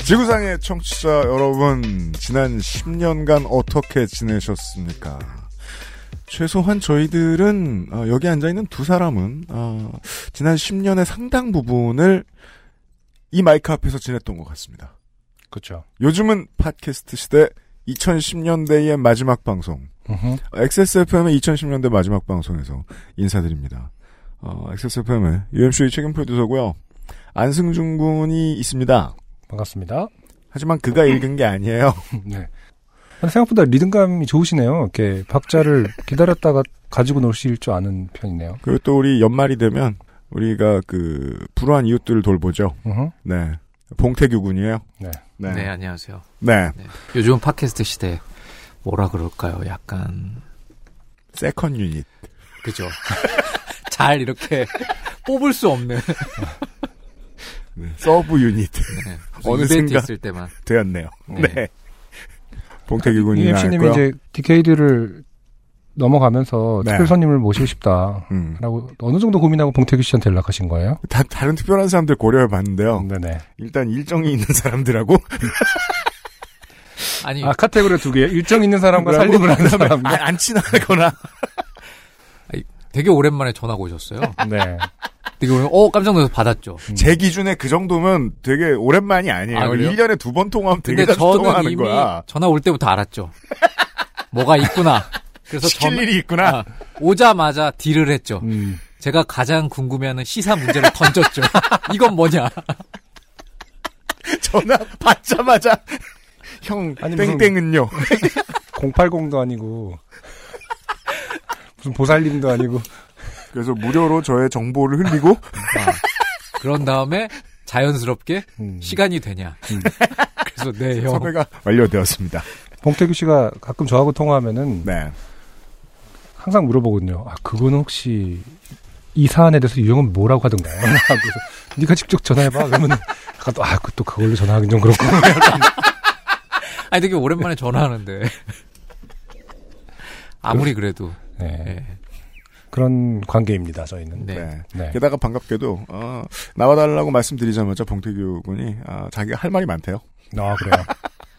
지구상의 청취자 여러분, 지난 10년간 어떻게 지내셨습니까? 최소한 저희들은 어, 여기 앉아 있는 두 사람은 어, 지난 10년의 상당 부분을 이 마이크 앞에서 지냈던 것 같습니다. 그렇죠. 요즘은 팟캐스트 시대 2010년대의 마지막 방송 XSFM의 2010년대 마지막 방송에서 인사드립니다. 어, XSFM의 UMC의 책임 프로듀서고요. 안승준 군이 있습니다. 반갑습니다. 하지만 그가 읽은 게 아니에요. 네. 근데 생각보다 리듬감이 좋으시네요. 이렇게 박자를 기다렸다가 가지고 놀실 줄 아는 편이네요. 그리고 또 우리 연말이 되면 우리가 그 불우한 이웃들을 돌보죠. 으흠. 네. 봉태규 군이에요. 네. 네. 네, 네. 안녕하세요. 요즘은 팟캐스트 시대 뭐라 그럴까요? 약간 세컨 유닛. 그죠? 잘 이렇게 뽑을 수 없는 네. 서브 유닛. 네. 어느 이벤트 순간. 있을 때만 되었네요. 네. 네. 봉태규 군이 UMC님이 나왔고요. 이제 디케이드를 넘어가면서 네. 특별 손님을 모시고 싶다. 음. 라고 어느 정도 고민하고 봉태규 씨한테 연락하신 거예요? 다, 다른 특별한 사람들 고려해 봤는데요. 음. 네네. 일단 일정이 있는 사람들하고 아니 아 카테고리 두 개. 일정 있는 사람과 뭐라고? 살림을 하는 안, 사람. 아, 안 친하거나 되게 오랜만에 전화가 오셨어요. 아. 네. 되게 오랜 어 깜짝 놀라서 받았죠. 제 기준에 그 정도면 되게 오랜만이 아니에요. 아, 그래요? 1년에 두 번 통화하면 되게 근데 자주 저는 통화하는 이미 거야. 전화 올 때부터 알았죠. 뭐가 있구나. 그래서 시킬 저는 일이 있구나. 아, 오자마자 딜을 했죠. 음. 제가 가장 궁금해하는 시사 문제를 던졌죠. 이건 뭐냐? 전화 받자마자 형 아니, 무슨- 땡땡은요. 080도 아니고 무슨 보살님도 아니고 그래서 무료로 저의 정보를 흘리고 아, 그런 다음에 자연스럽게 음. 시간이 되냐? 음. 그래서 네 형. 섭외가 완료되었습니다. 봉태규 씨가 가끔 저하고 통화하면은 네. 항상 물어보거든요. 아, 그건 혹시 이 사안에 대해서 유형은 뭐라고 하던가요? 그래서 네가 직접 전화해봐. 그러면 아까 또, 아, 그 또 그걸로 전화하긴 좀 그렇고. 아니 되게 오랜만에 전화하는데 아무리 그래도 네. 예. 그런 관계입니다, 저희는. 네. 네. 네. 게다가 반갑게도 어, 나와달라고 말씀드리자마자 봉태규 군이 아, 자기가 할 말이 많대요. 아, 그래요.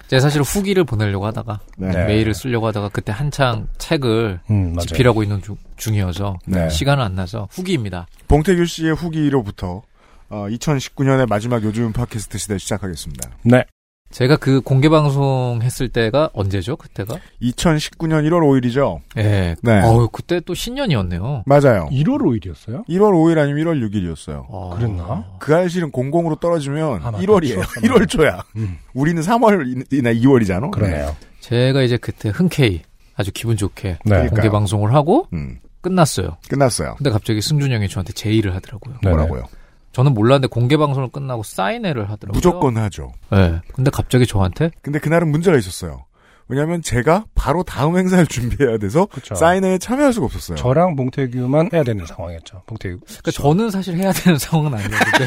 제가 사실 후기를 보내려고 하다가 네. 네. 메일을 쓰려고 하다가 그때 한창 책을 음, 맞아요. 집필하고 있는 중- 중이어서 네. 시간은 안 나서 후기입니다. 봉태규 씨의 후기로부터 2019년의 마지막 요즘 팟캐스트 시대 시작하겠습니다. 네. 제가 그 공개 방송 했을 때가 언제죠? 그때가? 2019년 1월 5일이죠. 예. 네. 어우 그때 또 신년이었네요. 맞아요. 1월 5일이었어요? 1월 5일 아니면 1월 6일이었어요. 어. 그랬나? 그 알실은 공공으로 떨어지면 아, 맞다. 1월이에요. 추웠구나. 1월 초야. 음. 우리는 3월이나 2월이잖아. 그러네요. 제가 이제 그때 흔쾌히 아주 기분 좋게 네. 그러니까요. 공개 방송을 하고 음, 끝났어요. 끝났어요. 근데 갑자기 승준 형이 저한테 제의를 하더라고요. 네. 뭐라고요? 저는 몰랐는데 공개 방송을 끝나고 사인회를 하더라고요. 무조건 하죠. 예. 근데 갑자기 저한테 근데 그날은 문제가 있었어요. 왜냐하면 제가 바로 다음 행사를 준비해야 돼서 그쵸. 사인회에 참여할 수가 없었어요. 저랑 봉태규만 해야 되는 상황이었죠. 봉태규. 그러니까 저는 사실 해야 되는 상황은 아니었는데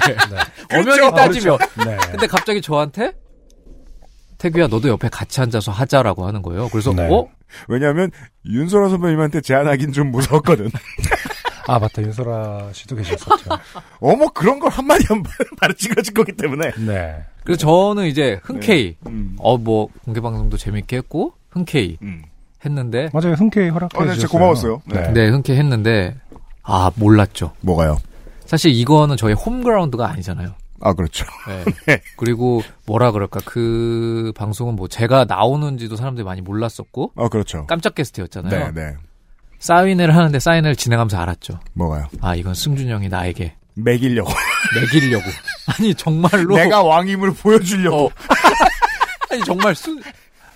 엄연히 그렇죠. 따지면 네. 근데 갑자기 저한테 태규야 너도 옆에 같이 앉아서 하자라고 하는 거예요. 그래서 네. 어? 왜냐하면 윤소라 선배님한테 제안하긴 좀 무서웠거든. 아, 맞다. 윤소라 씨도 계셨었죠. 어머 뭐 그런 걸 한마디 한 번 바로 찍어질 거기 때문에. 네. 그래서 저는 이제 흔쾌히 음. 어 뭐 공개 방송도 재밌게 했고 흔쾌히 음. 했는데 맞아요. 흔쾌히 허락해 어, 네, 주셨어요. 진짜 고마웠어요. 네. 네 흔쾌히 했는데 아 몰랐죠. 뭐가요? 사실 이거는 저희 홈그라운드가 아니잖아요. 아 그렇죠. 네. 그리고 뭐라 그럴까 그 방송은 뭐 제가 나오는지도 사람들이 많이 몰랐었고 아 그렇죠. 깜짝 게스트였잖아요. 네, 네. 사인회를 하는데 사인회를 진행하면서 알았죠. 뭐가요? 아 이건 승준 형이 나에게 매기려고. 매기려고. 아니 정말로. 내가 왕임을 보여주려고. 어. 아니 정말 순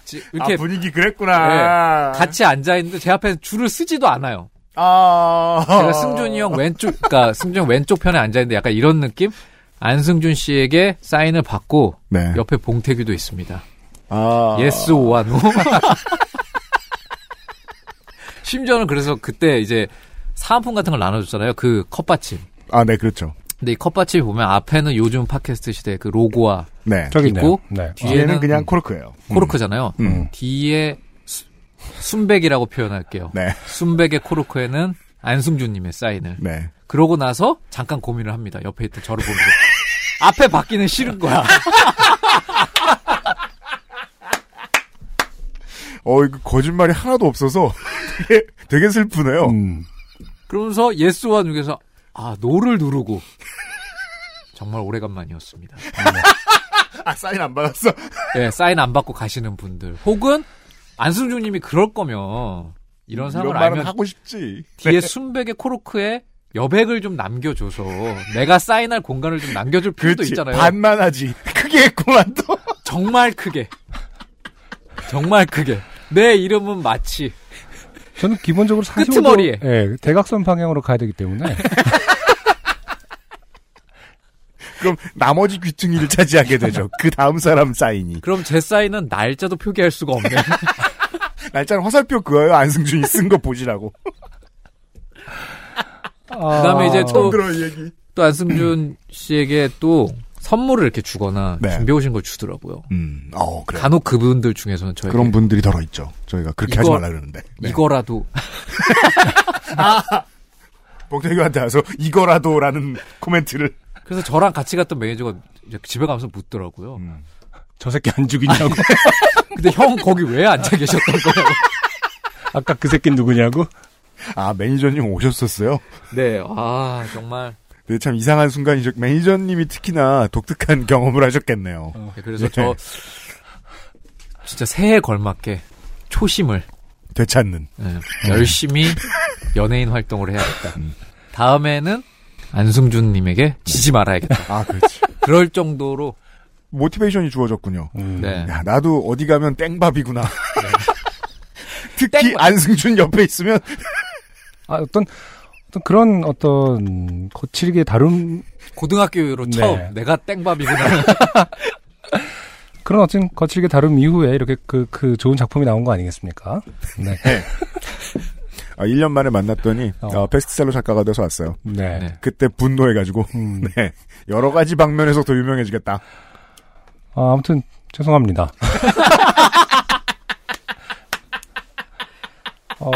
지- 이렇게 네, 아 분위기 그랬구나. 같이 앉아 있는데 제 앞에 줄을 쓰지도 않아요. 아. 제가 승준이 형 왼쪽, 그러니까 승준 형 왼쪽 편에 앉아 있는데 약간 이런 느낌. 안승준 씨에게 사인을 받고 네. 옆에 봉태규도 있습니다. 아. 예스 오한우. 심지어는 그래서 그때 이제 사은품 같은 걸 나눠줬잖아요. 그 컵받침. 아, 네, 그렇죠. 근데 이 컵받침 보면 앞에는 요즘 팟캐스트 시대 그 로고와 네. 저기 있고 있고 네. 뒤에는 뒤에는 그냥 코르크예요. 음. 코르크잖아요. 음. 뒤에 수- 순백이라고 표현할게요. 네. 순백의 코르크에는 안승준님의 사인을. 네. 그러고 나서 잠깐 고민을 합니다. 옆에 있던 저를 보면서. 앞에 바뀌는 싫은 거야. 어, 이거 거짓말이 하나도 없어서 되게, 되게 슬프네요. 음. 그러면서 예스와 중에서 아 노를 누르고 정말 오래간만이었습니다. 아, 사인 안 받았어. 예, 사인 안 받고 가시는 분들 혹은 안승준님이 그럴 거면 이런 이런 상황을 말은 알면 하고 네. 싶지. 뒤에 순백의 코르크에 여백을 좀 남겨줘서 내가 사인할 공간을 좀 남겨줄 필요도 그렇지. 있잖아요. 반만 하지. 크게 했구만 또. 정말 크게, 정말 크게 내 이름은 마치 저는 기본적으로 45도 끄트머리에. 예, 대각선 방향으로 가야 되기 때문에 그럼 나머지 귀퉁이를 차지하게 되죠. 그 다음 사람 사인이. 그럼 제 사인은 날짜도 표기할 수가 없네. 날짜는 화살표 그거예요. 안승준이 쓴 거 보시라고. 아. 그다음에 이제 또 그런 얘기. 또 안승준 씨에게 또 선물을 이렇게 주거나 네. 준비해 오신 걸 주더라고요. 음, 어, 그래. 간혹 그분들 중에서는 저에게 그런 분들이 덜어 있죠. 저희가 그렇게 하지 네. 이거- 말라 그러는데. 네. 이거라도 네. 봉태규한테 와서 이거라도라는 코멘트를. 그래서 저랑 같이 갔던 매니저가 이제 집에 가면서 묻더라고요. 저 새끼 안 죽이냐고 근데 형 거기 왜 앉아 계셨던 거예요? 아까 그 새끼 누구냐고 아 매니저님 오셨었어요. 네, 아 정말 근데 참 이상한 순간이죠. 매니저님이 특히나 독특한 경험을 하셨겠네요. 네, 그래서 네. 저 진짜 새해 걸맞게 초심을 되찾는. 네, 열심히 연예인 활동을 해야겠다. 다음에는 안승준님에게 지지 말아야겠다. 아 그렇지. 그럴 정도로 모티베이션이 주어졌군요. 네. 야, 나도 어디 가면 땡밥이구나. 특히 땡밥. 안승준 옆에 있으면 아, 어떤 어떤 그런 어떤 거칠게 다룬 고등학교로 네. 처음 내가 땡밥이구나. 그런 어떤 거칠게 다룬 이후에 이렇게 그, 그 좋은 작품이 나온 거 아니겠습니까? 네. 아, 1년 만에 만났더니 어. 어, 베스트셀러 작가가 돼서 왔어요. 네. 네. 그때 분노해가지고 음. 네, 여러 가지 방면에서 더 유명해지겠다. 아, 아무튼 죄송합니다. 어,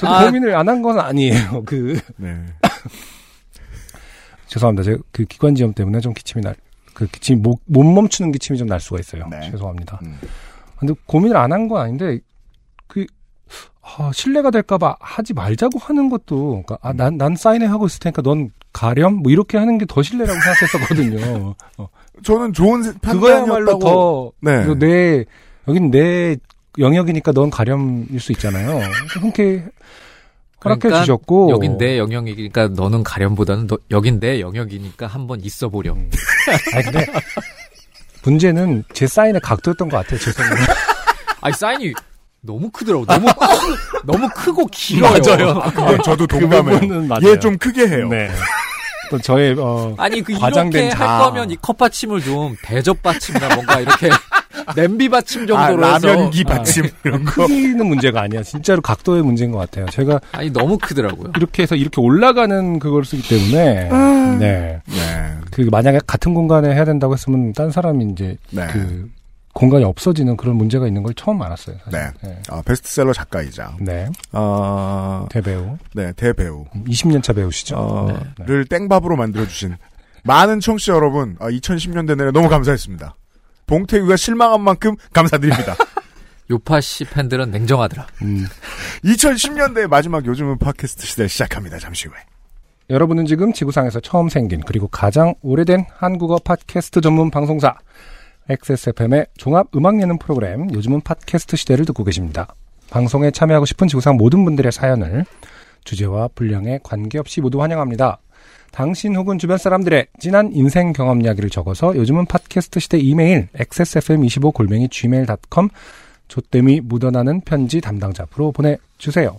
저도 아. 고민을 안 한 건 아니에요. 그 네. 죄송합니다. 제가 그 기관지염 때문에 좀 기침이 날, 그 기침, 못, 못 멈추는 기침이 좀 날 수가 있어요. 네. 죄송합니다. 음. 근데 고민을 안 한 건 아닌데, 그, 아, 신뢰가 될까봐 하지 말자고 하는 것도, 그러니까, 아, 난, 난 사인회 하고 있을 테니까 넌 가렴? 뭐 이렇게 하는 게 더 신뢰라고 생각했었거든요. 어, 저는 좋은 세- 그거야말로 판단이었다고. 더, 네. 이거 내, 여긴 내 영역이니까 넌 가렴일 수 있잖아요. 흔쾌히 허락해 그러니까 주셨고. 여긴 내 영역이니까 너는 가련보다는 너, 여긴 내 영역이니까 한번 있어 보렴. 아니 근데 문제는 제 사인의 각도였던 것 같아요. 죄송해요. 아니 사인이 너무 크더라고. 너무 너무 크고 길어요. 아, 그건 저도 동감해요. 부분은 맞아요. 얘 좀 크게 해요. 네. 또 저의 어 아니 그 과장된 이렇게 할 자. 거면 이 컵 받침을 좀 대접 받침이나 뭔가 이렇게 냄비 받침 아, 그 정도로 해서 라면기 받침 이런 거. 크기는 문제가 아니야. 진짜로 각도의 문제인 것 같아요. 제가 아니 너무 크더라고요. 이렇게 해서 이렇게 올라가는 그걸 쓰기 때문에 네. 네. 그 만약에 같은 공간에 해야 된다고 했으면 딴 사람이 이제 네. 그 공간이 없어지는 그런 문제가 있는 걸 처음 알았어요. 사실. 네. 네. 아, 베스트셀러 작가이자 네. 아, 대배우. 음, 네, 대배우. 20년 차 네. 배우시죠. 어, 를 땡밥으로 만들어주신 많은 청취자 여러분, 2010년대 내내 너무 감사했습니다. 봉태규가 실망한 만큼 감사드립니다. 요파 씨 팬들은 냉정하더라. 음. 2010년대 마지막 요즘은 팟캐스트 시대 시작합니다. 잠시 후에. 여러분은 지금 지구상에서 처음 생긴 그리고 가장 오래된 한국어 팟캐스트 전문 방송사 XSFM의 종합 음악 예능 프로그램 요즘은 팟캐스트 시대를 듣고 계십니다. 방송에 참여하고 싶은 지구상 모든 분들의 사연을 주제와 분량에 관계없이 모두 환영합니다. 당신 혹은 주변 사람들의 진한 인생 경험 이야기를 적어서 요즘은 팟캐스트 시대 이메일 xsfm25골뱅이 gmail.com 조땜이 묻어나는 편지 담당자 앞으로 보내주세요.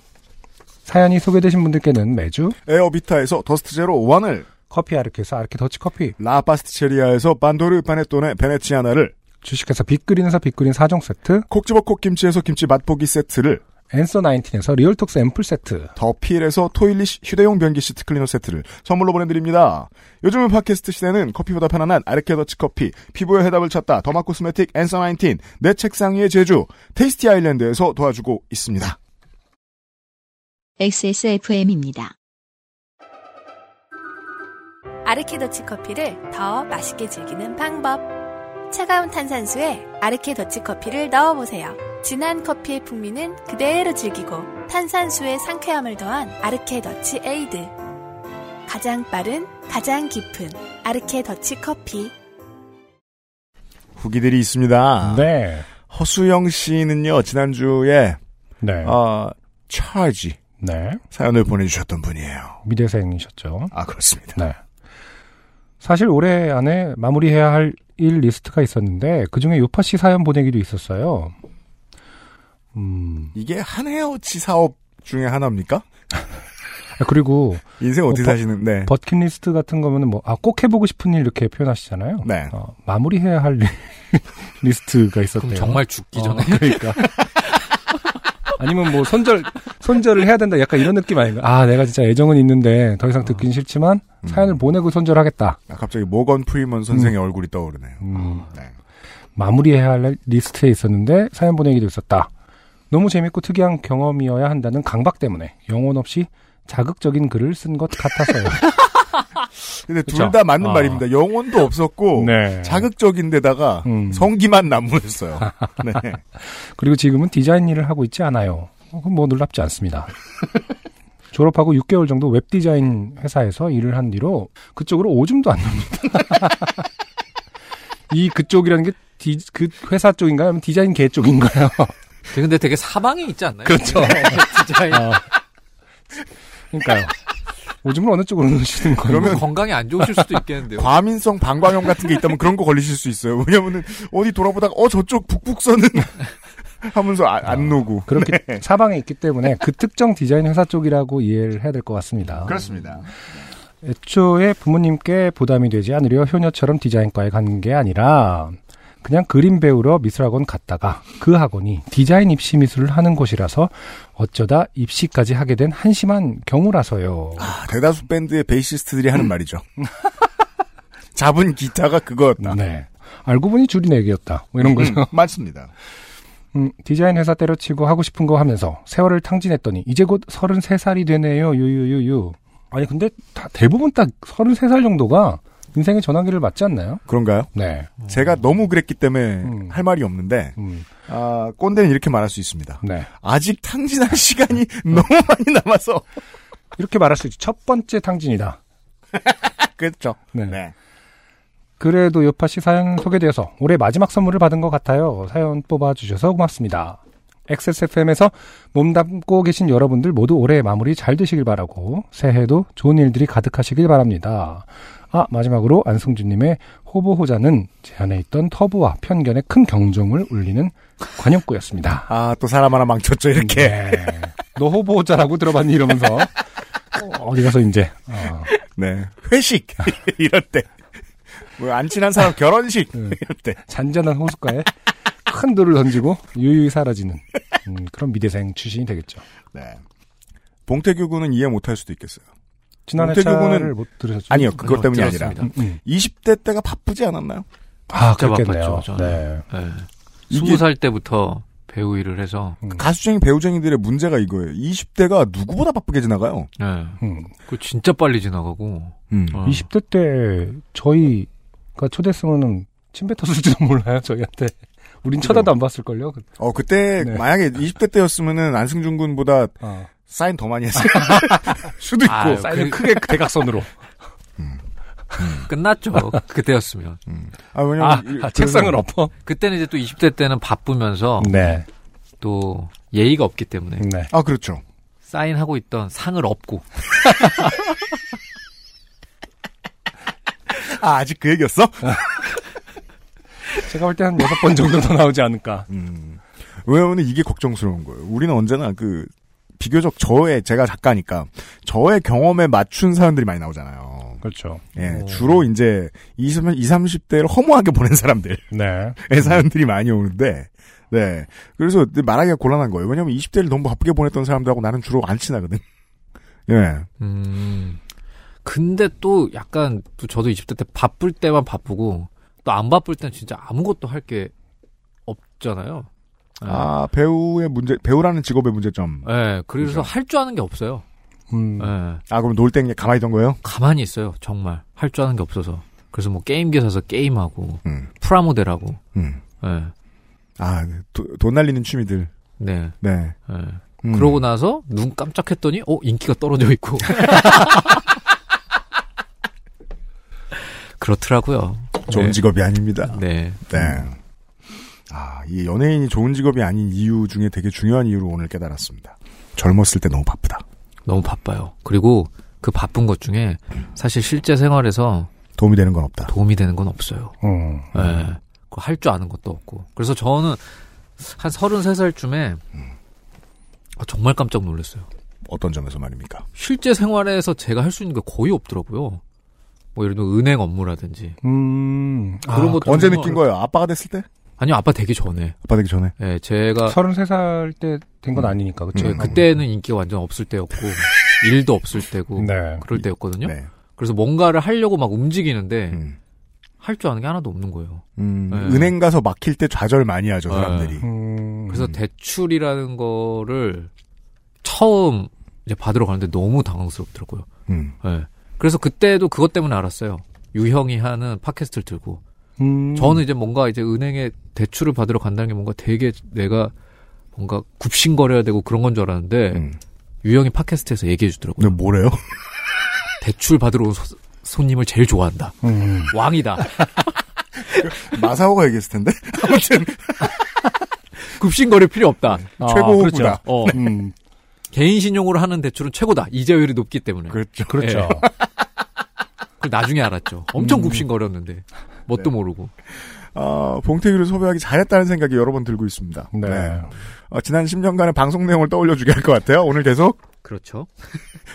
사연이 소개되신 분들께는 매주 에어비타에서 더스트 제로 원을, 커피 아르케에서 아르케 더치 커피, 라파스티체리아에서 반도르 파네톤의 베네치아나를, 주식회사 빅그린에서 빅그린 4종 세트, 콕지버콕 김치에서 김치 맛보기 세트를, 앤서 나인틴에서 리얼톡스 앰플 세트. 더필에서 토일리시 휴대용 변기 시트 클리너 세트를 선물로 보내드립니다. 요즘은 팟캐스트 시대는 커피보다 편안한 아르케 더치 커피, 피부의 해답을 찾다 더마 코스메틱 앤서 19, 내 책상 위의 제주, 테이스티 아일랜드에서 도와주고 있습니다. XSFM입니다. 아르케더치 커피를 더 맛있게 즐기는 방법. 차가운 탄산수에 아르케더치 커피를 넣어보세요. 진한 커피의 풍미는 그대로 즐기고 탄산수의 상쾌함을 더한 아르케더치 에이드. 가장 빠른, 가장 깊은 아르케더치 커피. 후기들이 아. 있습니다. 네. 허수영 씨는요, 지난주에, 네. 아. 어, 차지 네. 사연을 보내주셨던 분이에요. 미대생이셨죠. 아, 그렇습니다. 네. 사실 올해 안에 마무리해야 할 일 리스트가 있었는데 그중에 요파 씨 사연 보내기도 있었어요. 음. 이게 한해어치 사업 중에 하나입니까? 아, 그리고 인생 어떻게 어, 버- 사시는, 네. 버킷리스트 같은 거면은 뭐 아 꼭 해보고 싶은 일 이렇게 표현하시잖아요. 네. 어, 마무리해야 할 리- 리스트가 있었대요. 그럼 정말 죽기 전에 어, 그러니까. 아니면 뭐 손절 손절을 해야 된다 약간 이런 느낌 아닌가? 아 내가 진짜 애정은 있는데 더 이상 듣긴 싫지만 음. 사연을 보내고 손절하겠다. 아, 갑자기 모건 프리먼 선생의 얼굴이 떠오르네요. 음, 네. 마무리해야 할 리스트에 있었는데 사연 보내기도 있었다. 너무 재밌고 특이한 경험이어야 한다는 강박 때문에 영혼 없이 자극적인 글을 쓴 것 같아서요. 근데 둘 그쵸? 다 맞는 아. 말입니다. 영혼도 없었고 네. 자극적인데다가 음. 성기만 난무했어요. 네. 그리고 지금은 디자인 일을 하고 있지 않아요. 어, 그럼 뭐 놀랍지 않습니다. 졸업하고 6개월 정도 웹 디자인 회사에서 일을 한 뒤로 그쪽으로 오줌도 안 납니다. 이 그쪽이라는 게 디, 그 회사 쪽인가요? 아니면 디자인계 쪽인가요? 근데 되게 사방이 있지 않나요? 네. 그렇죠. 진짜 어. 그러니까요. 오줌을 어느 쪽으로 넣으시는 거예요? 그러면 건강에 안 좋으실 수도 있겠는데요. 과민성 방광염 같은 게 있다면 그런 거 걸리실 수 있어요. 왜냐면은 어디 돌아보다가 어 저쪽 북북선은 하면서 아- 안 노고. 그렇게 네. 사방에 있기 때문에 그 특정 디자인 회사 쪽이라고 이해를 해야 될 것 같습니다. 그렇습니다. 애초에 부모님께 부담이 되지 않으려 효녀처럼 디자인과에 간 게 아니라 그냥 그림 배우러 미술학원 갔다가 그 학원이 디자인 입시 미술을 하는 곳이라서 어쩌다 입시까지 하게 된 한심한 경우라서요. 아, 대다수 밴드의 베이시스트들이 하는 말이죠. 잡은 기타가 그거였다. 네. 알고 보니 줄이 네개였다뭐 이런 거죠. 음, 맞습니다. 음, 디자인 회사 때려치고 하고 싶은 거 하면서 세월을 탕진했더니 이제 곧 33살이 되네요. 유유유유. 아니 근데 다 대부분 딱 33살 정도가 인생의 전환기를 맞지 않나요? 그런가요? 네. 제가 너무 그랬기 때문에 음. 할 말이 없는데 음, 아, 꼰대는 이렇게 말할 수 있습니다. 네. 아직 탕진할 시간이 너무 많이 남아서 이렇게 말할 수 있죠. 첫 번째 탕진이다. 그렇죠. 네. 네. 그래도 요파 씨 사연 소개되어서 올해 마지막 선물을 받은 것 같아요. 사연 뽑아주셔서 고맙습니다. XSFM에서 몸담고 계신 여러분들 모두 올해 마무리 잘 되시길 바라고 새해도 좋은 일들이 가득하시길 바랍니다. 아 마지막으로 안승준님의 호보호자는 제 안에 있던 터부와 편견의 큰 경종을 울리는 관용구였습니다. 아, 또 사람 하나 망쳤죠, 이렇게. 네. 너 호보호자라고 들어봤니 이러면서 어, 어디 가서 이제 어, 네. 회식! 이럴 때. 뭐, 안 친한 사람 결혼식! 이럴 때. 잔잔한 호숫가에 큰 돌을 던지고 유유히 사라지는 음, 그런 미대생 출신이 되겠죠. 네. 봉태규 군은 이해 못할 수도 있겠어요. 지난해 문태규 차를 군은- 못 들으셨죠? 아니요, 그것 때문이 들었습니다. 아니라. 음, 음. 20대 때가 바쁘지 않았나요? 아, 진짜 그렇겠네요. 바빴죠, 네. 저는. 네. 이게- 20살 때부터 배우 일을 해서 가수쟁이 배우쟁이들의 문제가 이거예요. 20대가 누구보다 바쁘게 지나가요. 네. 음. 그 진짜 빨리 지나가고 음. 어. 20대 때 저희가 초대했으면은 침 뱉었을지도 몰라요, 저희한테. 우린 쳐다도 안 봤을걸요? 그- 어, 그때, 네. 만약에 20대 때였으면은 안승준 군보다 아, 사인 더 많이 했을 수도 있고. 아유, 사인을 그- 크게 대각선으로. 끝났죠. 그때였으면. 아, 왜냐면. 어. 아, 이- 아, 책상을 엎어? 그때는 이제 또 20대 때는 바쁘면서 네. 또 예의가 없기 때문에 네. 아, 그렇죠. 사인하고 있던 상을 업고 아, 아직 그 얘기였어? 제가 볼 때 한 여섯 번 정도 더 나오지 않을까. 음. 왜냐면 이게 걱정스러운 거예요. 우리는 언제나 그 비교적 저의 제가 작가니까 저의 경험에 맞춘 사연들이 많이 나오잖아요. 그렇죠. 예, 오. 주로 이제 20, 20, 30대를 허무하게 보낸 사람들의 네. 사연들이 많이 오는데, 네. 그래서 말하기가 곤란한 거예요. 왜냐면 20대를 너무 바쁘게 보냈던 사람들하고 나는 주로 안 친하거든. 예. 음. 근데 또 약간 또 저도 20대 때 바쁠 때만 바쁘고 또 안 바쁠 땐 진짜 아무것도 할 게 없잖아요. 예. 아, 배우의 문제, 배우라는 직업의 문제점. 예, 그래서 할 줄 아는 게 없어요. 음, 예. 아, 그럼 놀 때 그냥 가만히 있던 거예요? 가만히 있어요, 정말. 할 줄 아는 게 없어서. 그래서 뭐 게임기 사서 게임하고, 음. 프라모델하고, 음. 예. 아, 도- 돈 날리는 취미들. 네. 네. 예. 음. 그러고 나서 눈 깜짝했더니, 어, 인기가 떨어져 있고. 그렇더라고요. 좋은 네. 직업이 아닙니다. 네. 네. 아, 이 연예인이 좋은 직업이 아닌 이유 중에 되게 중요한 이유로 오늘 깨달았습니다. 젊었을 때 너무 바쁘다. 너무 바빠요. 그리고 그 바쁜 것 중에 사실 실제 생활에서 도움이 되는 건 없다. 도움이 되는 건 없어요. 음. 예. 할 줄 아는 것도 없고. 그래서 저는 한 33살쯤에 아, 정말 깜짝 놀랐어요. 어떤 점에서 말입니까? 실제 생활에서 제가 할 수 있는 게 거의 없더라고요. 뭐 예를 들면 은행 업무라든지 음. 그런 것도 언제 정말- 느낀 거예요? 아빠가 됐을 때? 아니요 아빠 되기 전에 아빠 되기 전에. 예 제가 33살 때 된 건 음. 아니니까, 그쵸? 예, 음. 그때는 뭐 인기가 완전 없을 때였고 일도 없을 때고 네. 그럴 때였거든요. 네. 그래서 뭔가를 하려고 막 움직이는데 음. 할 줄 아는 게 하나도 없는 거예요. 음, 네. 은행 가서 막힐 때 좌절 많이 하죠, 네. 사람들이. 음. 그래서 대출이라는 거를 처음 이제 받으러 가는데 너무 당황스럽더라고요. 음. 예. 그래서 그때도 그것 때문에 알았어요. 유형이 하는 팟캐스트를 들고 음. 저는 이제 뭔가 이제 은행에 대출을 받으러 간다는 게 뭔가 되게 내가 뭔가 굽신거려야 되고 그런 건 줄 알았는데 음. 유형이 팟캐스트에서 얘기해 근데 주더라고요. 뭐래요? 대출 받으러 온 소- 손님을 제일 좋아한다. 음. 왕이다. 마사오가 얘기했을 텐데. 아무튼, 굽신거릴 필요 없다. 아, 최고 그렇죠. 후보다. 어, 음. 개인 신용으로 하는 대출은 최고다. 이자율이 높기 때문에. 그 그렇죠. 그렇죠. 예. 걸 나중에 알았죠. 음. 엄청 굽신거렸는데 네. 뭣도 모르고. 아, 봉태규를 소비하기 잘했다는 생각이 여러 번 들고 있습니다. 네. 어, 지난 10년간의 방송 내용을 떠올려주게 할 것 같아요. 오늘 계속 그렇죠.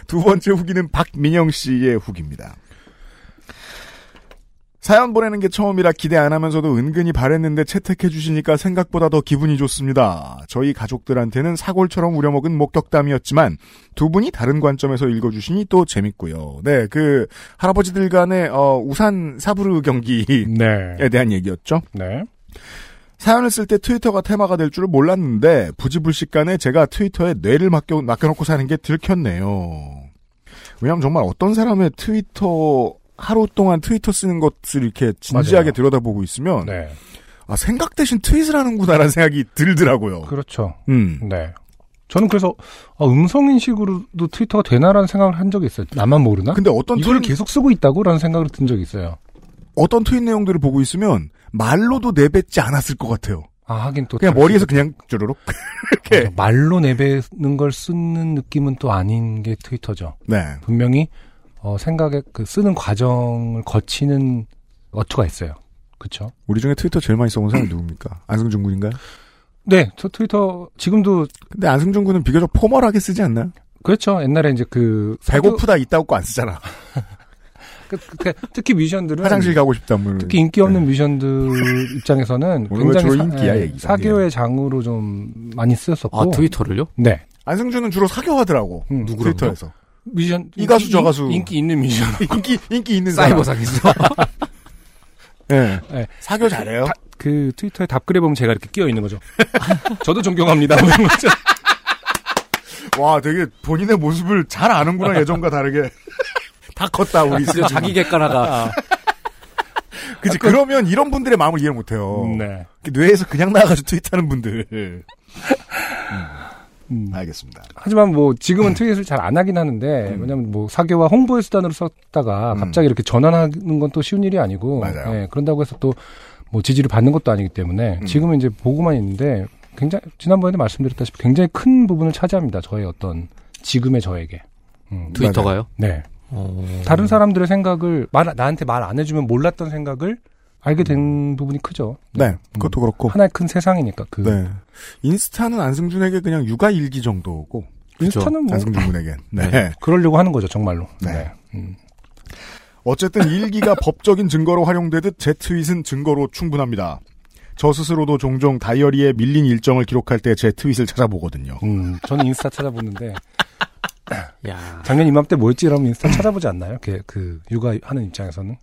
두 번째 후기는 박민영 씨의 후기입니다. 사연 보내는 게 처음이라 기대 안 하면서도 은근히 바랬는데 채택해 주시니까 생각보다 더 기분이 좋습니다. 저희 가족들한테는 사골처럼 우려먹은 목격담이었지만 두 분이 다른 관점에서 읽어주시니 또 재밌고요. 네, 그 할아버지들 간의 어, 우산 사부르 경기에 네. 대한 얘기였죠. 네. 사연을 쓸 때 트위터가 테마가 될 줄을 몰랐는데 부지불식 간에 제가 트위터에 뇌를 맡겨, 맡겨놓고 사는 게 들켰네요. 왜냐면 정말 어떤 사람의 트위터 하루 동안 트위터 쓰는 것을 이렇게 진지하게 맞아요. 들여다보고 있으면 네. 아 생각 대신 트윗을 하는구나라는 생각이 들더라고요. 그렇죠. 음. 네. 저는 그래서 아, 음성인식으로도 트위터가 되나라는 생각을 한 적이 있어요. 나만 모르나? 근데 어떤 이걸 트윗, 계속 쓰고 있다고라는 생각을 든 적이 있어요. 어떤 트윗 내용들을 보고 있으면 말로도 내뱉지 않았을 것 같아요. 아 하긴 또 그냥 머리에서 그냥 주르륵 이렇게 맞아. 말로 내뱉는 걸 쓰는 느낌은 또 아닌 게 트위터죠. 네. 분명히 어, 생각의 그 쓰는 과정을 거치는 어투가 있어요. 그렇죠? 우리 중에 트위터 제일 많이 써본 사람이 누굽니까? 안승준 군인가요? 네, 저 트위터 지금도 근데 안승준 군은 비교적 포멀하게 쓰지 않나요? 그렇죠. 옛날에 이제 그 배고프다 있다고 거안 쓰잖아. 그- 그- 그- 특히 뮤지션들은 화장실 가고 싶다. 뭐. 특히 인기 없는 뮤지션들 입장에서는 오늘 왜 굉장히 주로 인기야, 예, 얘기가. 사교의 장으로 좀 많이 쓰였었고 아 트위터를요? 네 안승준은 주로 사교하더라고. 음, 누구랑요? 트위터에서. 뮤지션 이 가수, 저 인- 가수. 인기 있는 뮤지션 인기 인기 네. 있는 사람. 사이버상에서. 예. 예. 사교 잘해요. 다- 그 트위터에 답글에 보면 제가 이렇게 끼어 있는 거죠. 저도 존경합니다. 뭐 이런 거죠. 와, 되게 본인의 모습을 잘 아는구나 예전과 다르게. 다 컸다 우리 진짜 자기 객관화가 그치 그러면 이런 분들의 마음을 이해 못해요. 네. 뇌에서 그냥 나가서 트윗하는 분들. 음, 알겠습니다. 하지만 뭐 지금은 트윗을 잘 안 하긴 하는데 음. 왜냐면 뭐 사교와 홍보의 수단으로 썼다가 갑자기 이렇게 전환하는 건 또 쉬운 일이 아니고 맞아요. 음. 예, 그런다고 해서 또 뭐 지지를 받는 것도 아니기 때문에 지금은 이제 보고만 있는데 굉장히 지난번에도 말씀드렸다시피 굉장히 큰 부분을 차지합니다. 저의 어떤 지금의 저에게. 음. 트위터가요? 네. 어... 음. 다른 사람들의 생각을 말, 나한테 말 안 해주면 몰랐던 생각을 알게 된 부분이 크죠. 네, 그것도 그렇고. 하나의 큰 세상이니까 그 네. 인스타는 안승준에게 그냥 육아 일기 정도고 인스타는 뭐 안승준 군에겐. 네. 그러려고 하는 거죠 정말로. 네. 음. 어쨌든 일기가 법적인 증거로 활용되듯 제 트윗은 증거로 충분합니다. 저 스스로도 종종 다이어리에 밀린 일정을 기록할 때 제 트윗을 찾아보거든요. 음, 저는 인스타 찾아보는데 야. 작년 이맘때 뭐였지? 이러면 인스타 찾아보지 않나요? 그, 그 육아하는 입장에서는.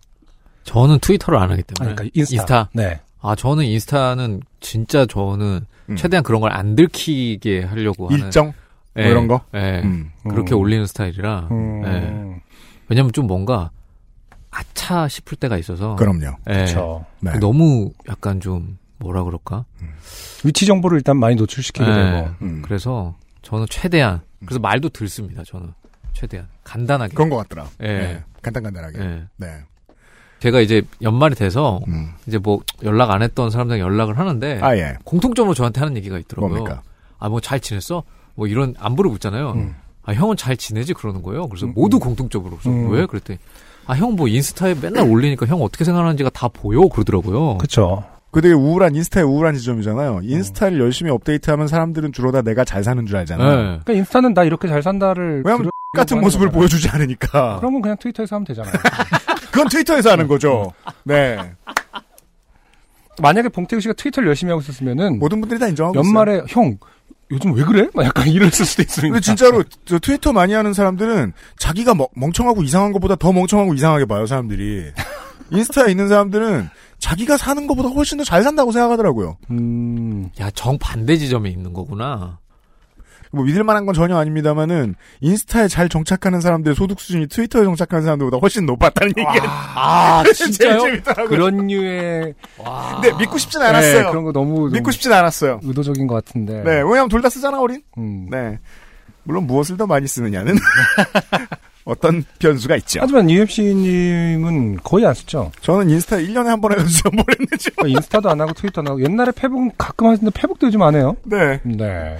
저는 트위터를 안 하기 때문에. 아니, 그러니까 인스타. 인스타. 네. 아, 저는 인스타는 진짜 저는 음. 최대한 그런 걸 안 들키게 하려고 하는. 일정 뭐 이런 거? 예. 음. 그렇게 음. 올리는 스타일이라. 음, 예. 왜냐면 좀 뭔가 아차 싶을 때가 있어서. 그럼요. 예. 그렇죠. 네. 너무 약간 좀 뭐라 그럴까? 위치 정보를 일단 많이 노출시키게 예. 되고. 음. 그래서 저는 최대한 그래서 말도 들습니다. 저는 최대한 간단하게. 그런 것 같더라. 예. 네. 간단간단하게. 예. 네. 제가 이제 연말이 돼서 음. 이제 뭐 연락 안 했던 사람들 연락을 하는데 아 예. 공통점으로 저한테 하는 얘기가 있더라고요. 뭡니까? 아 뭐 잘 지냈어? 뭐 이런 안부를 묻잖아요. 음. 아 형은 잘 지내지 그러는 거예요. 그래서 음, 모두 음. 공통적으로 그래서 음. 왜 그랬더니 아 형 뭐 인스타에 맨날 올리니까 형 어떻게 생각하는지가 다 보여 그러더라고요. 그렇죠. 그 되게 우울한 인스타의 우울한 지점이잖아요. 인스타를 열심히 업데이트하면 사람들은 주로 다 내가 잘 사는 줄 알잖아요. 네. 그러니까 인스타는 나 이렇게 잘 왜냐면 산다를 들으려고 똑같은 하는 모습을 거잖아요. 보여주지 않으니까. 네. 그러면 그냥 트위터에서 하면 되잖아요. 그건 트위터에서 하는 거죠. 네. 만약에 봉태규 씨가 트위터를 열심히 하고 있었으면은 모든 분들이 다뭐 인정하고 있어요. 연말에 형 요즘 왜 그래? 막 약간 이랬을 수도 있으니까. 근데 진짜로 저 트위터 많이 하는 사람들은 자기가 멍- 멍청하고 이상한 것보다 더 멍청하고 이상하게 봐요 사람들이. 인스타에 있는 사람들은 자기가 사는 것보다 훨씬 더 잘 산다고 생각하더라고요. 음, 예. 야정 반대 지점에 있는 거구나. 뭐 믿을만한 건 전혀 아닙니다만은 인스타에 잘 정착하는 사람들의 소득 수준이 트위터에 정착하는 사람들보다 훨씬 높았다는 얘기가 아 제일 진짜요? 재밌더라고요. 그런 류의 와. 근데 믿고 싶진 네, 않았어요. 그런 거 너무 좀 믿고 싶진 않았어요. 의도적인 것 같은데. 네, 왜냐면 둘 다 쓰잖아 우린. 음. 네. 물론 무엇을 더 많이 쓰느냐는 어떤 변수가 있죠. 하지만 UMC님은 거의 안 쓰죠. 저는 인스타 1년에 한 번 해가지고 뭘 했는지. 그러니까 인스타도 안 하고 트위터 안 하고 옛날에 페북은 가끔 하시는데 페북도 요즘 안 해요. 네. 네.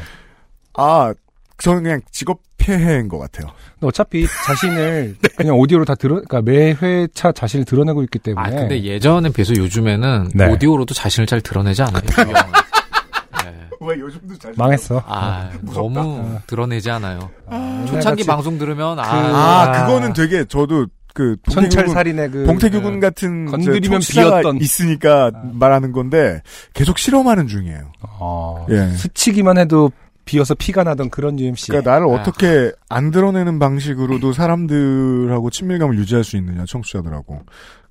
아, 저는 그냥 직업 폐해인 것 같아요. 근데 어차피 자신을 그냥 오디오로 다 드러, 그러니까 매 회차 자신을 드러내고 있기 때문에. 아 근데 예전에 비해서 요즘에는 네. 오디오로도 자신을 잘 드러내지 않아요. 네. 왜 요즘도 자주. 망했어. 아 너무 드러내지 않아요. 아, 초창기 옛날같이 방송 들으면 아, 아, 그거는 되게 저도 그 봉태규 군, 천철살인의 그 봉태규 군 같은 건드리면 이제 청취자가 비었던. 아. 있으니까 말하는 건데 계속 실험하는 중이에요. 어, 예. 스치기만 해도 비어서 피가 나던 그런 UMC. 그러니까 나를 아. 어떻게 안 드러내는 방식으로도 사람들하고 친밀감을 유지할 수 있느냐 청취자들하고.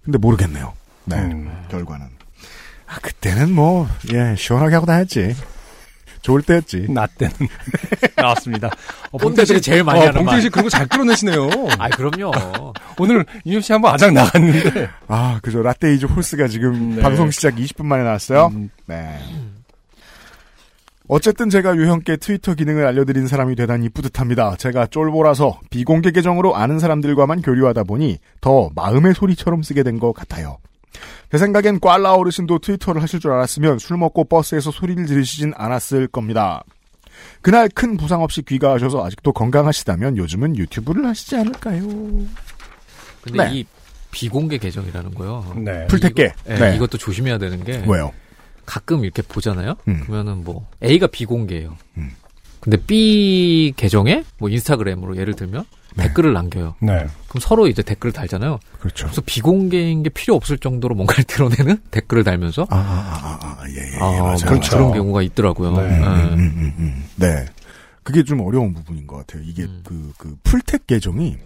근데 모르겠네요. 네. 음. 결과는. 아, 그때는 뭐, 예, 시원하게 하고 다녔지. 좋을 때였지. 나 때는 나왔습니다. 어, 꼰대들이 제일 많이 하는 봉태 씨 말. 그런 거 잘 끌어내시네요. 아 그럼요. 오늘 UMC 한번 아작 나갔는데. 아, 그죠. 라떼이즈 홀스가 지금 네. 방송 시작 20분 만에 나왔어요. 음, 네. 어쨌든 제가 유형께 트위터 기능을 알려드린 사람이 되다니 뿌듯합니다. 제가 쫄보라서 비공개 계정으로 아는 사람들과만 교류하다 보니 더 마음의 소리처럼 쓰게 된 것 같아요. 제 생각엔 꽐라 어르신도 트위터를 하실 줄 알았으면 술 먹고 버스에서 소리를 들으시진 않았을 겁니다. 그날 큰 부상 없이 귀가하셔서 아직도 건강하시다면 요즘은 유튜브를 하시지 않을까요? 근데 네. 이 비공개 계정이라는 거요. 네. 풀택게. 예, 이것도 조심해야 되는 게 왜요? 가끔 이렇게 보잖아요. 음. 그러면은 뭐 A가 비공개예요. 음. 근데 B 계정에 뭐 인스타그램으로 예를 들면 댓글을 남겨요. 네. 그럼 서로 이제 댓글을 달잖아요. 그렇죠. 그래서 비공개인 게 필요 없을 정도로 뭔가를 드러내는 댓글을 달면서 아, 아, 아, 아, 예, 예, 예, 아, 맞아요. 뭐 그렇죠. 그런 경우가 있더라고요. 네. 예. 음, 음, 음. 네. 그게 좀 어려운 부분인 것 같아요. 이게 음. 그, 그, 풀택 계정이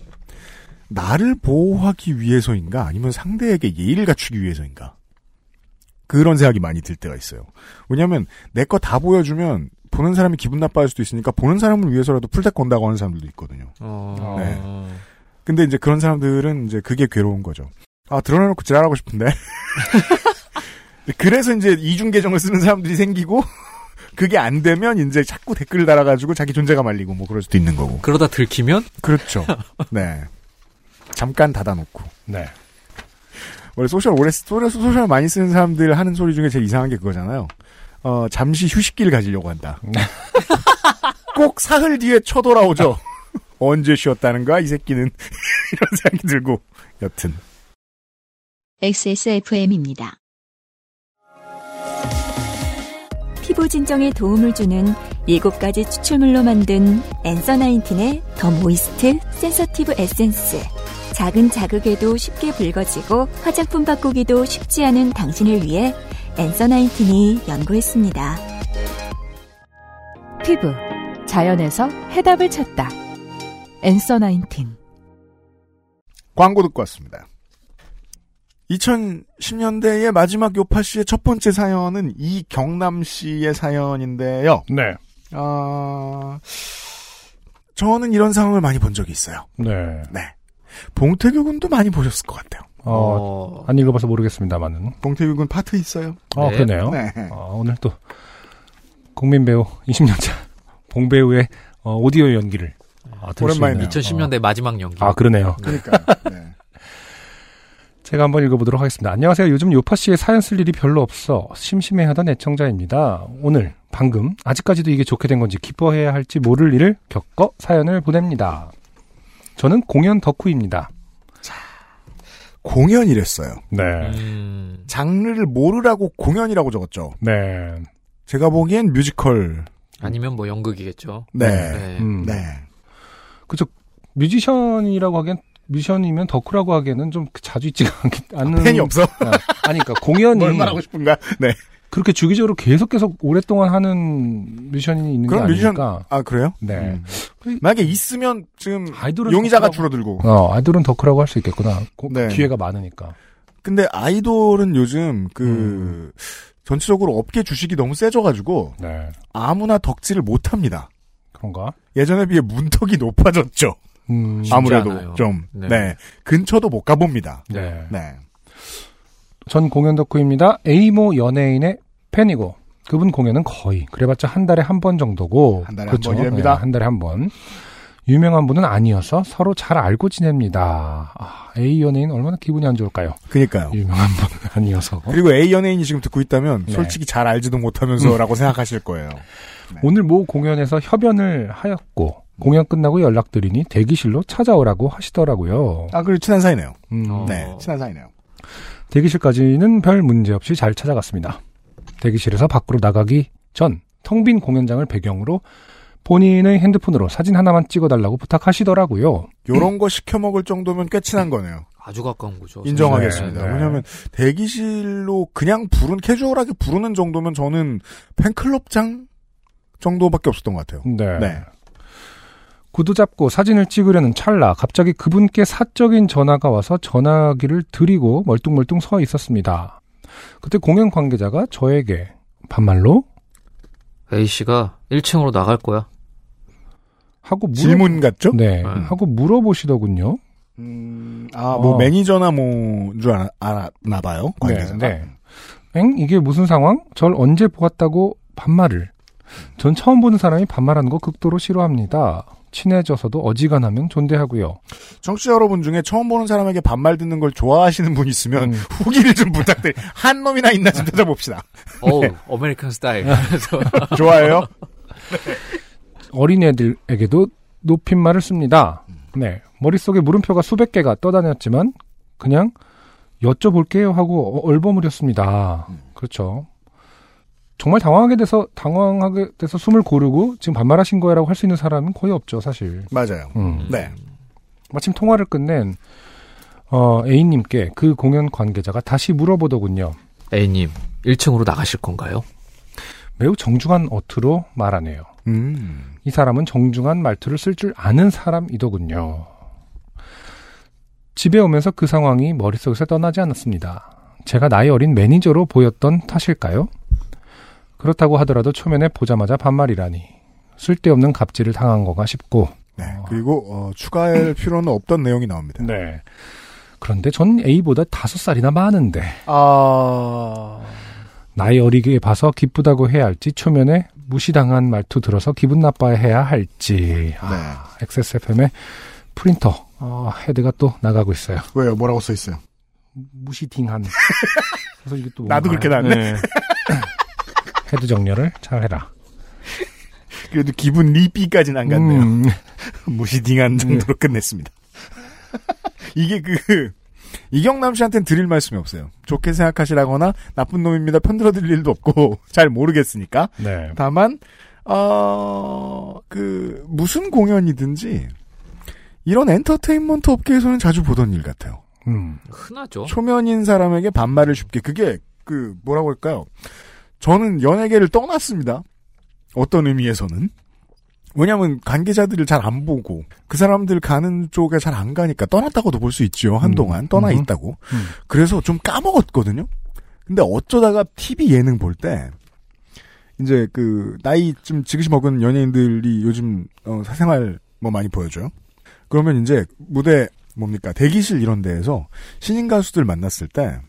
나를 보호하기 위해서인가 아니면 상대에게 예의를 갖추기 위해서인가 그런 생각이 많이 들 때가 있어요. 왜냐하면 내 거 다 보여주면 보는 사람이 기분 나빠할 수도 있으니까 보는 사람을 위해서라도 풀택 건다고 하는 사람들도 있거든요. 어, 네. 근데 이제 그런 사람들은 이제 그게 괴로운 거죠. 아 드러내놓고 지랄하고 싶은데. 그래서 이제 이중 계정을 쓰는 사람들이 생기고 그게 안 되면 이제 자꾸 댓글을 달아가지고 자기 존재가 말리고 뭐 그럴 수도 있는 거고. 그러다 들키면 그렇죠. 네. 잠깐 닫아놓고. 네. 원래 소셜 오래 쓰- 소셜 소셜 많이 쓰는 사람들 하는 소리 중에 제일 이상한 게 그거잖아요. 어 잠시 휴식기를 가지려고 한다. 꼭 사흘 뒤에 쳐돌아오죠. 언제 쉬었다는 거야 이 새끼는 이런 생각이 들고 여튼. XSFM입니다. 피부 진정에 도움을 주는 7가지 추출물로 만든 엔서 나인틴의 더 모이스트 센서티브 에센스. 작은 자극에도 쉽게 붉어지고 화장품 바꾸기도 쉽지 않은 당신을 위해 앤서 나인틴이 연구했습니다. 피부 자연에서 해답을 찾다 앤서 나인틴 광고 듣고 왔습니다. 2010년대의 마지막 요파 씨의 첫 번째 사연은 이경남 씨의 사연인데요. 네. 아, 저는 이런 상황을 많이 본 적이 있어요. 네. 네. 봉태규 군도 많이 보셨을 것 같아요. 어, 안 읽어봐서 모르겠습니다만은. 봉태규 군 파트 있어요? 어, 네. 그러네요. 네. 어, 오늘 또 국민 배우 20년차 봉 배우의 어, 오디오 연기를 어, 들을 오랜만이네요. 수 있는. 2010년대 마지막 연기. 아 그러네요. 그러니까. 네. 제가 한번 읽어보도록 하겠습니다. 안녕하세요. 요즘 요파 씨의 사연 쓸 일이 별로 없어 심심해하던 애청자입니다. 오늘 방금 아직까지도 이게 좋게 된 건지 기뻐해야 할지 모를 일을 겪어 사연을 보냅니다. 저는 공연 덕후입니다. 공연이랬어요. 네. 음, 장르를 모르라고 공연이라고 적었죠. 네. 제가 보기엔 뮤지컬. 아니면 뭐 연극이겠죠. 네. 네. 음. 네. 그죠. 뮤지션이라고 하기엔 뮤지션이면 덕후라고 하기에는 좀 자주 있지가 않- 않는 아, 팬이 없어. 아니 그러니까 공연이 뭘 말하고 싶은가? 네. 그렇게 주기적으로 계속 계속 오랫동안 하는 뮤지션이 있는 게 그럼 뮤지션- 아니니까. 아, 그래요? 음. 네. 만약에 있으면 지금 아이돌은 용의자가 덕후라고- 줄어들고. 어, 아이돌은 덕후라고 할 수 있겠구나. 고- 네. 기회가 많으니까. 근데 아이돌은 요즘 그 전체적으로 업계 주식이 너무 세져가지고 네. 아무나 덕질을 못합니다. 그런가? 예전에 비해 문턱이 높아졌죠. 음. 쉽지 아무래도 않아요. 좀 네. 네. 근처도 못 가봅니다. 네. 네. 전 공연 덕후입니다. A모 연예인의 팬이고 그분 공연은 거의 그래봤자 한 달에 한 번 정도고 한 달에 한 번이랍니다. 네, 한 달에 한 번. 유명한 분은 아니어서 서로 잘 알고 지냅니다. 아, A 연예인 얼마나 기분이 안 좋을까요? 그니까요. 유명한 분은 아니어서. 그리고 A 연예인이 지금 듣고 있다면 네. 솔직히 잘 알지도 못하면서라고 생각하실 거예요. 네. 오늘 모 공연에서 협연을 하였고 공연 끝나고 연락드리니 대기실로 찾아오라고 하시더라고요. 아, 그리고 친한 사이네요. 음, 어. 네, 친한 사이네요. 대기실까지는 별 문제 없이 잘 찾아갔습니다. 대기실에서 밖으로 나가기 전 텅 빈 공연장을 배경으로 본인의 핸드폰으로 사진 하나만 찍어달라고 부탁하시더라고요. 요런 거 시켜 먹을 정도면 꽤 친한 거네요. 아주 가까운 거죠. 인정하겠습니다. 네, 네. 왜냐하면 대기실로 그냥 부른 캐주얼하게 부르는 정도면 저는 팬클럽장 정도밖에 없었던 것 같아요. 네. 네. 구두 잡고 사진을 찍으려는 찰나 갑자기 그분께 사적인 전화가 와서 전화기를 들이고 멀뚱멀뚱 서 있었습니다. 그때 공연 관계자가 저에게 반말로 네. A 씨가 1층으로 나갈 거야. 하고 물어- 질문 같죠? 네, 네. 하고 물어보시더군요. 음, 아, 뭐 어. 매니저나 뭐줄 알았나 봐요. 관계자. 네, 네. 엥? 이게 무슨 상황? 절 언제 보았다고 반말을? 전 처음 보는 사람이 반말하는 거 극도로 싫어합니다. 친해져서도 어지간하면 존대하고요. 청취자 여러분 중에 처음 보는 사람에게 반말 듣는 걸 좋아하시는 분 있으면 음. 후기를 좀 부탁드리. 한 놈이나 있나 좀 찾아봅시다. 어우, 아메리칸 스타일. 네. 그래서 좋아요. 어린애들에게도 높임말을 씁니다. 네. 머릿속에 물음표가 수백 개가 떠다녔지만 그냥 여쭤볼게요 하고 어- 얼버무렸습니다. 그렇죠. 정말 당황하게 돼서 당황하게 돼서 숨을 고르고 지금 반말하신 거야라고 할 수 있는 사람은 거의 없죠, 사실. 맞아요. 음. 네. 마침 통화를 끝낸 어, A님께 그 공연 관계자가 다시 물어보더군요. A 님, 1층으로 나가실 건가요? 매우 정중한 어투로 말하네요. 음. 이 사람은 정중한 말투를 쓸 줄 아는 사람이더군요. 집에 오면서 그 상황이 머릿속에서 떠나지 않았습니다. 제가 나이 어린 매니저로 보였던 탓일까요? 그렇다고 하더라도 초면에 보자마자 반말이라니. 쓸데없는 갑질을 당한 거가 싶고. 네. 아. 그리고 어, 추가할 필요는 없던 내용이 나옵니다. 네. 그런데 전 A보다 다섯 살이나 많은데. 아. 나이 어리게 봐서 기쁘다고 해야 할지 초면에 무시당한 말투 들어서 기분 나빠해야 할지 아, 네. XSFM의 프린터 어, 헤드가 또 나가고 있어요 왜요? 뭐라고 써 있어요? 무시딩한 그래서 이게 또 나도 뭔가- 그렇게 나왔네. 네. 헤드 정렬을 잘 해라 그래도 기분 리비까지는 안 갔네요. 음, 무시딩한 정도로 끝냈습니다. 이게 그 이경남 씨한테는 드릴 말씀이 없어요. 좋게 생각하시라거나 나쁜 놈입니다 편들어 드릴 일도 없고 잘 모르겠으니까. 네. 다만 어 그 무슨 공연이든지 이런 엔터테인먼트 업계에서는 자주 보던 일 같아요. 음. 흔하죠. 초면인 사람에게 반말을 쉽게 그게 그 뭐라고 할까요? 저는 연예계를 떠났습니다. 어떤 의미에서는 왜냐하면 관계자들을 잘 안 보고 그 사람들 가는 쪽에 잘 안 가니까 떠났다고도 볼 수 있지요 한동안 음. 떠나 음. 있다고 음. 그래서 좀 까먹었거든요. 근데 어쩌다가 TV 예능 볼 때 이제 그 나이 좀 지그시 먹은 연예인들이 요즘 어, 사생활 뭐 많이 보여줘요. 그러면 이제 무대 뭡니까 대기실 이런 데에서 신인 가수들 만났을 때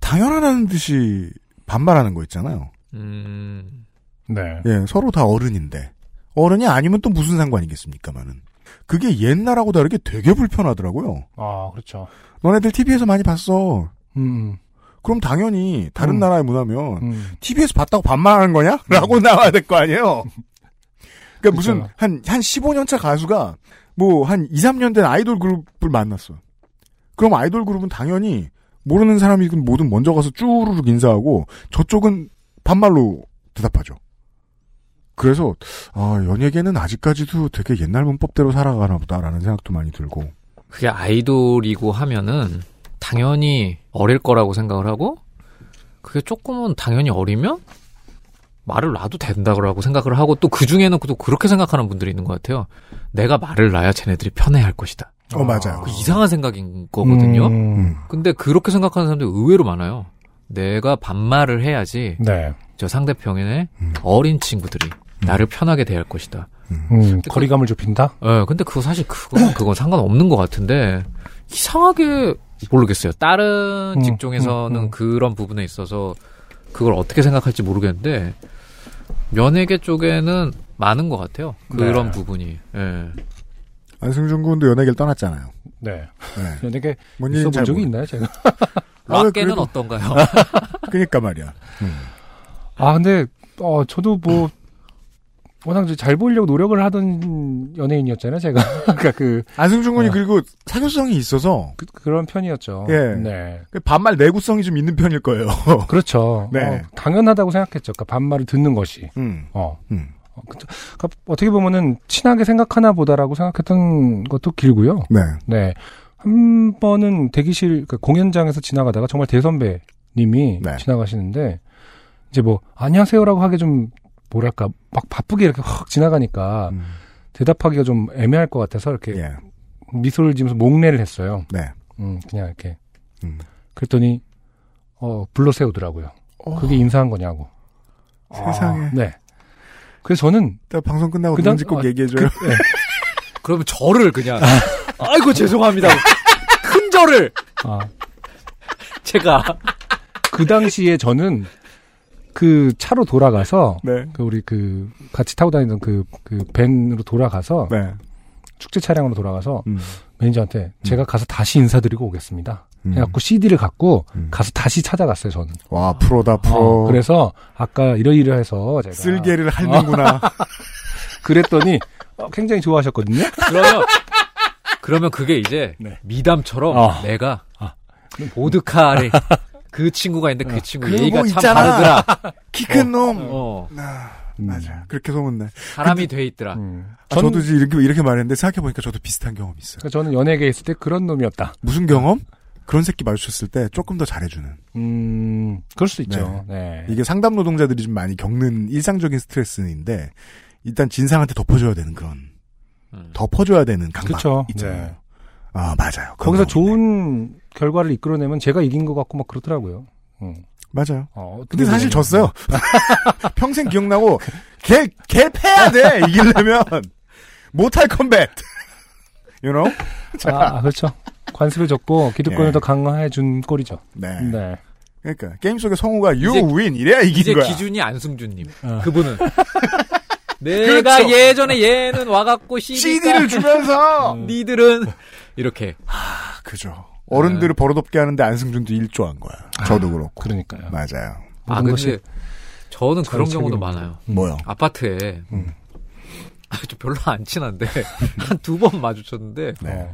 당연하다는 듯이 반말하는 거 있잖아요. 음, 네. 예, 서로 다 어른인데 어른이 아니면 또 무슨 상관이겠습니까만은 그게 옛날하고 다르게 되게 불편하더라고요. 아, 그렇죠. 너네들 TV에서 많이 봤어. 음. 그럼 당연히 다른 음. 나라의 문화면 음. TV에서 봤다고 반말하는 거냐? 라고 나와야 될 거 아니에요. 그러니까 무슨 그렇죠. 한, 한 15년 차 가수가 뭐 한 2, 3년 된 아이돌 그룹을 만났어. 그럼 아이돌 그룹은 당연히 모르는 사람이든 뭐든 먼저 가서 쭈루룩 인사하고 저쪽은 반말로 대답하죠. 그래서 아, 연예계는 아직까지도 되게 옛날 문법대로 살아가나 보다라는 생각도 많이 들고 그게 아이돌이고 하면은 당연히 어릴 거라고 생각을 하고 그게 조금은 당연히 어리면 말을 놔도 된다고 생각을 하고 또 그 중에는 또 그렇게 생각하는 분들이 있는 것 같아요. 내가 말을 놔야 쟤네들이 편해할 것이다. 어 맞아요. 그 이상한 생각인 거거든요. 음. 근데 그렇게 생각하는 사람들이 의외로 많아요. 내가 반말을 해야지 네. 저 상대편의 음. 어린 친구들이 나를 편하게 대할 것이다. 음. 그 거리감을 좁힌다? 예, 근데 그거 사실 그건, 그건 상관없는 것 같은데, 이상하게 모르겠어요. 다른 음, 직종에서는 음, 음. 그런 부분에 있어서 그걸 어떻게 생각할지 모르겠는데, 연예계 쪽에는 많은 것 같아요. 그런 네. 부분이. 예. 안승준 군도 연예계를 떠났잖아요. 네. 네. 연예계 뭔 있어 일인지 잘 본 적이 모르- 있나요, 제가? 아, 락계는 그래도- 어떤가요? 그러니까 말이야. 아, 근데, 어, 저도 뭐, 워낙 이제 잘 보이려고 노력을 하던 연예인이었잖아요, 제가. 그러니까 그, 안승준 군이 어. 그리고 사교성이 있어서 그, 런 편이었죠. 예. 네. 그 반말 내구성이 좀 있는 편일 거예요. 그렇죠. 네. 어, 당연하다고 생각했죠. 그러니까 반말을 듣는 것이. 음, 어. 음. 어, 그쵸. 그러니까 어떻게 보면은 친하게 생각하나 보다라고 생각했던 것도 길고요. 네. 네. 한 번은 대기실 그러니까 공연장에서 지나가다가 정말 대선배님이 네. 지나가시는데 이제 뭐 안녕하세요라고 하기 좀 뭐랄까 막 바쁘게 이렇게 확 지나가니까 음. 대답하기가 좀 애매할 것 같아서 이렇게 예. 미소를 지면서 목례를 했어요. 네. 음, 그냥 이렇게. 음. 그랬더니 어 불러 세우더라고요. 그게 인사한 거냐고. 어. 아. 세상에. 네. 그래서 저는 이따 방송 끝나고 그다음- 누군지 꼭 아, 얘기해줘요. 그러면 저를 그냥, 아이고, 죄송합니다. 큰 저를! 아, 제가. 그 당시에 저는 그 차로 돌아가서 네. 그 우리 그 같이 타고 다니던 그 그 밴으로 돌아가서 네. 축제 차량으로 돌아가서 음. 매니저한테 제가 가서 다시 인사드리고 오겠습니다. 음. 해갖고 CD를 갖고 음. 가서 다시 찾아갔어요 저는. 와, 프로다, 프로. 어, 그래서 아까 이러이러해서 제가 쓸개를 핥는구나. 그랬더니 어, 굉장히 좋아하셨거든요. 그러면 그러면 그게 이제 네. 미담처럼 어. 내가 아. 보드카를 그 친구가 있는데 그 친구 어. 그거 얘기가 참 있잖아. 다르더라. 키 큰 놈. 어, 맞아. 그렇게 소문나. 사람이 돼 있더라. 음. 아, 저도 이제 이렇게, 이렇게 말했는데 생각해보니까 저도 비슷한 경험이 있어요. 그러니까 저는 연예계에 있을 때 그런 놈이었다. 무슨 경험? 그런 새끼 마주쳤을 때 조금 더 잘해주는. 음, 그럴 수 있죠. 예. 네. 이게 상담 노동자들이 좀 많이 겪는 일상적인 스트레스인데, 일단 진상한테 덮어줘야 되는 그런, 음. 덮어줘야 되는 강박 그쵸. 있잖아요. 네. 아, 맞아요. 그런 거기서 경험이네. 좋은 결과를 이끌어내면 제가 이긴 것 같고 막 그렇더라고요. 음. 맞아요. 어, 어떻게 근데 사실 보면은- 졌어요. 평생 기억나고 개, 개 패야 돼 이기려면 못할 컴뱃. You know? 아, 아, 그렇죠. 관습을 줬고 기득권을 예. 더 강화해 준 꼴이죠. 네. 네. 그러니까 게임 속의 성우가 you 이제- win 이래야 이제 이긴 거야. 기준이 안승준님. 어. 그분은 내가 그렇죠. 예전에 얘는 와갖고 CD를 주면서 음. 니들은 이렇게 아, 그죠. 어른들을 네. 버릇없게 하는데 안승준도 일조한 거야. 저도 아. 그렇고. 그러니까요. 맞아요. 아 모든 근데 것이 저는 그런 자기 경우도 책임입니다. 많아요. 뭐요? 아파트에 음. 아주 별로 안 친한데 한 두 번 마주쳤는데 네.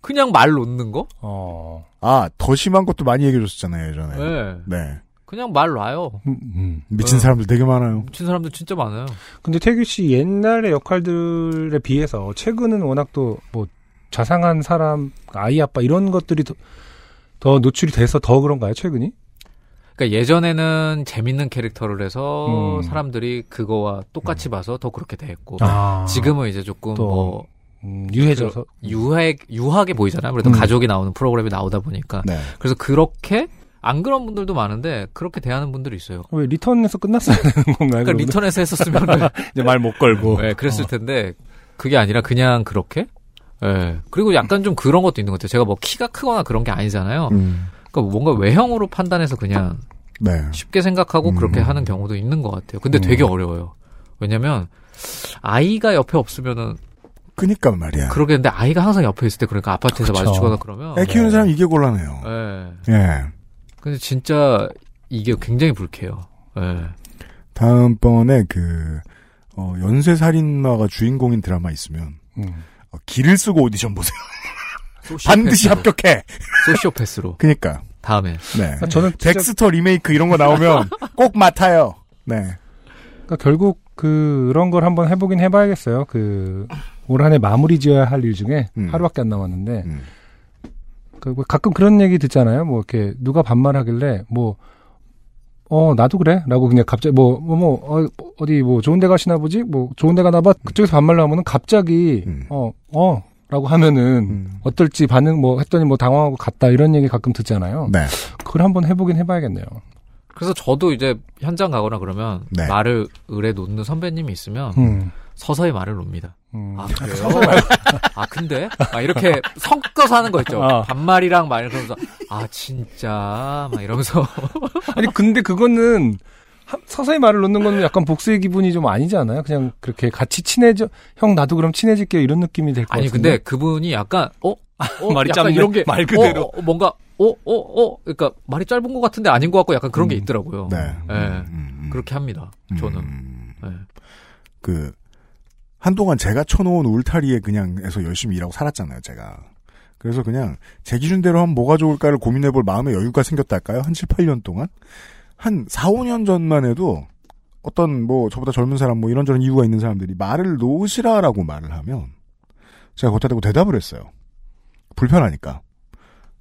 그냥 말 놓는 거? 어. 아, 더 심한 것도 많이 얘기해 줬었잖아요, 예전에. 네. 네. 그냥 말 놔요. 음, 음. 미친 어. 사람들 되게 많아요. 미친 사람들 진짜 많아요. 근데 태규 씨 옛날의 역할들에 비해서 최근은 워낙 또 뭐 자상한 사람, 아이 아빠 이런 것들이 더, 더 노출이 돼서 더 그런가요, 최근이? 그러니까 예전에는 재밌는 캐릭터를 해서 음. 사람들이 그거와 똑같이 봐서 더 그렇게 됐고 아. 뭐, 지금은 이제 조금 또 뭐 음, 유해져서 유해 유하게 보이잖아요. 아무래도 음. 가족이 나오는 프로그램이 나오다 보니까 네. 그래서 그렇게 안 그런 분들도 많은데 그렇게 대하는 분들이 있어요. 왜 리턴에서 끝났어야 되는 건가요? 그러니까 그러면은? 어. 리턴에서 했었으면 이제 말 못 걸고. 네, 그랬을 텐데 그게 아니라 그냥 그렇게. 예. 그리고 약간 좀 그런 것도 있는 것 같아요. 제가 뭐 키가 크거나 그런 게 아니잖아요. 음. 그러니까 뭔가 외형으로 판단해서 그냥 네. 쉽게 생각하고 그렇게 음. 하는 경우도 있는 것 같아요. 근데 되게 어려워요. 왜냐면 아이가 옆에 없으면은 그니까 말이야. 그러겠는데 아이가 항상 옆에 있을 때 그러니까 아파트에서 그쵸. 마주치거나 그러면 그렇죠. 애 키우는 네. 사람 이게 곤란해요. 예. 예. 근데 진짜 이게 굉장히 불쾌해요. 예. 다음번에 그, 어, 연쇄살인마가 주인공인 드라마 있으면, 음. 어, 길을 쓰고 오디션 보세요. 소시오패스로. 반드시 합격해! 소시오패스로. 그니까, 다음에. 네. 그러니까 저는 진짜 덱스터 리메이크 이런 거 나오면 꼭 맡아요. 네. 그러니까 결국 그런 걸 한번 해보긴 해봐야겠어요. 그 올 한해 마무리 지어야 할 일 중에 음. 하루밖에 안 남았는데 음. 그뭐 가끔 그런 얘기 듣잖아요. 뭐 이렇게 누가 반말하길래 뭐 어, 나도 그래? 라고 그냥 갑자기, 뭐, 뭐, 뭐, 어, 어디, 뭐, 좋은 데 가시나 보지? 뭐, 좋은 데 음. 가나 봐? 그쪽에서 반말로 하면은 갑자기, 음. 어, 어, 라고 하면은, 음. 어떨지 반응 뭐 했더니 뭐 당황하고 갔다 이런 얘기 가끔 듣잖아요. 네. 그걸 한번 해보긴 해봐야겠네요. 그래서 저도 이제 현장 가거나 그러면 네. 말을 을에 놓는 선배님이 있으면 음. 서서히 말을 놉니다. 음. 아 그래요? 아 근데 막 이렇게 성껏 하는 거 있죠. 어. 아. 반말이랑 말 그러면서 아 진짜 막 이러면서 아니 근데 그거는 하- 서서히 말을 놓는 건 약간 복수의 기분이 좀 아니지 않아요? 그냥 그렇게 같이 친해져 형 나도 그럼 친해질게요 이런 느낌이 될 것 같은데 아니 근데 그분이 약간 어, 어? 말이 약간 짧네. 이런 게 말 그대로. 어, 어, 뭔가 어 어 어 그러니까 말이 짧은 것 같은데 아닌 것 같고 약간 그런 게 있더라고요. 네. 예. 음, 음. 그렇게 합니다. 저는. 음. 예. 그 한동안 제가 쳐놓은 울타리에 그냥에서 열심히 일하고 살았잖아요, 제가. 그래서 그냥 제 기준대로 하면 뭐가 좋을까를 고민해볼 마음의 여유가 생겼달까요? 한 7, 8년 동안? 한 4, 5년 전만 해도 어떤 뭐 저보다 젊은 사람 뭐 이런저런 이유가 있는 사람들이 말을 놓으시라라고 말을 하면 제가 걷다 대고 대답을 했어요. 불편하니까.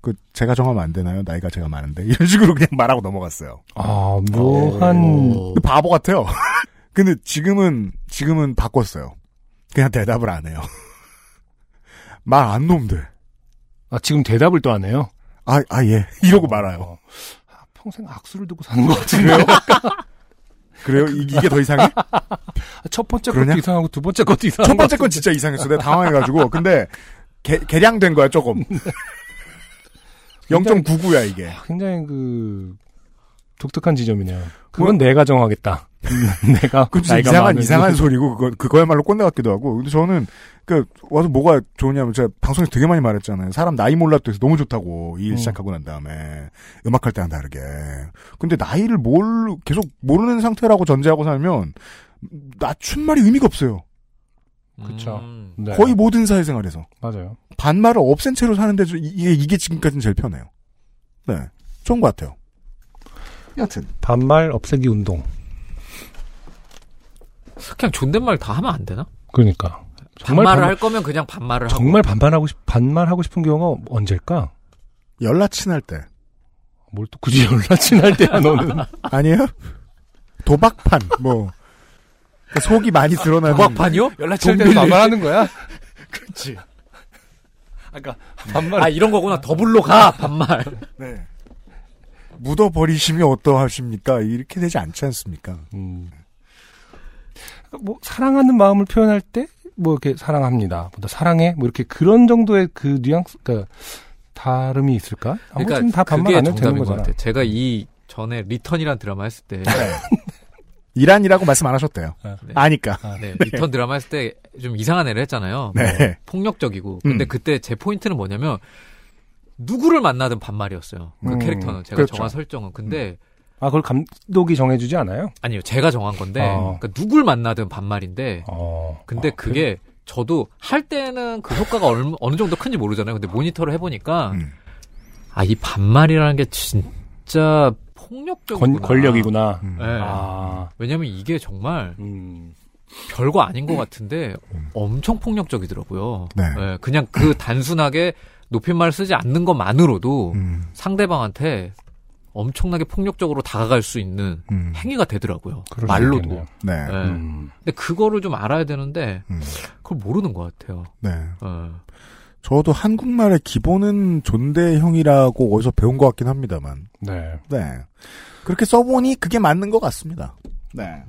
그 제가 정하면 안 되나요? 나이가 제가 많은데 이런 식으로 그냥 말하고 넘어갔어요. 아 묘한 어, 근데 그 바보 같아요. 근데 지금은 지금은 바꿨어요. 그냥 대답을 안 해요. 말 안 놓으면 돼. 아 지금 대답을 또 안 해요. 아, 아, 예. 이러고 말아요. 어. 아, 평생 악수를 두고 사는 것 같은데요. 그래요? 이, 게더 이상해? 첫 번째 그러냐? 것도 이상하고 두 번째 것도 이상하고 첫 번째 건 진짜 이상했어. 내가 당황해가지고. 근데, 개, 개량된 거야, 조금. 0.99야, 이게. 아, 굉장히 그 독특한 지점이네요. 그건 내가 정하겠다. 내가 그 진짜 뭐, 음. 나이가 이상한 많은 이상한 소리고 그거 그거야말로 꼰대 같기도 하고 근데 저는 그 와서 뭐가 좋으냐면 제가 방송에서 되게 많이 말했잖아요 사람 나이 몰라도 해서 너무 좋다고 이 일 음. 시작하고 난 다음에 음악할 때랑 다르게 근데 나이를 몰 계속 모르는 상태라고 전제하고 살면 낮춘 말이 의미가 없어요 그쵸. 음, 네, 거의 모든 사회생활에서 맞아요. 반말을 없앤 채로 사는데 좀 이게 이게 지금까지는 제일 편해요 네 좋은 것 같아요 여튼 반말 없애기 운동. 그냥 존댓말 다 하면 안 되나? 그러니까 정말 반말을 반- 할 거면 그냥 반말을 하고. 정말 반반하고 싶, 반말하고 싶은 경우가 언제일까? 연락 친할 때 뭘 또 굳이 연락친 할 때야, 너는. 아니에요? 도박판 뭐 그러니까 속이 많이 드러나는 도박판이요? 연락친 할 때는 반말하는 거야? 그렇지. 아까 그러니까 반말. 아 이런 거구나. 더블로 가 반말. 네. 묻어버리심이 어떠하십니까? 이렇게 되지 않지 않습니까? 음. 뭐, 사랑하는 마음을 표현할 때, 뭐, 이렇게 사랑합니다. 뭐나 사랑해. 뭐, 이렇게 그런 정도의 그 뉘앙스, 그, 다름이 있을까? 아무튼 그러니까 다 반말 그게 안 해도 되는 정답인 것 거잖아. 같아요. 제가 이 전에 리턴이란 드라마 했을 때 이란이라고 말씀 안 하셨대요. 네. 아니까. 네, 리턴 드라마 했을 때 좀 이상한 애를 했잖아요. 뭐 네. 폭력적이고. 근데 음. 그때 제 포인트는 뭐냐면 누구를 만나든 반말이었어요. 그 음, 캐릭터는 제가 그렇죠. 정한 설정은. 근데 아, 그걸 감독이 정해주지 않아요? 아니요, 제가 정한 건데 어. 그러니까 누굴 만나든 반말인데. 어. 근데 아, 그게 저도 할 때는 그 효과가 얼마- 어느 정도 큰지 모르잖아요. 근데 모니터를 해보니까 음. 아 이 반말이라는 게 진짜 폭력적 권, 권력이구나. 네. 음. 아, 왜냐면 이게 정말 음. 별거 아닌 것 같은데 엄청 폭력적이더라고요. 네. 예, 그냥 그 단순하게 높임말 쓰지 않는 것만으로도 음, 상대방한테 엄청나게 폭력적으로 다가갈 수 있는 음, 행위가 되더라고요. 그럴 수 말로도. 있겠네요. 네. 예. 음. 근데 그거를 좀 알아야 되는데 음, 그걸 모르는 것 같아요. 네. 예. 저도 한국말의 기본은 존대형이라고 어디서 배운 것 같긴 합니다만. 네. 네. 그렇게 써보니 그게 맞는 것 같습니다. 네.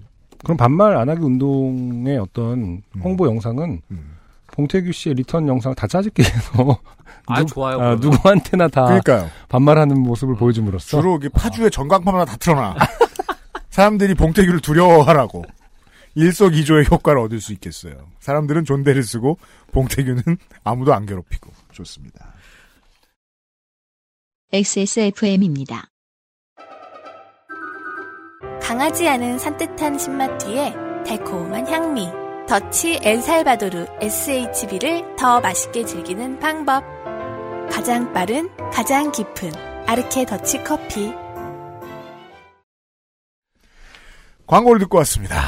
그럼 반말 안 하기 운동의 어떤 홍보 영상은 음. 봉태규 씨의 리턴 영상 다 짜집기 해서 아 누- 좋아요. 아, 그거는. 누구한테나 다 그러니까요. 반말하는 모습을 보여줌으로써 음. 주로 이게 어. 파주의 전광판 하나 다 틀어놔. 사람들이 봉태규를 두려워하라고. 일석이조의 효과를 얻을 수 있겠어요. 사람들은 존대를 쓰고 봉태규는 아무도 안 괴롭히고 좋습니다. XSFM입니다. 강하지 않은 산뜻한 신맛 뒤에 달콤한 향미. 더치 엘살바도르 SHB를 더 맛있게 즐기는 방법. 가장 빠른, 가장 깊은 아르케 더치 커피. 광고를 듣고 왔습니다.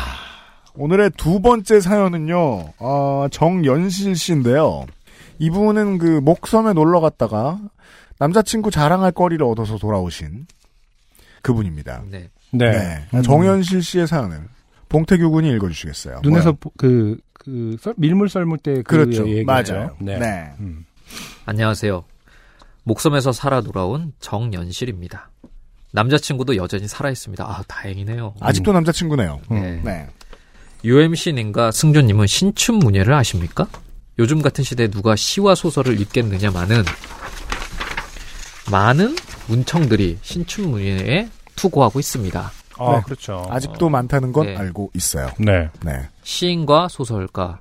오늘의 두 번째 사연은요, 어, 정연실 씨인데요. 이분은 그 목섬에 놀러 갔다가 남자친구 자랑할 거리를 얻어서 돌아오신 그분입니다. 네. 네. 네. 정연실 씨의 사연을 봉태규 군이 읽어주시겠어요. 눈에서 뭐야? 보- 그, 그, 썰- 밀물 썰물 때그 그렇죠. 얘기죠. 맞아요. 네. 네. 음. 안녕하세요. 목섬에서 살아 돌아온 정연실입니다. 남자친구도 여전히 살아있습니다. 아, 다행이네요. 아직도 남자친구네요. 네. 네. UMC님과 승조님은 신춘 문예를 아십니까? 요즘 같은 시대에 누가 시와 소설을 읽겠느냐마는 많은 문청들이 신춘 문예에 투고하고 있습니다. 아, 네. 그렇죠. 아직도 많다는 건 어. 네. 알고 있어요. 네. 네. 시인과 소설가,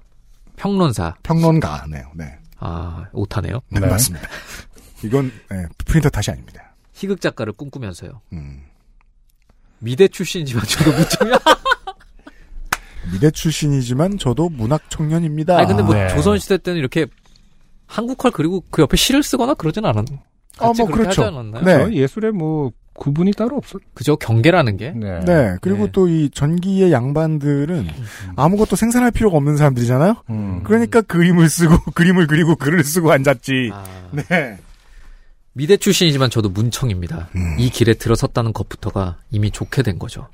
평론사, 평론가네요. 네. 아, 오타네요. 네. 네. 맞습니다. 이건 네, 프린터 탓이 아닙니다. 희극 작가를 꿈꾸면서요. 음. 미대 출신이지만 저도 문청이야. 미대 출신이지만 저도 문학 청년입니다. 아, 근데 뭐 네. 조선 시대 때는 이렇게 한국화를 그리고 그 옆에 시를 쓰거나 그러진 않았. 아, 같이 뭐 그렇게 그렇죠. 하지 않았나요? 네. 저 예술에 뭐 구분이 따로 없어. 그죠? 경계라는 게. 네. 네. 그리고 네. 음, 또 이 전기의 양반들은 아무것도 생산할 필요가 없는 사람들이잖아요. 음. 그러니까 그림을 쓰고 그림을 그리고 글을 쓰고 앉았지. 아. 네. 미대 출신이지만 저도 문청입니다. 이 길에 들어섰다는 것부터가 이미 좋게 된 거죠.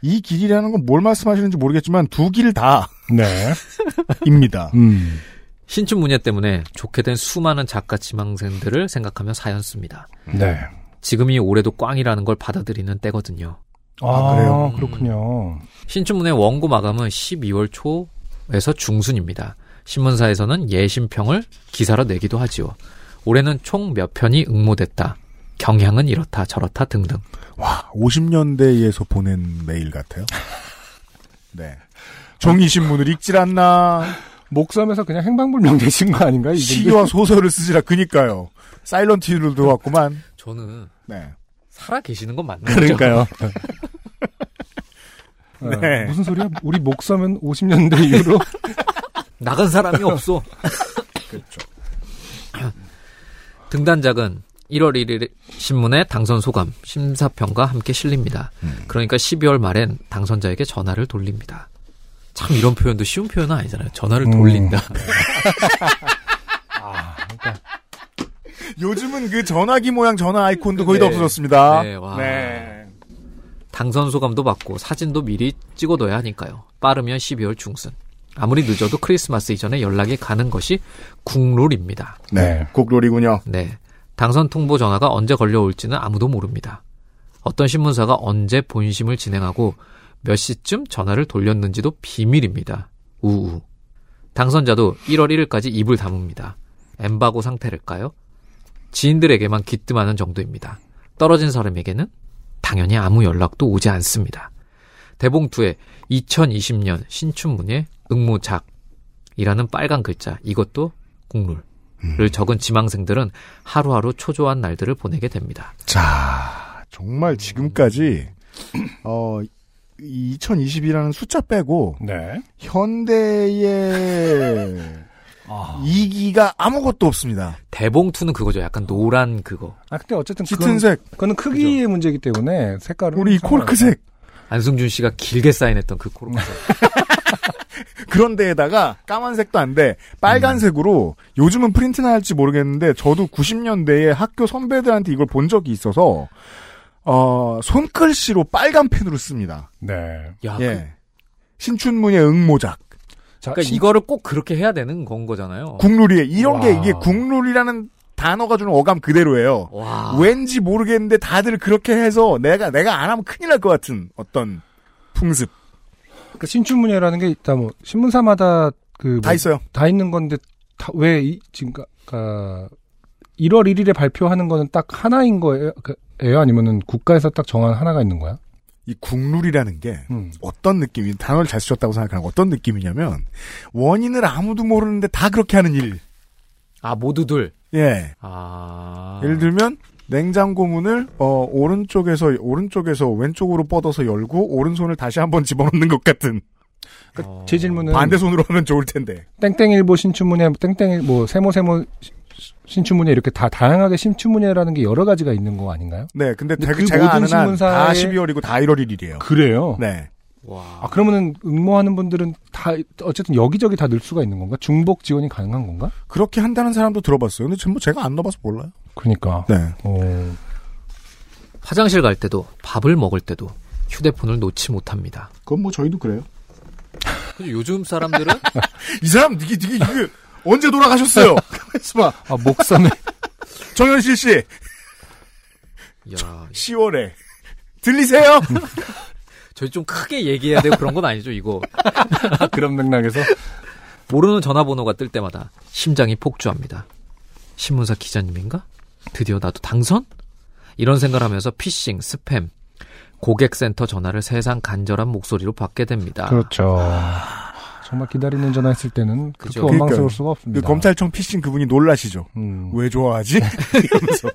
이 길이라는 건 뭘 말씀하시는지 모르겠지만 두 길 다입니다. 네. 음. 신춘 문예 때문에 좋게 된 수많은 작가 지망생들을 생각하며 사연 씁니다. 네. 지금이 올해도 꽝이라는 걸 받아들이는 때거든요. 아, 그래요? 그렇군요. 신춘문예 원고 마감은 12월 초에서 중순입니다. 신문사에서는 예심평을 기사로 내기도 하지요. 올해는 총 몇 편이 응모됐다. 경향은 이렇다 저렇다 등등. 와, 50년대에서 보낸 메일 같아요. 네. 종이 신문을 읽질 않나. 목섬에서 그냥 행방불명 되신 거 아닌가요? 이분들? 시와 소설을 쓰지라 그니까요. 사일런트 힐로 들어왔구만. 저는 네. 살아 계시는 건 맞는 거죠. 그러니까요. 어, 네. 무슨 소리야? 우리 목섬은 50년대 이후로 나간 사람이 없어. 등단작은 1월 1일 신문의 당선 소감, 심사평과 함께 실립니다. 그러니까 12월 말엔 당선자에게 전화를 돌립니다. 참 이런 표현도 쉬운 표현은 아니잖아요. 전화를 음. 돌린다. 요즘은 그 전화기 모양 전화 아이콘도 거의 다 네. 없어졌습니다. 네, 와. 당선 소감도 받고 사진도 미리 찍어둬야 하니까요. 빠르면 12월 중순. 아무리 늦어도 크리스마스 이전에 연락이 가는 것이 국룰입니다. 네. 곡롤이군요. 네. 당선 통보 전화가 언제 걸려올지는 아무도 모릅니다. 어떤 신문사가 언제 본심을 진행하고 몇 시쯤 전화를 돌렸는지도 비밀입니다. 우우. 당선자도 1월 1일까지 입을 다뭅니다. 엠바고 상태랄까요? 지인들에게만 기뜸하는 정도입니다. 떨어진 사람에게는 당연히 아무 연락도 오지 않습니다. 대봉투에 2020년 신춘문예 응모작이라는 빨간 글자 이것도 국룰. 를 적은 지망생들은 하루하루 초조한 날들을 보내게 됩니다. 자, 정말 지금까지 어 2020이라는 숫자 빼고 네. 현대의 아. 이기가 아무것도 없습니다. 대봉투는 그거죠. 약간 노란 그거. 아 근데 어쨌든 그건, 짙은색, 그건 크기의 문제이기 때문에 색깔은 우리 이 상관없- 콜크색, 네. 안승준 씨가 길게 사인했던 그 코로나. 그런 데에다가 까만색도 안 돼. 빨간색으로 요즘은 프린트나 할지 모르겠는데 저도 90년대에 학교 선배들한테 이걸 본 적이 있어서 어, 손글씨로 빨간 펜으로 씁니다. 네. 야, 그- 예. 신춘문예 응모작. 자, 그러니까 신- 이거를 꼭 그렇게 해야 되는 건 거잖아요. 국룰이에 이런 게 와. 이게 국룰이라는 단어가 주는 어감 그대로예요. 와. 왠지 모르겠는데 다들 그렇게 해서 내가 내가 안 하면 큰일 날 것 같은 어떤 풍습 그 신춘문예라는 게 있다 뭐 신문사마다 네. 다그뭐 있어요. 다 있는 건데 다 왜 이, 지금 까- 까 1월 1일에 발표하는 거는 딱 하나인 거예요? 그- 예요? 아니면은 국가에서 딱 정한 하나가 있는 거야? 이 국룰이라는 게 음. 어떤 느낌이 단어를 잘 쓰셨다고 생각하는 건 어떤 느낌이냐면 원인을 아무도 모르는데 다 그렇게 하는 일. 아, 모두들. 예. 아. 예를 들면 냉장고 문을 어, 오른쪽에서 오른쪽에서 왼쪽으로 뻗어서 열고 오른손을 다시 한번 집어넣는 것 같은 어. 그러니까 제 질문은 반대 손으로 하면 좋을 텐데. 땡땡일보 신춘문예, 땡땡일 뭐 세모세모 시- 시- 신춘문예 이렇게 다 다양하게 신춘문예라는 게 여러 가지가 있는 거 아닌가요? 네, 근데 근데 대- 그 제가 아는 모든 한 다 신문사의- 12월이고 다 1월 1일이에요. 그래요. 네. 와. 아 그러면은 응모하는 분들은 다 어쨌든 여기저기 다 늘 수가 있는 건가? 중복 지원이 가능한 건가? 그렇게 한다는 사람도 들어봤어요. 근데 전부 뭐 제가 안 넣어봐서 몰라요. 그러니까. 네. 어, 화장실 갈 때도, 밥을 먹을 때도 휴대폰을 놓지 못합니다. 그건 뭐 저희도 그래요. 근데 요즘 사람들은 이 사람 이게 이게 이게 언제 돌아가셨어요? 스마 아, 목삼에 정현실 씨 야, 10월에 들리세요? 그러니까 저희 좀 크게 얘기해야 되고 그런 건 아니죠, 이거. 그런 맥락에서 모르는 전화번호가 뜰 때마다 심장이 폭주합니다. 신문사 기자님인가? 드디어 나도 당선? 이런 생각을 하면서 피싱, 스팸, 고객센터 전화를 세상 간절한 목소리로 받게 됩니다. 그렇죠. 아, 정말 기다리는 전화 했을 때는 그렇게 그죠. 원망스러울 그러니까요. 수가 없습니다. 그 검찰청 네. 피싱 그분이 놀라시죠. 음. 왜 좋아하지? 이러면서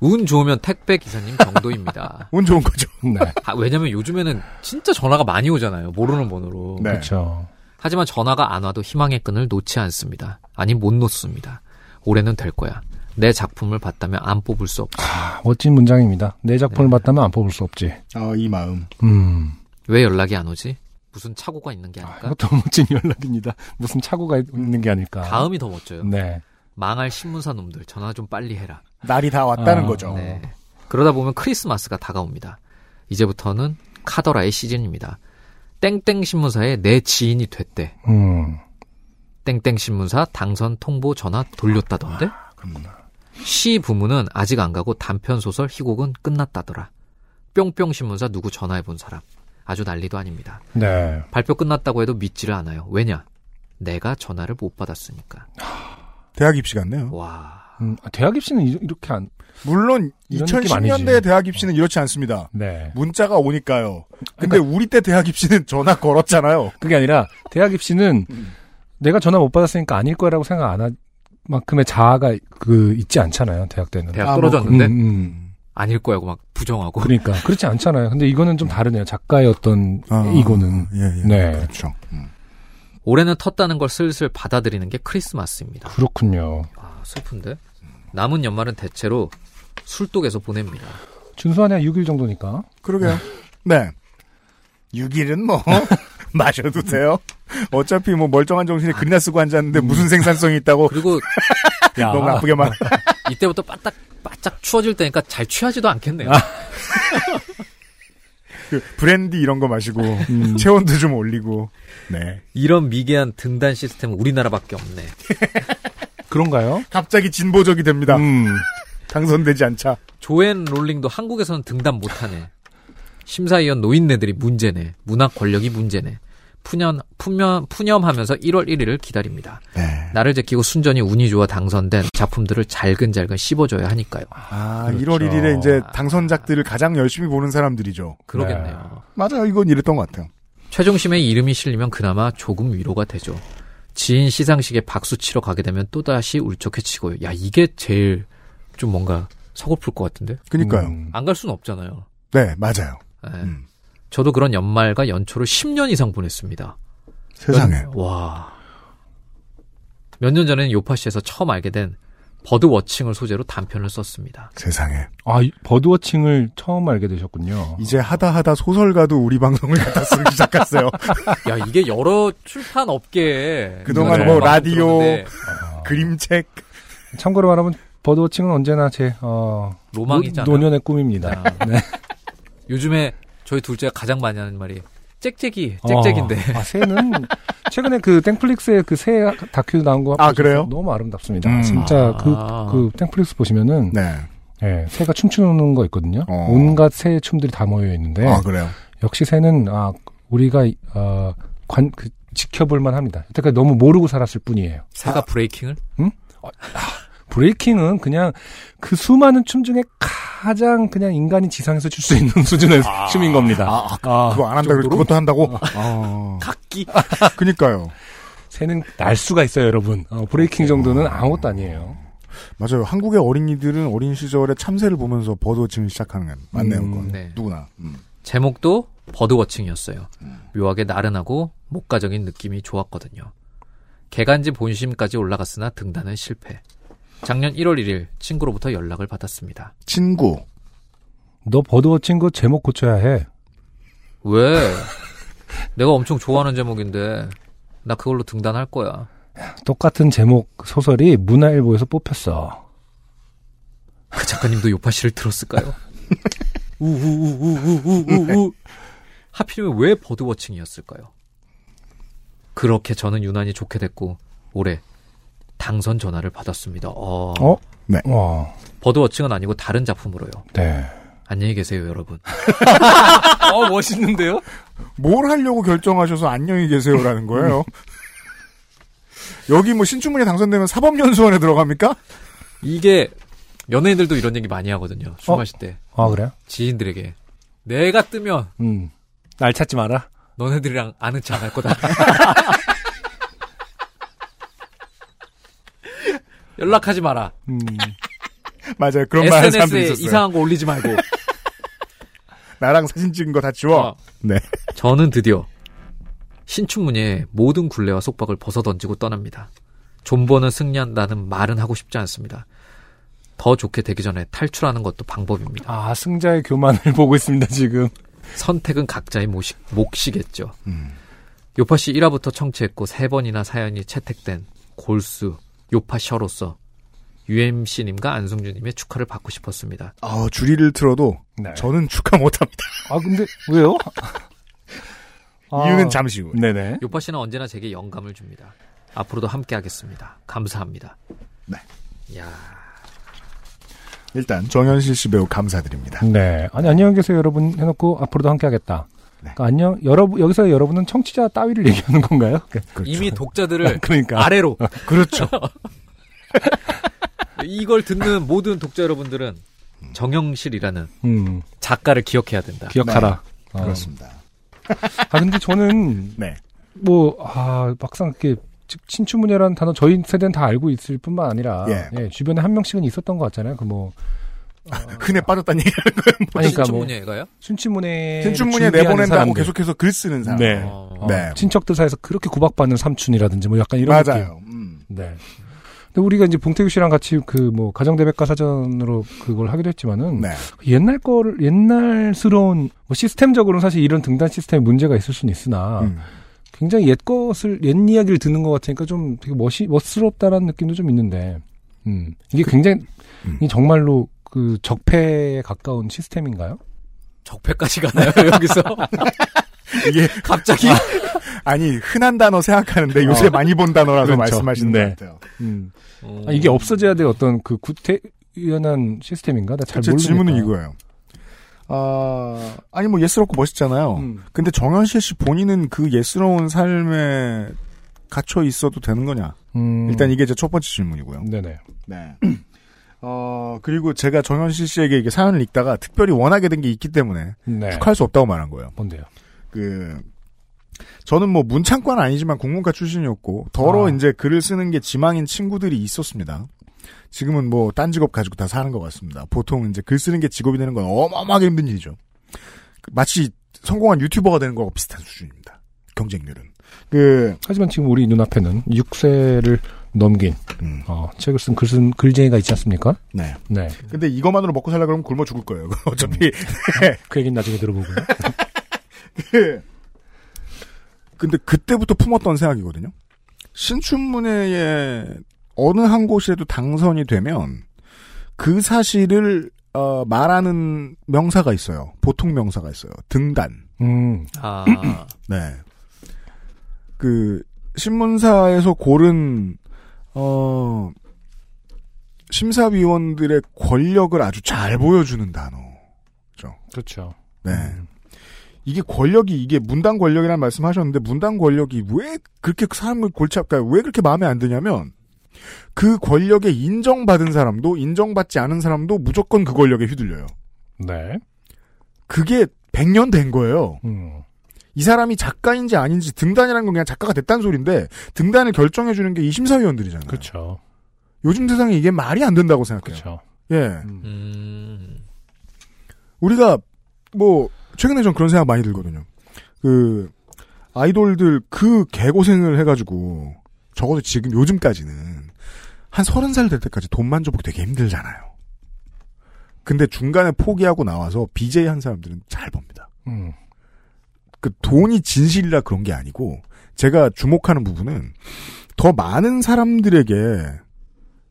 운 좋으면 택배 기사님 정도입니다. 운 좋은 거죠. 네. 아, 왜냐면 요즘에는 진짜 전화가 많이 오잖아요. 모르는 번호로. 네. 그렇죠. 하지만 전화가 안 와도 희망의 끈을 놓지 않습니다. 아니, 못 놓습니다. 올해는 될 거야. 내 작품을 봤다면 안 뽑을 수 없어. 아, 멋진 문장입니다. 내 작품을 네. 봤다면 안 뽑을 수 없지. 어, 이 마음. 음. 왜 연락이 안 오지? 무슨 착오가 있는 게 아닐까? 이것도 멋진 연락입니다. 무슨 착오가 있는 게 아닐까. 그러니까? 다음이 더 멋져요. 네. 망할 신문사 놈들 전화 좀 빨리 해라. 날이 다 왔다는 아, 거죠. 네. 그러다 보면 크리스마스가 다가옵니다. 이제부터는 카더라의 시즌입니다. 땡땡 신문사의 내 지인이 됐대. 음. 땡땡 신문사 당선 통보 전화 돌렸다던데. 아, 시 부문은 아직 안 가고 단편 소설 희곡은 끝났다더라. 뿅뿅 신문사 누구 전화해 본 사람. 아주 난리도 아닙니다. 네. 발표 끝났다고 해도 믿지를 않아요. 왜냐? 내가 전화를 못 받았으니까. 대학 입시 같네요. 와. 음, 아, 대학 입시는 이- 이렇게 안. 물론 이런 느낌 아니지. 2010년대 대학 입시는 이렇지 않습니다. 네. 그러니까 문자가 오니까요. 근데 우리 때 대학 입시는 전화 걸었잖아요. 그게 아니라 대학 입시는 음. 내가 전화 못 받았으니까 아닐 거라고 생각 안 할 만큼의 자아가 그 있지 않잖아요. 대학 때는. 대학 아, 뭐 떨어졌는데 음, 음. 아닐 거야고 막 부정하고. 그러니까 그렇지 않잖아요. 근데 이거는 좀 다르네요. 작가의 어떤 아, 이거는 예, 예. 네. 그렇죠. 음. 올해는 텄다는 걸 슬슬 받아들이는 게 크리스마스입니다. 그렇군요. 아, 슬픈데? 남은 연말은 대체로 술독에서 보냅니다. 준수한 해 6일 정도니까. 그러게요. 네. 6일은 뭐 마셔도 돼요. 어차피 뭐 멀쩡한 정신에 글이나 쓰고 앉았는데 무슨 생산성이 있다고 그리고 너무 나쁘게 말. 이때부터 바짝, 바짝 추워질 때니까 잘 취하지도 않겠네요. 그 브랜디 이런 거 마시고 체온도 좀 올리고. 네. 이런 미개한 등단 시스템은 우리나라밖에 없네. 그런가요? 갑자기 진보적이 됩니다. 음. 당선되지 않자. 조앤 롤링도 한국에서는 등단 못하네. 심사위원 노인네들이 문제네. 문학 권력이 문제네. 푸념, 푸념, 푸념하면서 1월 1일을 기다립니다. 네. 나를 제끼고 순전히 운이 좋아 당선된 작품들을 잘근잘근 씹어줘야 하니까요. 아, 그렇죠. 1월 1일에 이제 당선작들을 가장 열심히 보는 사람들이죠. 그러겠네요. 맞아요. 이건 이랬던 것 같아요. 최종심에 이름이 실리면 그나마 조금 위로가 되죠. 지인 시상식에 박수 치러 가게 되면 또다시 울적해지고요. 야, 이게 제일 좀 뭔가 서글플 것 같은데? 그니까요. 음. 안 갈 수는 없잖아요. 네, 맞아요. 예. 음. 저도 그런 연말과 연초를 10년 이상 보냈습니다. 세상에. 와. 몇 년 전에는 요파시에서 처음 알게 된 버드워칭을 소재로 단편을 썼습니다. 세상에. 아, 이 버드워칭을 처음 알게 되셨군요. 이제 하다 하다 소설가도 우리 방송을 갖다 쓰기 시작했어요. 야 이게 여러 출판 업계에 그동안 제가 뭐 많이 라디오, 들었는데 아. 그림책. 참고로 말하면 버드워칭은 언제나 제 어, 로망이잖아요. 노, 년의 꿈입니다. 아. 네. 요즘에 저희 둘째가 가장 많이 하는 말이 짹짹이 짹짹인데 어, 아, 새는 최근에 그 땡플릭스의 그 새 다큐 나온 거 아, 보셔서 그래요? 너무 아름답습니다. 음. 진짜 아. 그, 그 땡플릭스 보시면은 네. 예, 새가 춤추는 거 있거든요. 어. 온갖 새의 춤들이 다 모여 있는데 아 그래요. 역시 새는 아 우리가 이- 어, 관 그, 지켜볼만 합니다. 여태까지 너무 모르고 살았을 뿐이에요. 새가 브레이킹을 브레이킹은 그냥 그 수많은 춤 중에 가장 그냥 인간이 지상에서 출 수 있는 수준의 춤인 겁니다. 그거 안 한다 고 그것도 한다고. 아, 각기 그니까요. 새는 날 수가 있어요, 여러분. 어, 브레이킹 정도는 아무것도 아니에요. 맞아요. 한국의 어린이들은 어린 시절에 참새를 보면서 버드워칭을 시작하는 건 맞네요. 음, 그건. 네. 누구나. 음. 제목도 버드워칭이었어요. 묘하게 나른하고 목가적인 느낌이 좋았거든요. 개간지 본심까지 올라갔으나 등단은 실패. 작년 1월 1일 친구로부터 연락을 받았습니다. 친구. 너 버드워칭 그 제목 고쳐야 해. 왜? 내가 엄청 좋아하는 제목인데 나 그걸로 등단할 거야. 똑같은 제목 소설이 문화일보에서 뽑혔어. 그 작가님도 요파 씨를 들었을까요? 우우우우우우우우 하필이면 왜 버드워칭이었을까요? 그렇게 저는 유난히 좋게 됐고 올해 당선 전화를 받았습니다. 어, 어? 와, 버드워칭은 아니고 다른 작품으로요. 네. 안녕히 계세요, 여러분. 어, 멋있는데요? 뭘 하려고 결정하셔서 안녕히 계세요라는 거예요. 여기 뭐 신춘문예 당선되면 사법연수원에 들어갑니까? 이게 연예인들도 이런 얘기 많이 하거든요. 술 어? 마실 때 아, 그래요? 지인들에게 내가 뜨면 음. 날 찾지 마라. 너네들이랑 아는 척 안 할 거다. 연락하지 마라. 음. 맞아요. 그런 말 하는 사람들 SNS에 있었어요. 이상한 거 올리지 말고. 나랑 사진 찍은 거 다 지워. 어. 네. 저는 드디어 신춘문예의 모든 굴레와 속박을 벗어던지고 떠납니다. 존버는 승리한다는 말은 하고 싶지 않습니다. 더 좋게 되기 전에 탈출하는 것도 방법입니다. 아, 승자의 교만을 보고 있습니다, 지금. 선택은 각자의 모식, 몫이겠죠. 음. 요파씨 1화부터 청취했고 3번이나 사연이 채택된 골수 요파셔로서 UMC님과 안승준님의 축하를 받고 싶었습니다. 아, 줄이를 틀어도 네. 저는 축하 못합니다. 아, 근데, 왜요? 이유는 잠시 후. 아. 네네. 요파씨는 언제나 제게 영감을 줍니다. 앞으로도 함께하겠습니다. 감사합니다. 네. 야 일단 정현실 씨 배우 감사드립니다. 네. 아니, 안녕히 계세요, 여러분. 해놓고, 앞으로도 함께 하겠다. 네. 그러니까 안녕, 여러분, 여기서 여러분은 청취자 따위를 얘기하는 건가요? 그렇죠. 이미 독자들을 그러니까. 아래로 그렇죠. 이걸 듣는 모든 독자 여러분들은 정영실이라는 음, 작가를 기억해야 된다. 기억하라. 어. 그렇습니다. 아, 근데 저는, 네. 뭐, 아, 막상 이렇게, 즉, 신춘문예라는 단어 저희 세대는 다 알고 있을 뿐만 아니라, 예. 예, 주변에 한 명씩은 있었던 것 같잖아요. 그 뭐, 흔해 빠졌다는 얘기. 아니, 그러니까 뭐, 신춘문예가요? 신춘문예. 신춘문예 내보낸다고 계속해서 글 쓰는 사람. 네. 어. 네. 친척들 사이에서 그렇게 구박받는 삼촌이라든지 뭐 약간 이런 느낌. 맞아요. 음. 네. 근데 우리가 이제 봉태규 씨랑 같이 그 뭐 가정대백과 사전으로 그걸 하기도 했지만은 네. 옛날 거를 옛날스러운 뭐 시스템적으로는 사실 이런 등단 시스템에 문제가 있을 수는 있으나 음. 굉장히 옛 것을 옛 이야기를 듣는 것 같으니까 좀 되게 멋이 멋스럽다라는 느낌도 좀 있는데 음. 이게 굉장히 음. 이 정말로 그 적폐에 가까운 시스템인가요? 적폐까지 가나요 여기서? 이게 아, 갑자기 아니 흔한 단어 생각하는데 요새 어. 많이 본 단어라서 그렇죠. 말씀하시는 네. 것 같아요. 음. 아, 이게 없어져야 될 어떤 그 구태연한 시스템인가? 나 잘 제 모르겠다. 질문은 이거예요. 아, 아니 뭐 예스럽고 멋있잖아요. 음. 근데 정현실 씨 본인은 그 예스러운 삶에 갇혀 있어도 되는 거냐? 음. 일단 이게 제 첫 번째 질문이고요. 네네. 네. 어, 그리고 제가 정현실 씨에게 이게 사연을 읽다가 특별히 원하게 된 게 있기 때문에 네. 축하할 수 없다고 말한 거예요. 뭔데요? 그 저는 뭐 문창과는 아니지만 공문과 출신이었고 더러 아. 이제 글을 쓰는 게 지망인 친구들이 있었습니다. 지금은 뭐 딴 직업 가지고 다 사는 것 같습니다. 보통 이제 글 쓰는 게 직업이 되는 건 어마어마하게 힘든 일이죠. 그 마치 성공한 유튜버가 되는 거와 비슷한 수준입니다. 경쟁률은 그 하지만 지금 우리 눈앞에는 6세를 넘긴 음. 어, 책을 쓴 글쓴 글쟁이가 있지 않습니까? 네. 네. 근데 이것만으로 먹고 살라 그러면 굶어 죽을 거예요. 어차피. 그 얘기는 나중에 들어보고요. 근데 그때부터 품었던 생각이거든요. 신춘문예에 어느 한 곳에도 당선이 되면 그 사실을 어, 말하는 명사가 있어요. 보통 명사가 있어요. 등단. 음. 아, 네. 그 신문사에서 고른 어 심사위원들의 권력을 아주 잘 보여주는 단어죠. 그렇죠. 네. 이게 권력이 이게 문당 권력이라는 말씀하셨는데 문당 권력이 왜 그렇게 사람을 골치 아파요? 그러니까 왜 그렇게 마음에 안 드냐면 그 권력에 인정받은 사람도 인정받지 않은 사람도 무조건 그 권력에 휘둘려요. 네. 그게 100년 된 거예요. 음. 이 사람이 작가인지 아닌지 등단이라는 건 그냥 작가가 됐다는 소리인데 등단을 결정해 주는 게 이 심사위원들이잖아요. 그렇죠. 요즘 세상에 이게 말이 안 된다고 생각해요. 그렇죠. 예. 음. 음, 우리가 뭐 최근에 전 그런 생각 많이 들거든요. 그 아이돌들 그 개고생을 해가지고 적어도 지금 요즘까지는 한 서른 살 될 때까지 돈만 줘보기 되게 힘들잖아요. 근데 중간에 포기하고 나와서 BJ 한 사람들은 잘 봅니다. 음. 그 돈이 진실이라 그런 게 아니고 제가 주목하는 부분은 더 많은 사람들에게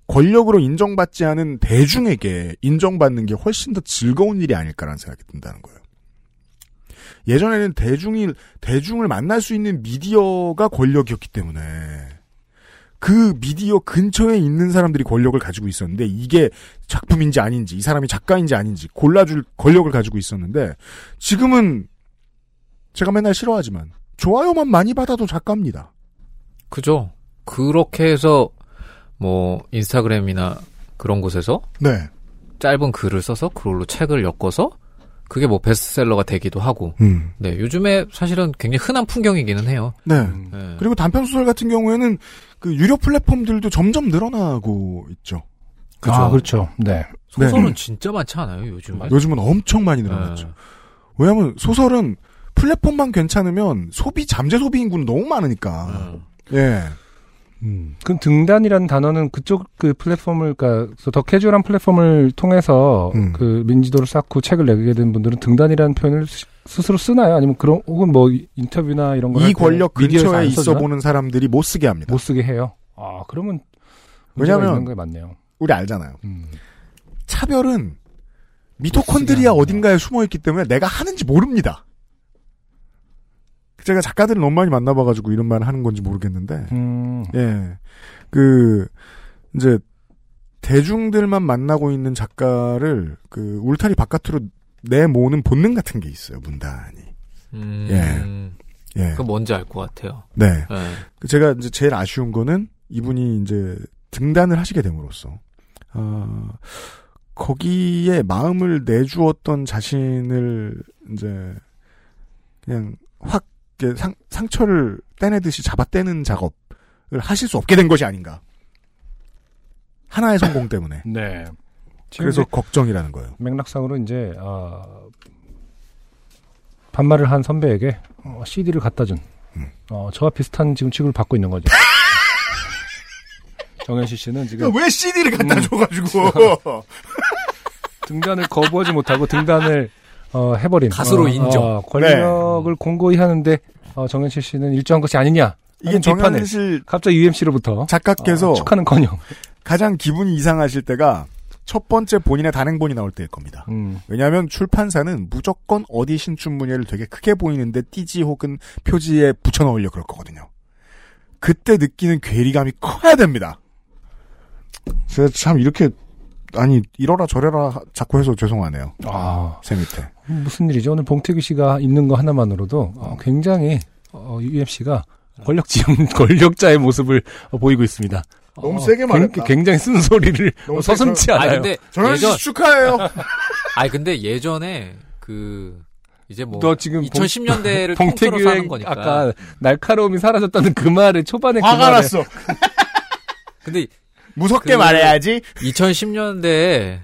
권력으로 인정받지 않은 대중에게 인정받는 게 훨씬 더 즐거운 일이 아닐까라는 생각이 든다는 거예요. 예전에는 대중이 대중을 만날 수 있는 미디어가 권력이었기 때문에 그 미디어 근처에 있는 사람들이 권력을 가지고 있었는데 이게 작품인지 아닌지 이 사람이 작가인지 아닌지 골라줄 권력을 가지고 있었는데 지금은 제가 맨날 싫어하지만 좋아요만 많이 받아도 작가입니다. 그죠. 그렇게 해서 뭐 인스타그램이나 그런 곳에서 네. 짧은 글을 써서 그걸로 책을 엮어서 그게 뭐 베스트셀러가 되기도 하고. 음. 네, 요즘에 사실은 굉장히 흔한 풍경이기는 해요. 네. 음. 네. 그리고 단편 소설 같은 경우에는 그 유료 플랫폼들도 점점 늘어나고 있죠. 그죠. 아, 그렇죠. 네. 소설은 네. 진짜 많지 않아요, 요즘에? 요즘은 엄청 많이 음, 네. 늘어났죠. 왜냐하면 소설은 플랫폼만 괜찮으면 소비 잠재 소비 인구는 너무 많으니까. 음. 예. 음. 그럼 등단이라는 단어는 그쪽 그 플랫폼을, 그니까, 더 캐주얼한 플랫폼을 통해서 음. 그 민지도를 쌓고 책을 내게 된 분들은 등단이라는 표현을 스- 스스로 쓰나요? 아니면 그런, 혹은 뭐 인터뷰나 이런 거를 이 권력 미디어에서 근처에 안 있어 써주나? 보는 사람들이 못 쓰게 합니다. 못 쓰게 해요. 아, 그러면. 문제가 왜냐면- 있는 게 맞네요. 우리 알잖아요. 음. 차별은 미토콘드리아 합니다. 어딘가에 숨어 있기 때문에 내가 하는지 모릅니다. 제가 작가들을 너무 많이 만나봐가지고 이런 말 하는 건지 모르겠는데, 음. 예. 그, 이제, 대중들만 만나고 있는 작가를 그 울타리 바깥으로 내모으는 본능 같은 게 있어요, 문단이. 음. 예. 그 뭔지 알 것 같아요. 네. 네. 그 제가 이제 제일 아쉬운 거는 이분이 이제 등단을 하시게 됨으로써 아, 거기에 마음을 내주었던 자신을 이제 그냥 확 이렇게 상, 상처를 떼내듯이 잡아떼는 작업을 하실 수 없게 된 것이 아닌가 하나의 성공 때문에 네. 그래서 걱정이라는 거예요. 맥락상으로 이제 아, 반말을 한 선배에게 어, CD를 갖다 준 음. 어, 저와 비슷한 지금 취급을 받고 있는 거죠. 정현실 씨는 지금 왜 CD를 갖다 음. 줘가지고 등단을 거부하지 못하고 등단을 어, 해버린 가수로 어, 인정. 네. 어, 권력을 공고히 하는데 어, 정현실 씨는 일정한 것이 아니냐. 이게 하는 비판을 정현실 갑자기 UMC로부터 어, 작가께서 축하는커녕. 가장 기분이 이상하실 때가 첫 번째 본인의 단행본이 나올 때일 겁니다. 음, 왜냐하면 출판사는 무조건 어디 신춘문예를 되게 크게 보이는데 띠지 혹은 표지에 붙여넣으려 그럴 거거든요. 그때 느끼는 괴리감이 커야 됩니다. 제가 참 이렇게 아니 이러라 저래라 하- 자꾸 해서 죄송하네요. 아. 새 밑에. 무슨 일이죠? 오늘 봉태규 씨가 있는 거 하나만으로도 음. 어, 굉장히 어, UMC가 권력지형 권력자의 모습을 어, 보이고 있습니다. 너무 세게 말했다. 굉장히, 굉장히 쓴소리를 너무 어, 서슴치 아, 않아요. 근데 저는 예전, 축하해요. 아 근데 예전에 그 이제 뭐 너 지금 봉- 2010년대를 통틀어 사는 봉태규의 거니까. 아까 날카로움이 사라졌다는 그 말에 초반에 그 화가 말에 났어. 근데 무섭게 그- 말해야지. 2010년대에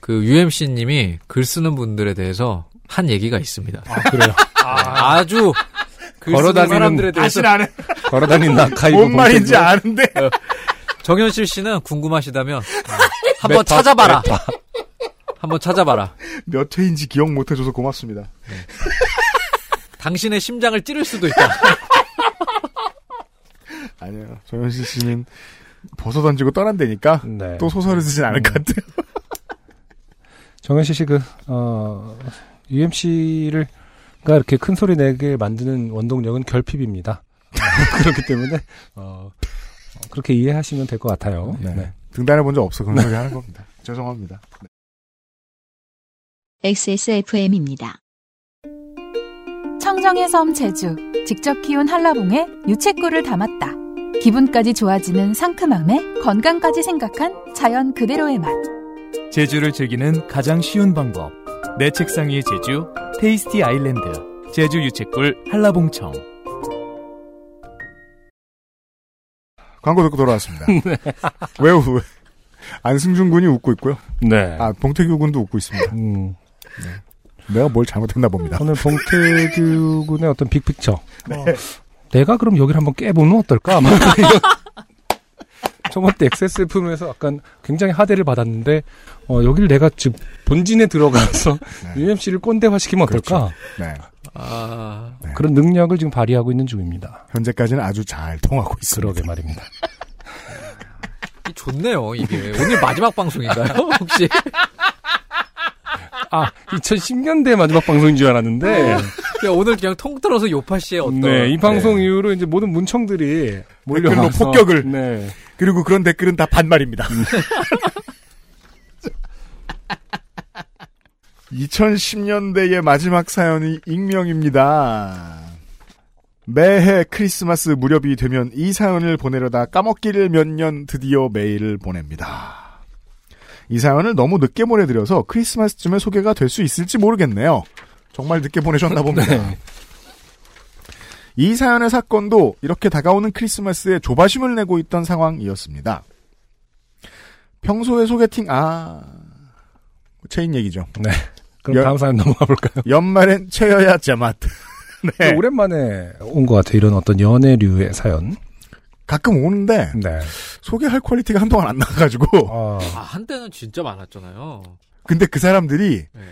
그 UMC님이 글 쓰는 분들에 대해서 한 얘기가 있습니다. 아, 그래요. 아, 주글그 쓰는 걸어다니는 사람들에 대해서 아- 다시는 안 해. 걸어다닌 나카이브 뭔 말인지 아는데. 정현실 씨는 궁금하시다면 한번 찾아봐라. 한번 찾아봐라. 몇 회인지 기억 못해줘서 고맙습니다. 당신의 심장을 찌를 수도 있다. 아니요. 정현실 씨는 벗어던지고 떠난다니까 네. 또 소설을 쓰진 않을 것 같아요. 정현실 씨 그, 어, UMC를, 가 이렇게 큰 소리 내게 만드는 원동력은 결핍입니다. 그렇기 때문에, 어, 어, 그렇게 이해하시면 될 것 같아요. 네. 네. 등단해 본 적 없어 그런 소리 하는 겁니다. 죄송합니다. XSFM입니다. 청정의 섬 제주 직접 키운 한라봉에 유채꿀을 담았다. 기분까지 좋아지는 상큼함에 건강까지 생각한 자연 그대로의 맛. 제주를 즐기는 가장 쉬운 방법. 내 책상 위의 제주, 테이스티 아일랜드. 제주 유채꿀 한라봉청. 어, 광고 듣고 돌아왔습니다. 왜 우? 안승준 군이 웃고 있고요. 네. 아 봉태규 군도 웃고 있습니다. 음, 내가 뭘 잘못했나 봅니다. 오늘 봉태규 군의 어떤 빅픽처. 네. 어, 내가 그럼 여기를 한번 깨보면 어떨까? 막 이런. 저번 때 XSFM에서 약간 굉장히 하대를 받았는데, 어, 여기를 내가 즉 본진에 들어가서 네. UMC를 꼰대화시키면 어떨까? 네. 아, 그런 능력을 지금 발휘하고 있는 중입니다. 현재까지는 아주 잘 통하고 있습니다. 그러게 말입니다. 이 좋네요 이게 오늘 마지막 방송인가요 혹시? 아, 2010년대 마지막 방송인 줄 네. 알았는데, 그냥 오늘 그냥 통틀어서 요파 씨의 어떤 네, 이 방송 이후로 이제 모든 문청들이 댓글로 몰려와서 폭격을. 네. 그리고 그런 댓글은 다 반말입니다. 2010년대의 마지막 사연이 익명입니다. 매해 크리스마스 무렵이 되면 이 사연을 보내려다 까먹기를 몇 년 드디어 메일을 보냅니다. 이 사연을 너무 늦게 보내드려서 크리스마스쯤에 소개가 될 수 있을지 모르겠네요. 정말 늦게 보내셨나 봅니다. 이 사연의 사건도 이렇게 다가오는 크리스마스에 조바심을 내고 있던 상황이었습니다. 평소에 소개팅, 아, 체인 얘기죠. 그럼 열- 다음 사연 넘어가 볼까요? 연말엔 최여야 제맛. 네. 오랜만에 온 것 같아요. 이런 어떤 연애류의 사연. 가끔 오는데 네. 소개할 퀄리티가 한동안 안 나가지고 아, 아 한때는 진짜 많았잖아요. 근데 그 사람들이 네.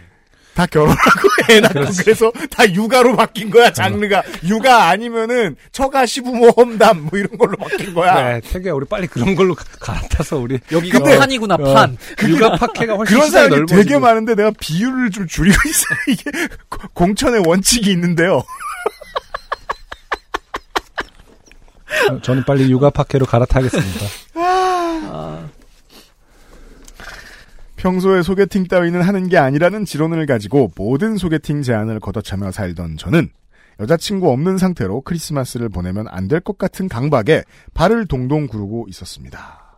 다 결혼하고 애 낳고 그래서 다 육아로 바뀐 거야 장르가 육아 아니면은 처가 시부모 험담 뭐 이런 걸로 바뀐 거야 네, 태규야, 우리 빨리 그런 걸로 가- 갈아타서 우리. 여기가 근데- 판이구나 어, 판. 육아 파케가 훨씬 그런 시장이 사람이 넓어지고. 되게 많은데 내가 비율을 좀 줄이고 있어 요 이게 고- 공천의 원칙이 있는데요 어, 저는 빨리 육아 파케로 갈아타겠습니다. 평소에 소개팅 따위는 하는 게 아니라는 지론을 가지고 모든 소개팅 제안을 걷어차며 살던 저는 여자친구 없는 상태로 크리스마스를 보내면 안 될 것 같은 강박에 발을 동동 구르고 있었습니다.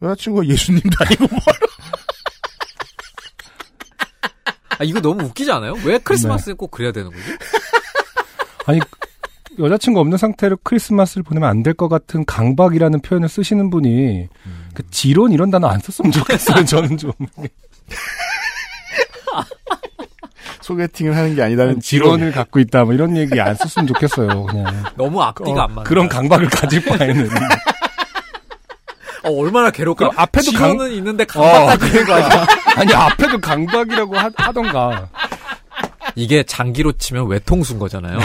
여자친구가 예수님도 아니고 뭐. 아 이거 너무 웃기지 않아요? 왜 크리스마스에 네. 꼭 그래야 되는 거지? 아니, 여자친구 없는 상태로 크리스마스를 보내면 안 될 것 같은 강박이라는 표현을 쓰시는 분이, 그 지론 이런 단어 안 썼으면 좋겠어요, 저는 좀. 그러니까 소개팅을 하는 게 아니라는 지론을 지론을 갖고 있다, 뭐 이런 얘기 안 썼으면 좋겠어요, 그냥. 너무 앞뒤가 어, 안 맞아. 그런 강박을 가질 바에는. 어, 얼마나 괴롭까? 그럼 앞에도 강- 어. 지원은 있는데 강박까지 있는 거 아니야? 아니, 앞에도 강박이라고 하, 하던가. 이게 장기로 치면 외통수인 네, 거잖아요.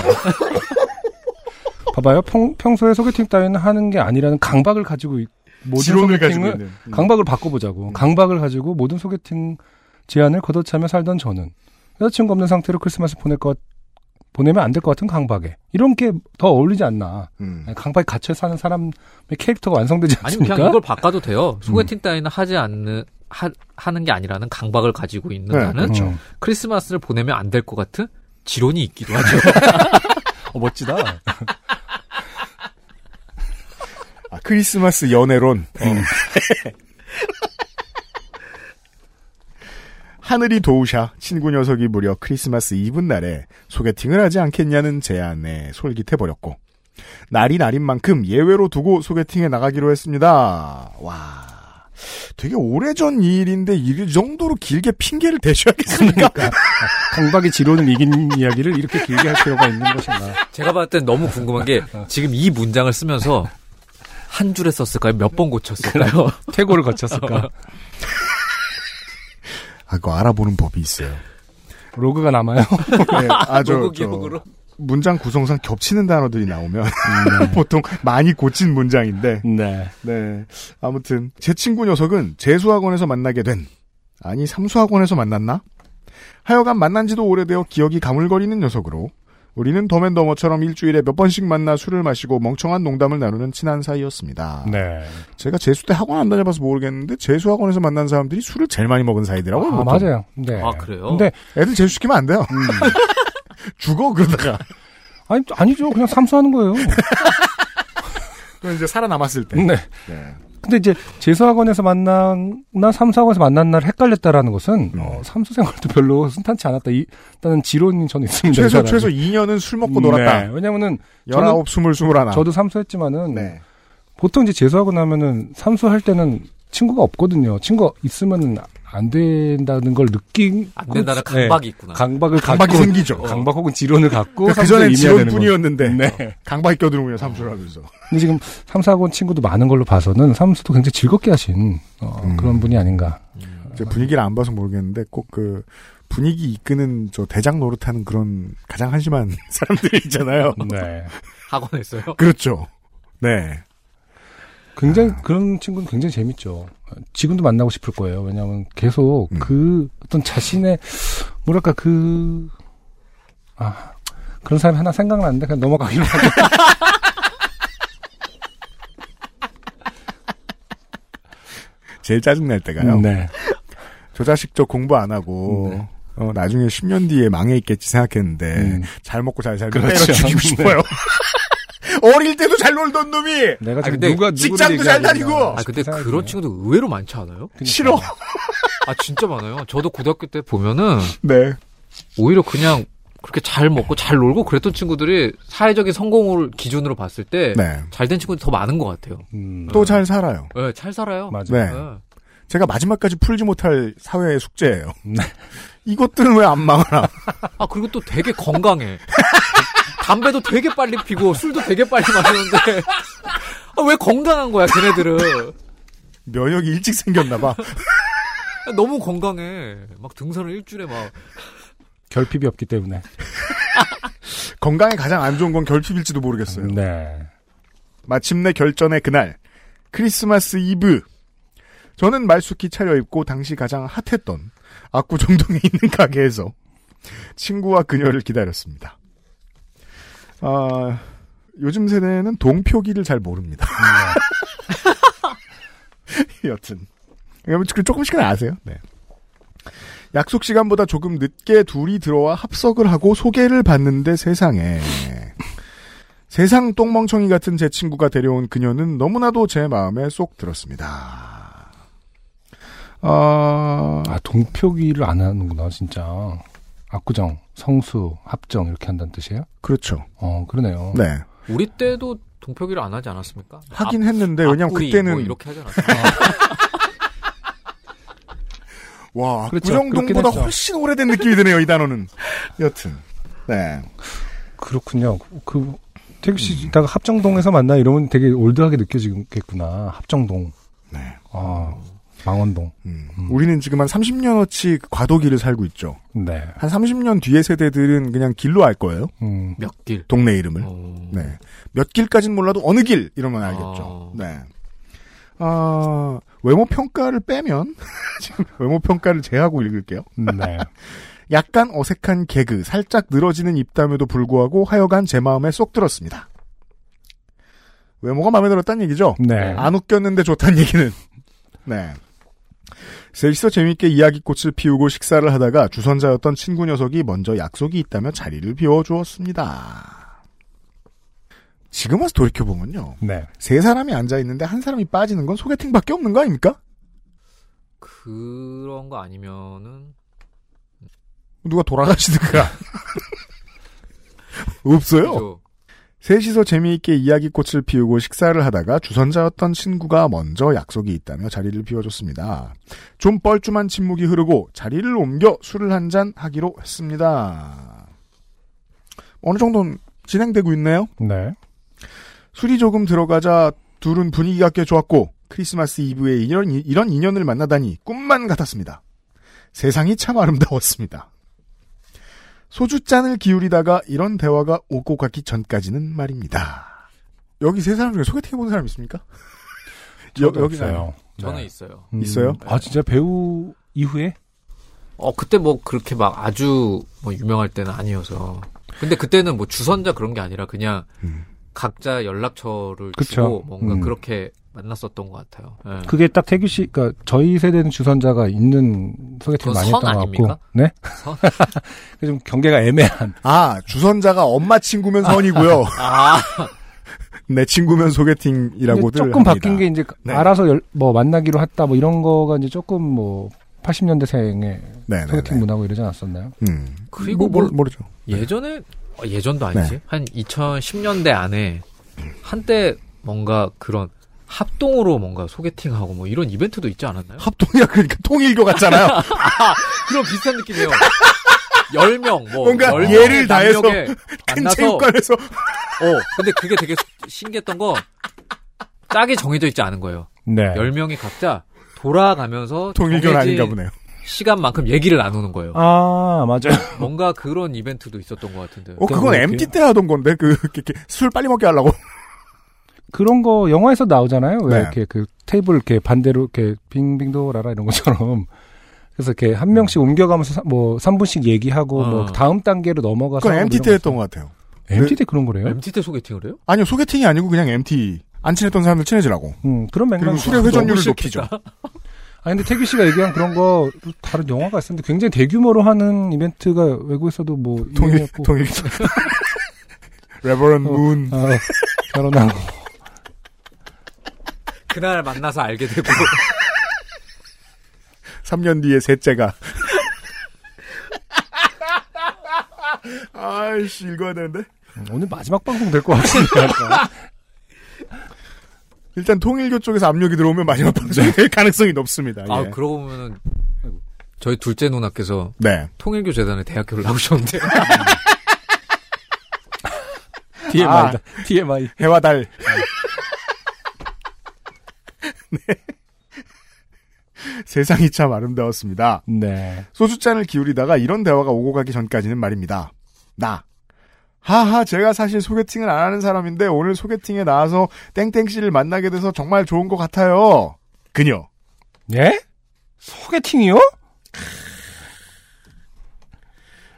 봐봐요. 평, 평소에 소개팅 따위는 하는 게 아니라는 강박을 가지고 있- 모든 지론을 가지고 소개팅을 있는 음. 강박을 바꿔보자고. 강박을 가지고 모든 소개팅 제안을 걷어차며 살던 저는 여자친구 없는 상태로 크리스마스 보낼 것 보내면 안 될 것 같은 강박에 이런 게 더 어울리지 않나. 음. 강박에 갇혀 사는 사람의 캐릭터가 완성되지 아니 않습니까? 그냥 이걸 바꿔도 돼요. 소개팅 따위는 하지 않는 하, 하는 게 아니라는 강박을 가지고 있는 네, 나는 그렇죠. 크리스마스를 보내면 안 될 것 같은 지론이 있기도 하죠. 어, 멋지다. 아, 크리스마스 연애론. 음. 하늘이 도우샤 친구 녀석이 무려 크리스마스 이브 날에 소개팅을 하지 않겠냐는 제안에 솔깃해버렸고 날이 날인 만큼 예외로 두고 소개팅에 나가기로 했습니다. 와 되게 오래전 일인데 이 정도로 길게 핑계를 대셔야겠습니까? 그러니까. 아, 강박이 지론을 이긴 이야기를 이렇게 길게 할 필요가 있는 것인가. 제가 봤을 땐 너무 궁금한 게 지금 이 문장을 쓰면서 한 줄에 썼을까요? 몇 번 고쳤을까요? 퇴고를 거쳤을까? 아, 그거 알아보는 법이 있어요. 로그가 남아요. 네, 아, 저, 로그 저 기록으로. 문장 구성상 겹치는 단어들이 나오면 보통 많이 고친 문장인데 네. 네. 아무튼 제 친구 녀석은 재수학원에서 만나게 된 아니 삼수학원에서 만났나? 하여간 만난 지도 오래되어 기억이 가물거리는 녀석으로 우리는 덤앤더머처럼 일주일에 몇 번씩 만나 술을 마시고 멍청한 농담을 나누는 친한 사이였습니다. 네. 제가 재수 때 학원 안 다녀봐서 모르겠는데 재수학원에서 만난 사람들이 술을 제일 많이 먹은 사이더라고요. 음. 아, 보통. 맞아요. 네. 아, 그래요? 근데, 애들 재수 시키면 안 돼요. 죽어 그러다가. 아니, 아니죠. 그냥 삼수하는 거예요. 그건 이제 살아남았을 때. 네. 네. 근데 이제 재수학원에서 만났나 삼수학원에서 만난 날 헷갈렸다라는 것은 음. 어, 삼수 생활도 별로 순탄치 않았다. 이, 일단은 지론이 저는 있습니다. 이 최소 사람이. 최소 2년은 술 먹고 네. 놀았다. 왜냐면은 19, 20, 21. 저도 삼수했지만은 네. 보통 이제 재수학원 하면은 삼수할 때는 친구가 없거든요. 친구 있으면은 안 된다는 걸 느낀 안 된다는 네. 강박이 있구나. 강박을 강박이 갖고 생기죠. 어. 강박 혹은 지론을 갖고 그러니까 삼수를 그전엔 임해야 되는 거죠. 지론뿐이었는데 네. 강박이 껴드는군요 삼수를 하면서. 근데 지금 삼수학원 친구도 많은 걸로 봐서는 삼수도 굉장히 즐겁게 하신 어, 음. 그런 분이 아닌가. 제가 분위기를 안 봐서 모르겠는데 꼭 그 분위기 이끄는 저 대장 노릇하는 그런 가장 한심한 사람들이 있잖아요. 네. 학원했어요. 그렇죠. 네. 굉장히 아. 그런 친구는 굉장히 재밌죠. 지금도 만나고 싶을 거예요. 왜냐하면 계속 음. 그 어떤 자신의 뭐랄까 그 아, 그런 사람이 하나 생각나는데 그냥 넘어가기로 하고. 제일 짜증날 때가요. 네. 저 자식 저 공부 안 하고 네. 어, 나중에 10년 뒤에 망해 있겠지 생각했는데 음. 잘 먹고 잘 살고 그렇죠. 때려 죽이고 네. 싶어요. 어릴 때도 잘 놀던 놈이 내가 지금 근데 누가 누구를 아, 직장도 잘 얘기하고 다니고! 있나 아, 근데 싶은 그런 생각이 드네요. 친구도 의외로 많지 않아요? 싫어. 아, 진짜 많아요. 저도 고등학교 때 보면은 네. 오히려 그냥 그렇게 잘 먹고 잘 놀고 그랬던 친구들이 사회적인 성공을 기준으로 봤을 때 잘 된 네. 친구들이 더 많은 것 같아요. 음, 또 잘 살아요. 네, 잘 살아요. 맞아요. 네. 제가 마지막까지 풀지 못할 사회의 숙제예요. 네. 이것들은 왜 안 망하나? 아, 그리고 또 되게 건강해. 담배도 되게 빨리 피고 술도 되게 빨리 마시는데 아, 왜 건강한 거야, 걔네들은. 면역이 일찍 생겼나 봐. 아, 너무 건강해. 막 등산을 일주일에 막 결핍이 없기 때문에. 건강에 가장 안 좋은 건 결핍일지도 모르겠어요. 네. 마침내 결전의 그날 크리스마스 이브 저는 말숙히 차려입고 당시 가장 핫했던 압구정동에 있는 가게에서 친구와 그녀를 기다렸습니다. 아, 요즘 세대는 동표기를 잘 모릅니다. 여튼 여러분 그 조금씩은 아세요. 네. 약속 시간보다 조금 늦게 둘이 들어와 합석을 하고 소개를 받는데 세상에 세상 똥멍청이 같은 제 친구가 데려온 그녀는 너무나도 제 마음에 쏙 들었습니다. 아, 아 동표기를 안 하는구나 진짜. 압구정, 성수, 합정 이렇게 한다는 뜻이에요? 그렇죠. 어 그러네요. 네. 우리 때도 동표기를 안 하지 않았습니까? 하긴 했는데, 앞- 왜냐면 앞구리 그때는, 아, 아, 뭐 이렇게 하지 않았어요. 와, 그렇죠. 구정동보다 그렇긴 했죠. 훨씬 오래된 느낌이 드네요, 이 단어는. 여튼. 네. 그렇군요. 그 음. 택시다가 합정동에서 만나 이러면 되게 올드하게 느껴지겠구나. 합정동. 네. 아 망원동. 음. 우리는 지금 한 30년어치 과도기를 살고 있죠. 네. 한 30년 뒤의 세대들은 그냥 길로 알 거예요. 음. 몇 길. 동네 이름을. 어. 네. 몇 길까진 몰라도 어느 길 이러면 알겠죠. 아. 네. 아, 외모 평가를 빼면 지금 외모 평가를 제하고 읽을게요. 네. 약간 어색한 개그, 살짝 늘어지는 입담에도 불구하고 하여간 제 마음에 쏙 들었습니다. 외모가 마음에 들었다는 얘기죠. 네. 안 웃겼는데 좋다는 얘기는. 네. 셋이서 재밌게 이야기꽃을 피우고 식사를 하다가 주선자였던 친구 녀석이 먼저 약속이 있다며 자리를 비워주었습니다. 지금 와서 돌이켜보면요. 네. 세 사람이 앉아있는데 한 사람이 빠지는 건 소개팅밖에 없는 거 아닙니까? 그런 거 아니면은 누가 돌아가시든가. 없어요. 그죠? 셋이서 재미있게 이야기꽃을 피우고 식사를 하다가 주선자였던 친구가 먼저 약속이 있다며 자리를 비워줬습니다. 좀 뻘쭘한 침묵이 흐르고 자리를 옮겨 술을 한 잔 하기로 했습니다. 어느 정도는 진행되고 있네요. 네. 술이 조금 들어가자 둘은 분위기가 꽤 좋았고 크리스마스 이브에 이런, 이런 인연을 만나다니 꿈만 같았습니다. 세상이 참 아름다웠습니다. 소주잔을 기울이다가 이런 대화가 오고 가기 전까지는 말입니다. 여기 세 사람 중에 소개팅 해본 사람 있습니까? 저도 없어요. 저는 네. 있어요. 음. 있어요? 아 진짜 배우 이후에 어 그때 뭐 그렇게 막 아주 뭐 유명할 때는 아니어서. 근데 그때는 뭐 주선자 그런 게 아니라 그냥 음. 각자 연락처를 그쵸. 주고 뭔가 음. 그렇게 만났었던 것 같아요. 예. 그게 뭐 딱 태규 씨, 그러니까 저희 세대는 주선자가 있는 소개팅 그건 많이 선 했던 것 아닙니까? 같고, 네, 선? 그좀 경계가 애매한. 아, 주선자가 엄마 친구면 선이고요. 아 내 친구면 근데 소개팅이라고들 조금 합니다. 바뀐 게 이제 네. 알아서 열- 뭐 만나기로 했다 뭐 이런 거가 이제 조금 뭐 80년대생의 네네네. 소개팅 문화고 이러지 않았었나요? 음. 그리고 뭐, 뭐, 모르- 모르죠. 예전에 어, 예전도 아니지 한 2010년대 안에 한때 뭔가 그런 합동으로 뭔가 소개팅하고 뭐 이런 이벤트도 있지 않았나요? 합동이야 그러니까 통일교 같잖아요. 그런 비슷한 느낌이에요. 10명, 뭐. 뭔가 10 명의 예를 다해서 남녀에 큰 만나서, 체육관에서 어, 근데 그게 되게 신기했던 거, 짝이 정해져 있지 않은 거예요. 네. 10명이 각자 돌아가면서 통일교는 정해진 아닌가 보네요. 시간만큼 얘기를 나누는 거예요. 아 맞아요. 뭔가 그런 이벤트도 있었던 것 같은데. 어 그건 그러니까 MT 때 하던 건데 그 이렇게- 이렇게 술 빨리 먹게 하려고. 그런 거 영화에서 나오잖아요. 왜 네. 이렇게 그 테이블 이렇게 반대로 이렇게 빙빙 돌아라 이런 것처럼. 그래서 이렇게 한 음. 명씩 옮겨가면서 사- 뭐 3분씩 얘기하고 뭐 어. 다음 단계로 넘어가서 그건 하고 MT 이런 때 거 했던 것 같아요. MT 때 그런 거래요? MT 때 소개팅을 해요? 아니요 소개팅이 아니고 그냥 MT 안 친했던 사람들 친해지라고. 음, 그런 맥락. 그리고 술의 회전율을 높이죠. 아 근데 태규 씨가 얘기한 그런 거 다른 영화가 있었는데 굉장히 대규모로 하는 이벤트가 외국에서도 뭐 통일 유명했고. 통일. 레버런 어. 문. 아, 결혼하고 그날 만나서 알게 되고. 3년 뒤에 셋째가. 아이씨, 읽어야 되는데. 음, 오늘 마지막 방송 될 것 같습니다. 약간. 일단 통일교 쪽에서 압력이 들어오면 마지막 방송이 될 가능성이 높습니다. 아, 예. 그러고 보면은, 저희 둘째 누나께서 네. 통일교 재단에 대학교를 나오셨는데. TMI다. 아. TMI. 해와 달. 네. 세상이 참 아름다웠습니다. 네. 소주잔을 기울이다가 이런 대화가 오고 가기 전까지는 말입니다. 나. 하하, 제가 사실 소개팅을 안 하는 사람인데 오늘 소개팅에 나와서 땡땡씨를 만나게 돼서 정말 좋은 것 같아요. 그녀. 예? 소개팅이요?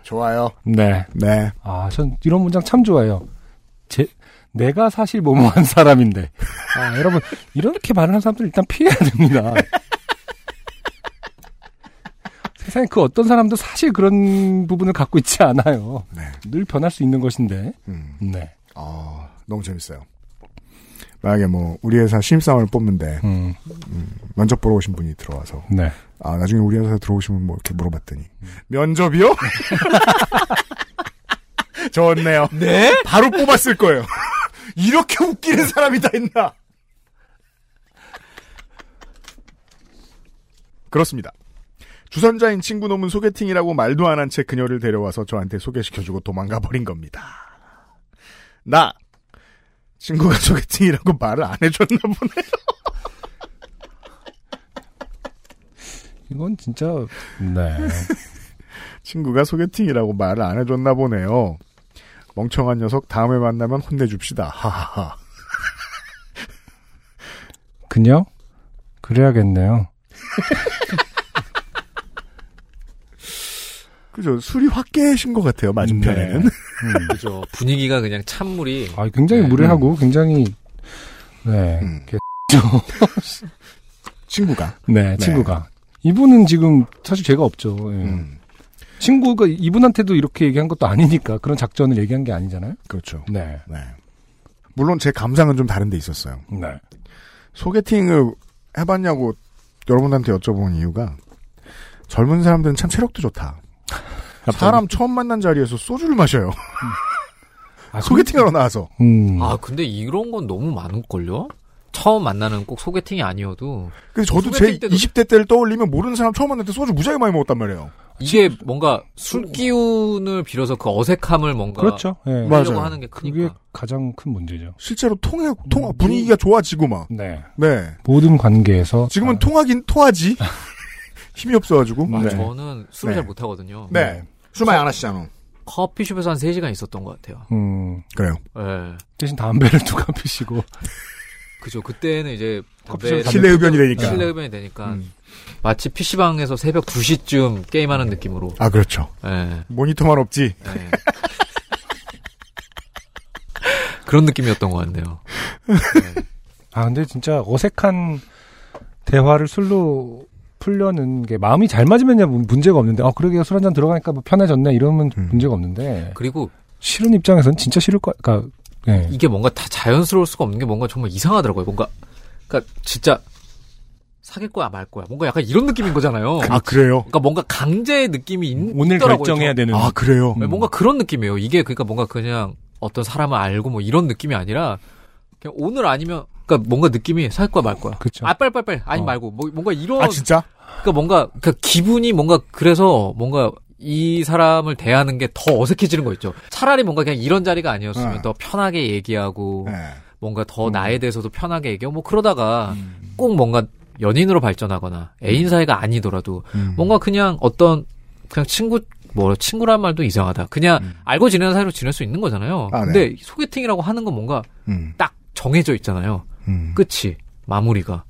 좋아요. 네. 네. 아, 전 이런 문장 참 좋아해요. 제, 내가 사실 뭐뭐한 사람인데. 아, 여러분, 이렇게 말하는 사람들 일단 피해야 됩니다. 세상에 그 어떤 사람도 사실 그런 부분을 갖고 있지 않아요. 네. 늘 변할 수 있는 것인데. 음, 네. 어, 너무 재밌어요. 만약에 뭐, 우리 회사 신입사원을 뽑는데, 음, 면접 보러 오신 분이 들어와서, 네. 아, 나중에 우리 회사 들어오시면 뭐, 이렇게 물어봤더니, 면접이요? 좋네요. 네? 바로 뽑았을 거예요. 이렇게 웃기는 사람이 다 있나? 그렇습니다. 주선자인 친구 놈은 소개팅이라고 말도 안 한 채 그녀를 데려와서 저한테 소개시켜주고 도망가 버린 겁니다. 나 친구가 소개팅이라고 말을 안 해줬나 보네. 이건 진짜, 네. 친구가 소개팅이라고 말을 안 해줬나 보네요. 멍청한 녀석 다음에 만나면 혼내줍시다. 하하하. 그녀? 그래야겠네요. 그죠? 술이 확 깨신 것 같아요. 맞은편에는. 네. 그죠. 분위기가 그냥 찬물이. 아, 굉장히 네. 무례하고, 굉장히, 네. 음. 이렇게 친구가. 네, 친구가. 이분은 지금 사실 죄가 없죠. 예. 음, 친구가 이분한테도 이렇게 얘기한 것도 아니니까 그런 작전을 얘기한 게 아니잖아요. 그렇죠. 네. 네. 물론 제 감상은 좀 다른데 있었어요. 네. 소개팅을 해봤냐고 여러분한테 여쭤본 이유가 젊은 사람들은 참 체력도 좋다. 사람 처음 만난 자리에서 소주를 마셔요. 아, 소개팅하러 나와서. 음. 아, 근데 이런 건 너무 많을걸요? 처음 만나는 꼭 소개팅이 아니어도. 근데 저도 제 소개팅 때도- 20대 때를 떠올리면 모르는 사람 처음 만날 때 소주 무지하게 많이 먹었단 말이에요. 이게 뭔가 술기운을 빌어서 그 어색함을 뭔가 그렇죠. 예. 맞- 하려고 맞아요. 하는 게 그게 크니까. 가장 큰 문제죠. 실제로 통해 통화 분위기가 좋아지고 막. 네. 네. 모든 관계에서 지금은 아, 통하긴 통하지. 힘이 없어가지고. 아, 네. 저는 술을 네. 잘 못하거든요. 네. 술 많이 안 하시잖아. 커피숍에서 한 3시간 있었던 것 같아요. 음, 그래요. 예. 대신 담배를 누가 피시고 그죠. 그때는 이제 커피숍 담배- 실내 흡연이 되니까. 실내 흡연이 되니까 음. 마치 PC방에서 새벽 2시쯤 게임하는 느낌으로. 아 그렇죠. 예. 모니터만 없지. 예. 그런 느낌이었던 것 같네요. 아 근데 진짜 어색한 대화를 술로 풀려는 게 마음이 잘 맞으면야 문- 문제가 없는데 아 그러게요 술 한 잔 들어가니까 뭐 편해졌네 이러면 음. 문제가 없는데 그리고 싫은 입장에서는 진짜 싫을 거 그러니까 예. 이게 뭔가 다 자연스러울 수가 없는 게 뭔가 정말 이상하더라고요. 뭔가 그러니까 진짜 사귈 거야 말 거야. 뭔가 약간 이런 느낌인 거잖아요. 아 그래요. 그러니까 뭔가 강제의 느낌이 있, 오늘 있더라고요. 결정해야 음. 되는 아 그래요. 저. 네, 뭔가 그런 느낌이에요. 이게 그러니까 뭔가 그냥 어떤 사람을 알고 뭐 이런 느낌이 아니라 그냥 오늘 아니면 그러니까 뭔가 느낌이 사귈 거야 말 거야. 그렇죠. 아 빨빨빨 아니 어. 말고 뭐 뭔가 이런 아 진짜? 그러니까 뭔가 그 기분이 뭔가 그래서 뭔가 이 사람을 대하는 게 더 어색해지는 거 있죠. 차라리 뭔가 그냥 이런 자리가 아니었으면 어. 네. 더 편하게 얘기하고 네. 뭔가 더 나에 대해서도 편하게 얘기하고 뭐 그러다가 꼭 뭔가 연인으로 발전하거나 애인 사이가 아니더라도 음. 뭔가 그냥 어떤 그냥 친구 뭐 친구란 말도 이상하다. 그냥 알고 지내는 사이로 지낼 수 있는 거잖아요. 아, 네. 근데 소개팅이라고 하는 건 뭔가 음. 딱 정해져 있잖아요. 음. 끝이 마무리가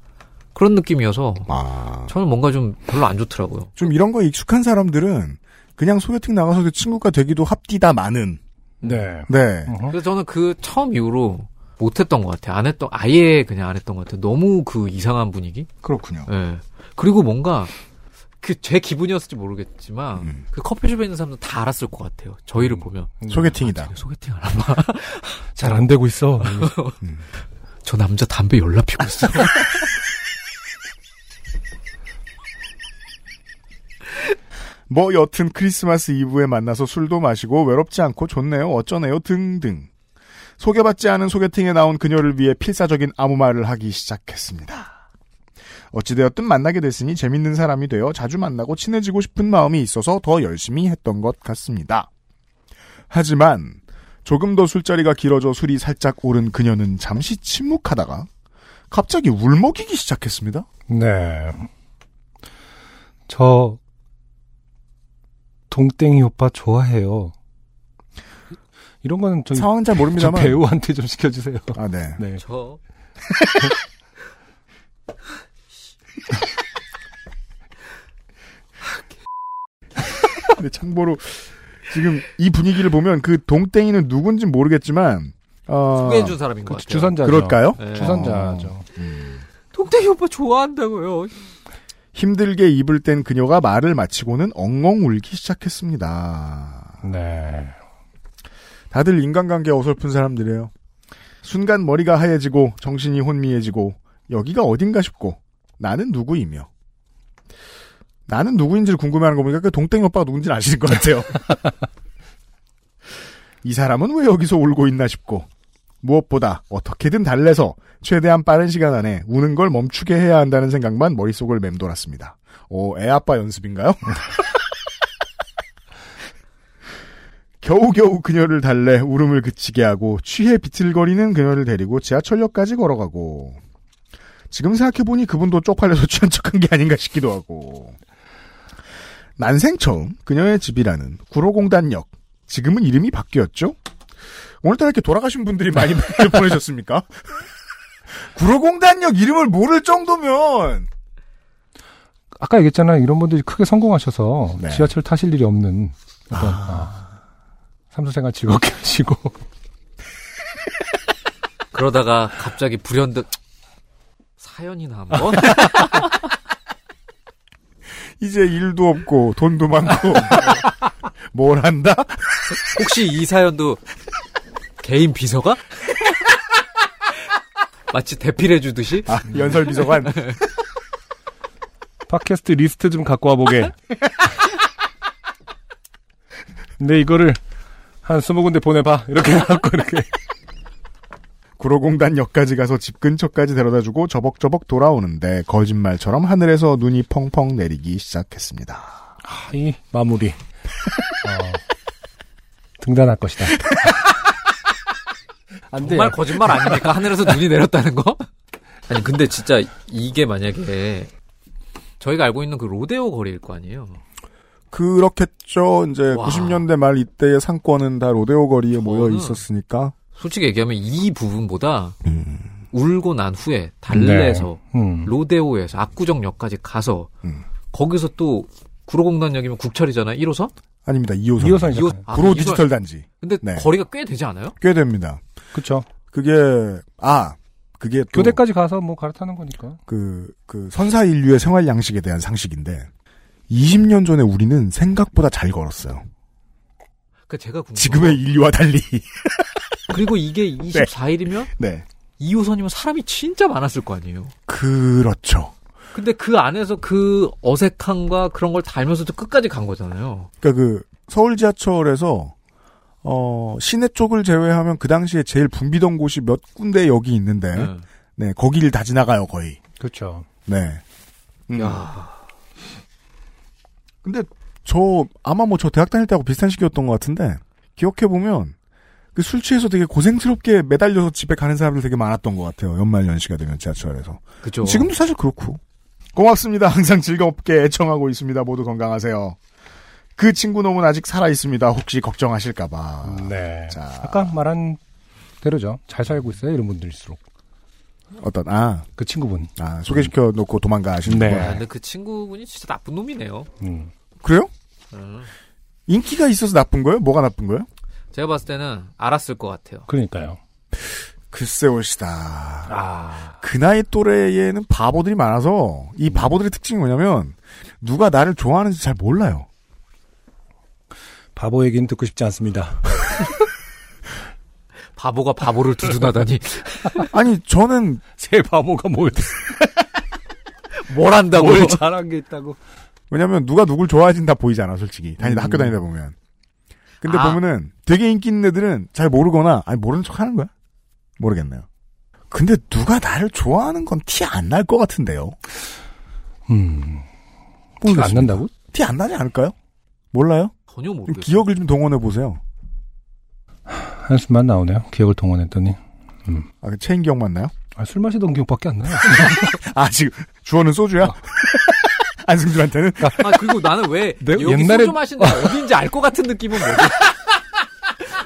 그런 느낌이어서 아. 저는 뭔가 좀 별로 안 좋더라고요. 좀 이런 거에 익숙한 사람들은 그냥 소개팅 나가서도 친구가 되기도 합디다 많은. 네. 네. 어허. 그래서 저는 그 처음 이후로 못했던 것 같아요. 안 했던, 아예 그냥 안 했던 것 같아요. 너무 그 이상한 분위기? 그렇군요. 예. 그리고 뭔가, 그 제 기분이었을지 모르겠지만, 음. 그 커피숍에 있는 사람들 다 알았을 것 같아요. 저희를 보면. 소개팅이다. 아, 소개팅 안 하나? 잘 안 되고 있어. 저 남자 담배 열나 피고 있어. 뭐 여튼 크리스마스 이브에 만나서 술도 마시고 외롭지 않고 좋네요 어쩌네요 등등 소개받지 않은 소개팅에 나온 그녀를 위해 필사적인 아무 말을 하기 시작했습니다 어찌되었든 만나게 됐으니 재밌는 사람이 되어 자주 만나고 친해지고 싶은 마음이 있어서 더 열심히 했던 것 같습니다 하지만 조금 더 술자리가 길어져 술이 살짝 오른 그녀는 잠시 침묵하다가 갑자기 울먹이기 시작했습니다 네. 저 동땡이 오빠 좋아해요. 이런 거는 저기 상황은 잘 저 모릅니다만 배우한테 좀 시켜주세요. 아, 네. 네. 저. 근데 참고로 지금 이 분위기를 보면 그 동땡이는 누군지 모르겠지만 어, 소개해준 사람인 것 그렇죠. 같아요. 주선자죠. 네. 그럴까요? 어. 예. 주선자죠. 음. 동태기 오빠 좋아한다고요. 힘들게 입을 땐 그녀가 말을 마치고는 엉엉 울기 시작했습니다. 네. 다들 인간관계 어설픈 사람들이에요. 순간 머리가 하얘지고 정신이 혼미해지고 여기가 어딘가 싶고 나는 누구이며 나는 누구인지를 궁금해하는 거 보니까 그 동땡이 오빠가 누군지 아시는 것 같아요. 이 사람은 왜 여기서 울고 있나 싶고 무엇보다 어떻게든 달래서 최대한 빠른 시간 안에 우는 걸 멈추게 해야 한다는 생각만 머릿속을 맴돌았습니다. 오, 애아빠 연습인가요? 겨우겨우 그녀를 달래 울음을 그치게 하고 취해 비틀거리는 그녀를 데리고 지하철역까지 걸어가고 지금 생각해보니 그분도 쪽팔려서 취한 척한 게 아닌가 싶기도 하고 난생 처음 그녀의 집이라는 구로공단역 지금은 이름이 바뀌었죠? 오늘따라 이렇게 돌아가신 분들이 많이 메일을 보내셨습니까? 구로공단역 이름을 모를 정도면 아까 얘기했잖아요. 이런 분들이 크게 성공하셔서 네. 지하철 타실 일이 없는 어떤 아, 삼수생활 즐겁게 하시고 그러다가 갑자기 불현듯, 사연이나 한번? 이제 일도 없고 돈도 많고 뭘 한다? 혹시 이 사연도 개인 비서가? 마치 대필해 주듯이? 아, 연설비서관 팟캐스트 리스트 좀 갖고 와보게. 근데 이거를 한 스무 군데 보내봐. 이렇게 해갖고 이렇게. 구로공단역까지 가서 집 근처까지 데려다주고 저벅저벅 돌아오는데 거짓말처럼 하늘에서 눈이 펑펑 내리기 시작했습니다. 아, 이 마무리. 어, 등단할 것이다. 안 돼요. 정말 거짓말 아닙니까? 하늘에서 눈이 내렸다는 거? 네. 아니 근데 진짜 이게 만약에 저희가 알고 있는 그 로데오 거리일 거 아니에요. 그렇겠죠. 이제 와. 90년대 말 이때의 상권은 다 로데오 거리에 모여 저는- 있었으니까. 솔직히 얘기하면 이 부분보다 음. 울고 난 후에 달래서 음. 로데오에서 압구정역까지 가서 네. 음. 거기서 또 구로공단역이면 국철이잖아요. 1호선? 아닙니다. 2호선. 2호선이죠. 이호- 아, 구로 이호선. 디지털 단지. 근데 네. 거리가 꽤 되지 않아요? 꽤 됩니다. 그쵸. 그게 아 그게 또 교대까지 가서 뭐 갈아타는 거니까. 그, 그 선사 인류의 생활 양식에 대한 상식인데 20년 전에 우리는 생각보다 잘 걸었어요. 그러니까 제가 궁금 지금의 인류와 달리. 그리고 이게 24일이면 네. 2호선이면 사람이 진짜 많았을 거 아니에요. 그렇죠. 근데 그 안에서 그 어색함과 그런 걸 달면서도 끝까지 간 거잖아요. 그러니까 그 서울 지하철에서 어, 시내 쪽을 제외하면 그 당시에 제일 붐비던 곳이 몇 군데 여기 있는데 네. 네, 거기를 다 지나가요, 거의. 그렇죠. 네. 음. 야, 근데 저 아마 뭐 저 대학 다닐 때하고 비슷한 시기였던 것 같은데 기억해 보면 그 술 취해서 되게 고생스럽게 매달려서 집에 가는 사람들 되게 많았던 것 같아요. 연말 연시가 되면 지하철에서. 그죠. 지금도 사실 그렇고. 고맙습니다. 항상 즐겁게 애청하고 있습니다. 모두 건강하세요. 그 친구 놈은 아직 살아 있습니다. 혹시 걱정하실까봐. 네. 자. 아까 말한 대로죠. 잘 살고 있어요. 이런 분들일수록. 어떤 아, 그 친구분. 아 소개시켜 놓고 도망가 하시는 네. 아, 거예요. 근데 그 친구분이 진짜 나쁜 놈이네요. 음. 그래요? 음. 인기가 있어서 나쁜 거예요? 뭐가 나쁜 거예요? 제가 봤을 때는 알았을 것 같아요. 그러니까요. 글쎄 올시다. 아, 그 나이 또래에는 바보들이 많아서 이 바보들의 특징이 뭐냐면 누가 나를 좋아하는지 잘 몰라요. 바보 얘기는 듣고 싶지 않습니다. 바보가 바보를 두둔하다니 아니 저는 새 바보가 뭘, 뭘 한다고? 뭘 잘한 게 있다고. 왜냐면 누가 누굴 좋아하진 다 보이잖아 솔직히 다니다 음. 학교 다니다 보면. 근데 아. 보면은 되게 인기 있는 애들은 잘 모르거나 아니 모르는 척하는 거야 모르겠네요. 근데 누가 나를 좋아하는 건 티 안 날 것 같은데요. 음. 티가 안 난다고? 티 안 나지 않을까요? 몰라요? 전혀 좀 모르겠어요. 그 기억을 좀 동원해 보세요. 한숨만 나오네요. 기억을 동원했더니. 아, 그 체인 기억 맞나요? 아, 술 마시던 기억밖에 안 나요. 아 지금 주어는 소주야. 안승준한테는 아 그리고 나는 왜 네? 내- 여기 옛날에- 소주 마신다 어딘지 알 것 같은 느낌은 뭐지?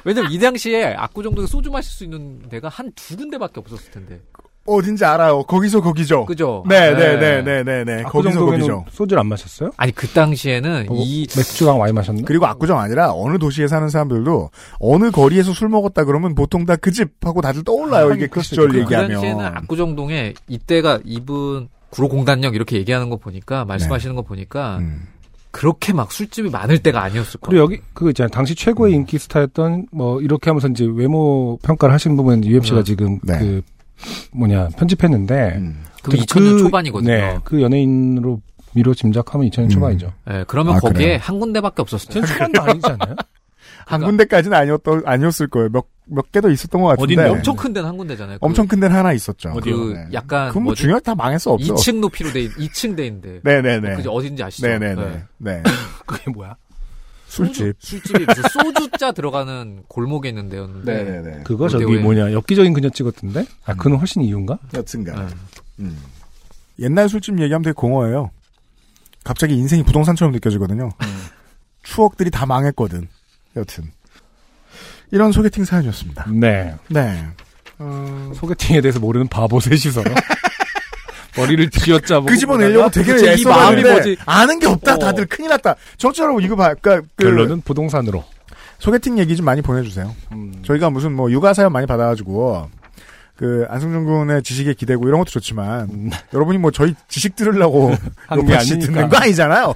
왜냐면 이 당시에 압구정동에 소주 마실 수 있는 데가 한 두 군데밖에 없었을 텐데. 어딘지 알아요. 거기서 거기죠. 그죠? 어. 네, 아, 네네네네네. 그 거기서 거기죠. 압구정동에는 소주를 안 마셨어요? 아니 그 당시에는 어, 이 맥주랑 와인 마셨나? 그리고 압구정 아니라 어느 도시에 사는 사람들도 어느 거리에서 술 먹었다 그러면 보통 다 그 집 하고 다들 떠올라요. 아, 이게 그 그럴 수 시절 있죠. 그 당시에는 얘기하면. 압구정동에 이때가 이분 구로공단역 이렇게 얘기하는 거 보니까 말씀하시는 거 보니까 네. 음. 그렇게 막 술집이 많을 때가 아니었을 거예요. 그리고 여기 그거 있잖아요. 당시 최고의 인기 스타였던 뭐 이렇게 하면서 이제 외모 평가를 하신 부분 UMC가 네. 지금 네. 그 뭐냐 편집했는데 음. 그 2000년 초반이거든요. 네, 그 연예인으로 미뤄 짐작하면 2000년 음. 초반이죠. 예, 그러면 아, 거기에 그래요? 한 군데밖에 없었을 텐데. 2000년 초반도 아니지 않아요? 한 군데까지는 아니었던, 아니었을 거예요. 몇, 몇 개도 있었던 것 같은데. 어딘데? 엄청 큰 데는 한 군데잖아요. 엄청 큰 데는 하나 있었죠. 그, 그 네. 약간 그건 뭐 뭐지? 중요하다 망했어. 없어. 2층 높이로 돼 2층 돼인데. 네네네. 그지 어딘지 아시죠? 네네네. 예. 네. 그게 뭐야? 술집. 소주, 술집이 무슨 소주자 들어가는 골목에 있는 데였는데. 네네네. 그거 저기 그때 왜- 뭐냐 엽기적인 그녀 찍었던데? 아 그는 훨씬 이유인가? 여튼간. 예. 음. 옛날 술집 얘기하면 되게 공허해요. 갑자기 인생이 부동산처럼 느껴지거든요. 네. 추억들이 다 망했거든. 여튼. 이런 소개팅 사연이었습니다. 네. 네. 소개팅에 대해서 모르는 바보 셋이서 머리를 쥐어짜고 그 집어내려고 되게 도대체 이 마음이 애써봤는데 뭐지? 아는 게 없다. 어. 다들 큰일 났다. 정치 여러분 이거 봐. 그러니까 그 결론은 부동산으로. 소개팅 얘기 좀 많이 보내주세요. 저희가 무슨 뭐 육아 사연 많이 받아가지고 그 안승준 군의 지식에 기대고 이런 것도 좋지만 음. 여러분이 뭐 저희 지식 들으려고 하는 게 요파씨 아니니까. 듣는 거 아니잖아요.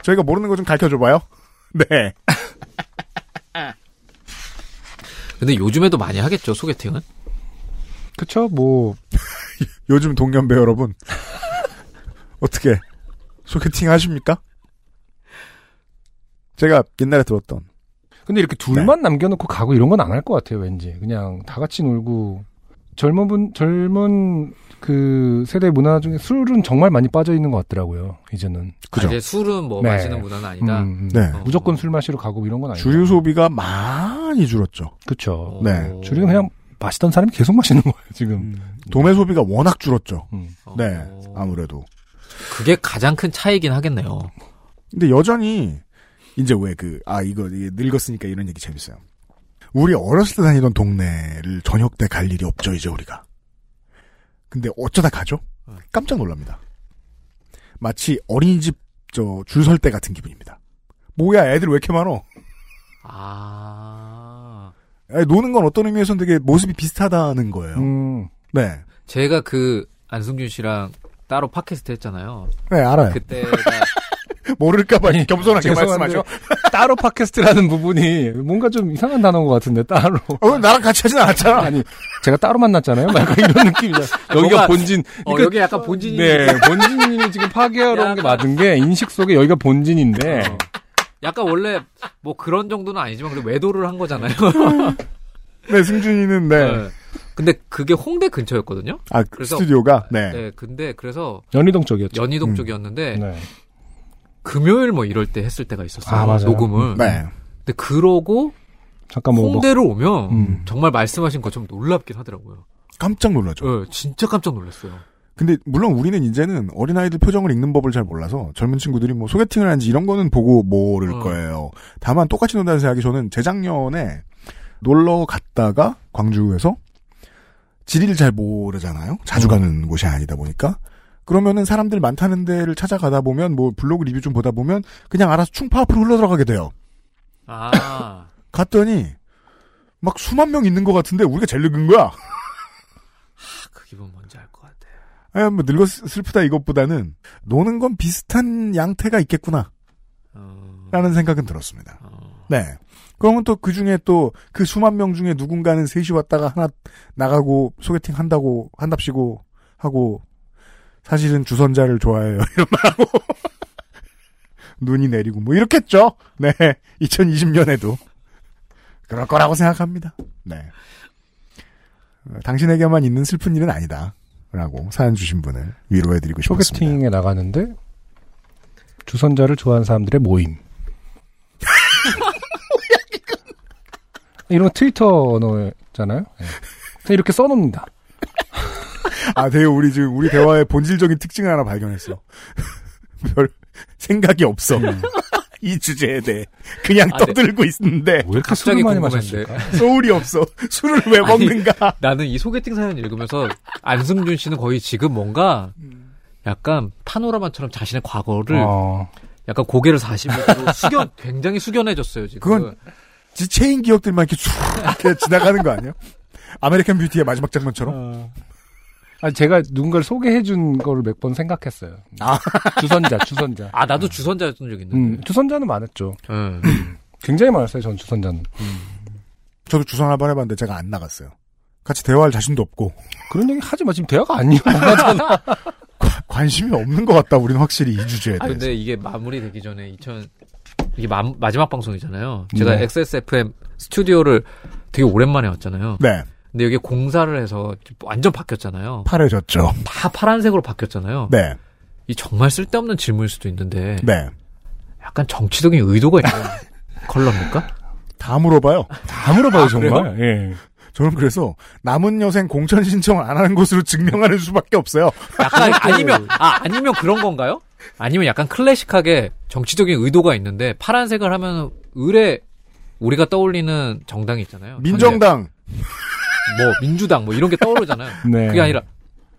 저희가 모르는 거 좀 가르쳐 줘봐요. 네. 근데 요즘에도 많이 하겠죠 소개팅은. 그쵸? 뭐 요즘 동년배 여러분 어떻게 소개팅 하십니까? 제가 옛날에 들었던 네. 근데 이렇게 둘만 남겨놓고 가고 이런 건 안 할 것 같아요, 왠지. 그냥 다 같이 놀고 젊은 분, 젊은 그 세대 문화 중에 술은 정말 많이 빠져 있는 것 같더라고요. 이제는. 그죠. 아, 이제 술은 뭐 네. 마시는 문화는 아니다. 음, 음. 네. 어. 무조건 술 마시러 가고 이런 건 아니에요. 주류 소비가 많이 줄었죠. 어. 그쵸. 네. 주류는 그냥 마시던 사람이 계속 마시는 거예요, 지금. 도매 소비가 워낙 줄었죠. 음. 어, 네, 아무래도. 그게 가장 큰 차이긴 하겠네요. 근데 여전히 이제 왜 그 아 이거 이게 늙었으니까 이런 얘기 재밌어요. 우리 어렸을 때 다니던 동네를 저녁 때 갈 일이 없죠 이제 우리가. 근데 어쩌다 가죠? 깜짝 놀랍니다. 마치 어린이집 저 줄 설 때 같은 기분입니다. 뭐야 애들 왜 이렇게 많어? 아. 아니, 노는 건 어떤 의미에서는 되게 모습이 비슷하다는 거예요. 음. 네, 제가 그 안승준 씨랑 따로 팟캐스트 했잖아요. 네 알아요. 그때가 모를까봐 겸손하게 죄송한데 말씀하죠. 따로 팟캐스트라는 부분이 뭔가 좀 이상한 단어인 것 같은데, 따로. 어, 나랑 같이 하진 않았잖아. 아니, 제가 따로 만났잖아요? 막 약간 이런 느낌이야. 여기가 뭔가- 본진. 어, 그러니까 여기 약간 본진이 네, 본진이 지금 파괴하러 온 게 맞은 게 인식 속에 여기가 본진인데 어. 약간 원래 뭐 그런 정도는 아니지만 그래도 외도를 한 거잖아요. 네, 승준이는 네. 네. 근데 그게 홍대 근처였거든요. 아, 그 그래서- 스튜디오가 네. 네. 근데 그래서 연희동 쪽이었죠. 연희동 음. 쪽이었는데 네. 금요일 뭐 이럴 때 했을 때가 있었어요. 아, 맞아요. 녹음을. 네. 근데 그러고 잠깐 뭐, 뭐 홍대로 오면 음. 정말 말씀하신 것처럼 놀랍긴 하더라고요. 깜짝 놀라죠. 네, 진짜 깜짝 놀랐어요. 근데 물론 우리는 이제는 어린아이들 표정을 읽는 법을 잘 몰라서 젊은 친구들이 뭐 소개팅을 하는지 이런 거는 보고 모를 음. 거예요. 다만 똑같이 논다는 생각이 저는 재작년에 놀러 갔다가 광주에서 지리를 잘 모르잖아요. 자주 가는 곳이 아니다 보니까. 그러면은 사람들 많다는 데를 찾아가다 보면 뭐 블로그 리뷰 좀 보다 보면 그냥 알아서 충파 앞으로 흘러들어가게 돼요. 아. 갔더니 막 수만 명 있는 것 같은데 우리가 제일 늙은 거야. 그 기분 뭔지 알 것 같아. 아, 뭐 늙어 슬- 슬프다 이것보다는 노는 건 비슷한 양태가 있겠구나. 어, 라는 생각은 들었습니다. 어, 네. 그러면 또 그 중에 또 그 수만 명 중에 누군가는 셋이 왔다가 하나 나가고 소개팅 한다고 한답시고 하고 사실은 주선자를 좋아해요. 이런 말하고 눈이 내리고 뭐 이렇겠죠. 네. 2020년에도 그럴 거라고 생각합니다. 네. 어, 당신에게만 있는 슬픈 일은 아니다. 라고 사연 주신 분을 위로해드리고 싶었습니다. 소개팅에 나가는데 주선자를 좋아하는 사람들의 모임. 이런 거 트위터 언어잖아요. 네. 그래서 이렇게 써놉니다. 아, 대요 우리 지금 우리 대화의 본질적인 특징을 하나 발견했어. 별 생각이 없어. 이 주제에 대해 그냥 아, 네. 떠들고 있는데 왜 이렇게 갑자기 술을 많이 궁금한데. 마셨을까? 소울이 없어. 술을 왜 아니. 먹는가? 나는 이 소개팅 사연 읽으면서 안승준 씨는 거의 지금 뭔가 약간 파노라마처럼 자신의 과거를 어, 약간 고개를 45도로 숙연, 굉장히 숙연해졌어요, 지금. 그건 지체인 기억들만 이렇게 쑥 이렇게 지나가는 거 아니야? 아메리칸 뷰티의 마지막 장면처럼. 아니, 제가 누군가를 소개해준 거를 몇 번 생각했어요. 아. 네. 주선자, 주선자. 아, 나도 주선자였던 적 음, 있는데. 주선자는 많았죠. 음. 굉장히 많았어요, 전 주선자는. 저도 주선 한번 해봤는데 제가 안 나갔어요. 같이 대화할 자신도 없고 그런 얘기 하지 마. 지금 대화가 아니야. 관심이 없는 것 같다. 우리는 확실히 이 주제에 아, 대해서. 근데 이게 마무리되기 전에 2000 이게 마, 마지막 방송이잖아요. 제가 네. XSFM 스튜디오를 되게 오랜만에 왔잖아요. 네, 근데 여기 공사를 해서 완전 바뀌었잖아요. 파래졌죠. 다 파란색으로 바뀌었잖아요. 네, 이 정말 쓸데없는 질문일 수도 있는데 네. 약간 정치적인 의도가 있는 컬러입니까? 다 물어봐요. 다 아, 물어봐요, 정말. 예. 저는 그래서 남은 여생 공천 신청을 안 하는 것으로 증명하는 수밖에 없어요. 약간 아니면 아 아니면 그런 건가요? 아니면 약간 클래식하게 정치적인 의도가 있는데 파란색을 하면 의뢰 우리가 떠올리는 정당이 있잖아요. 민정당 현재 뭐 민주당 뭐 이런 게 떠오르잖아요. 네. 그게 아니라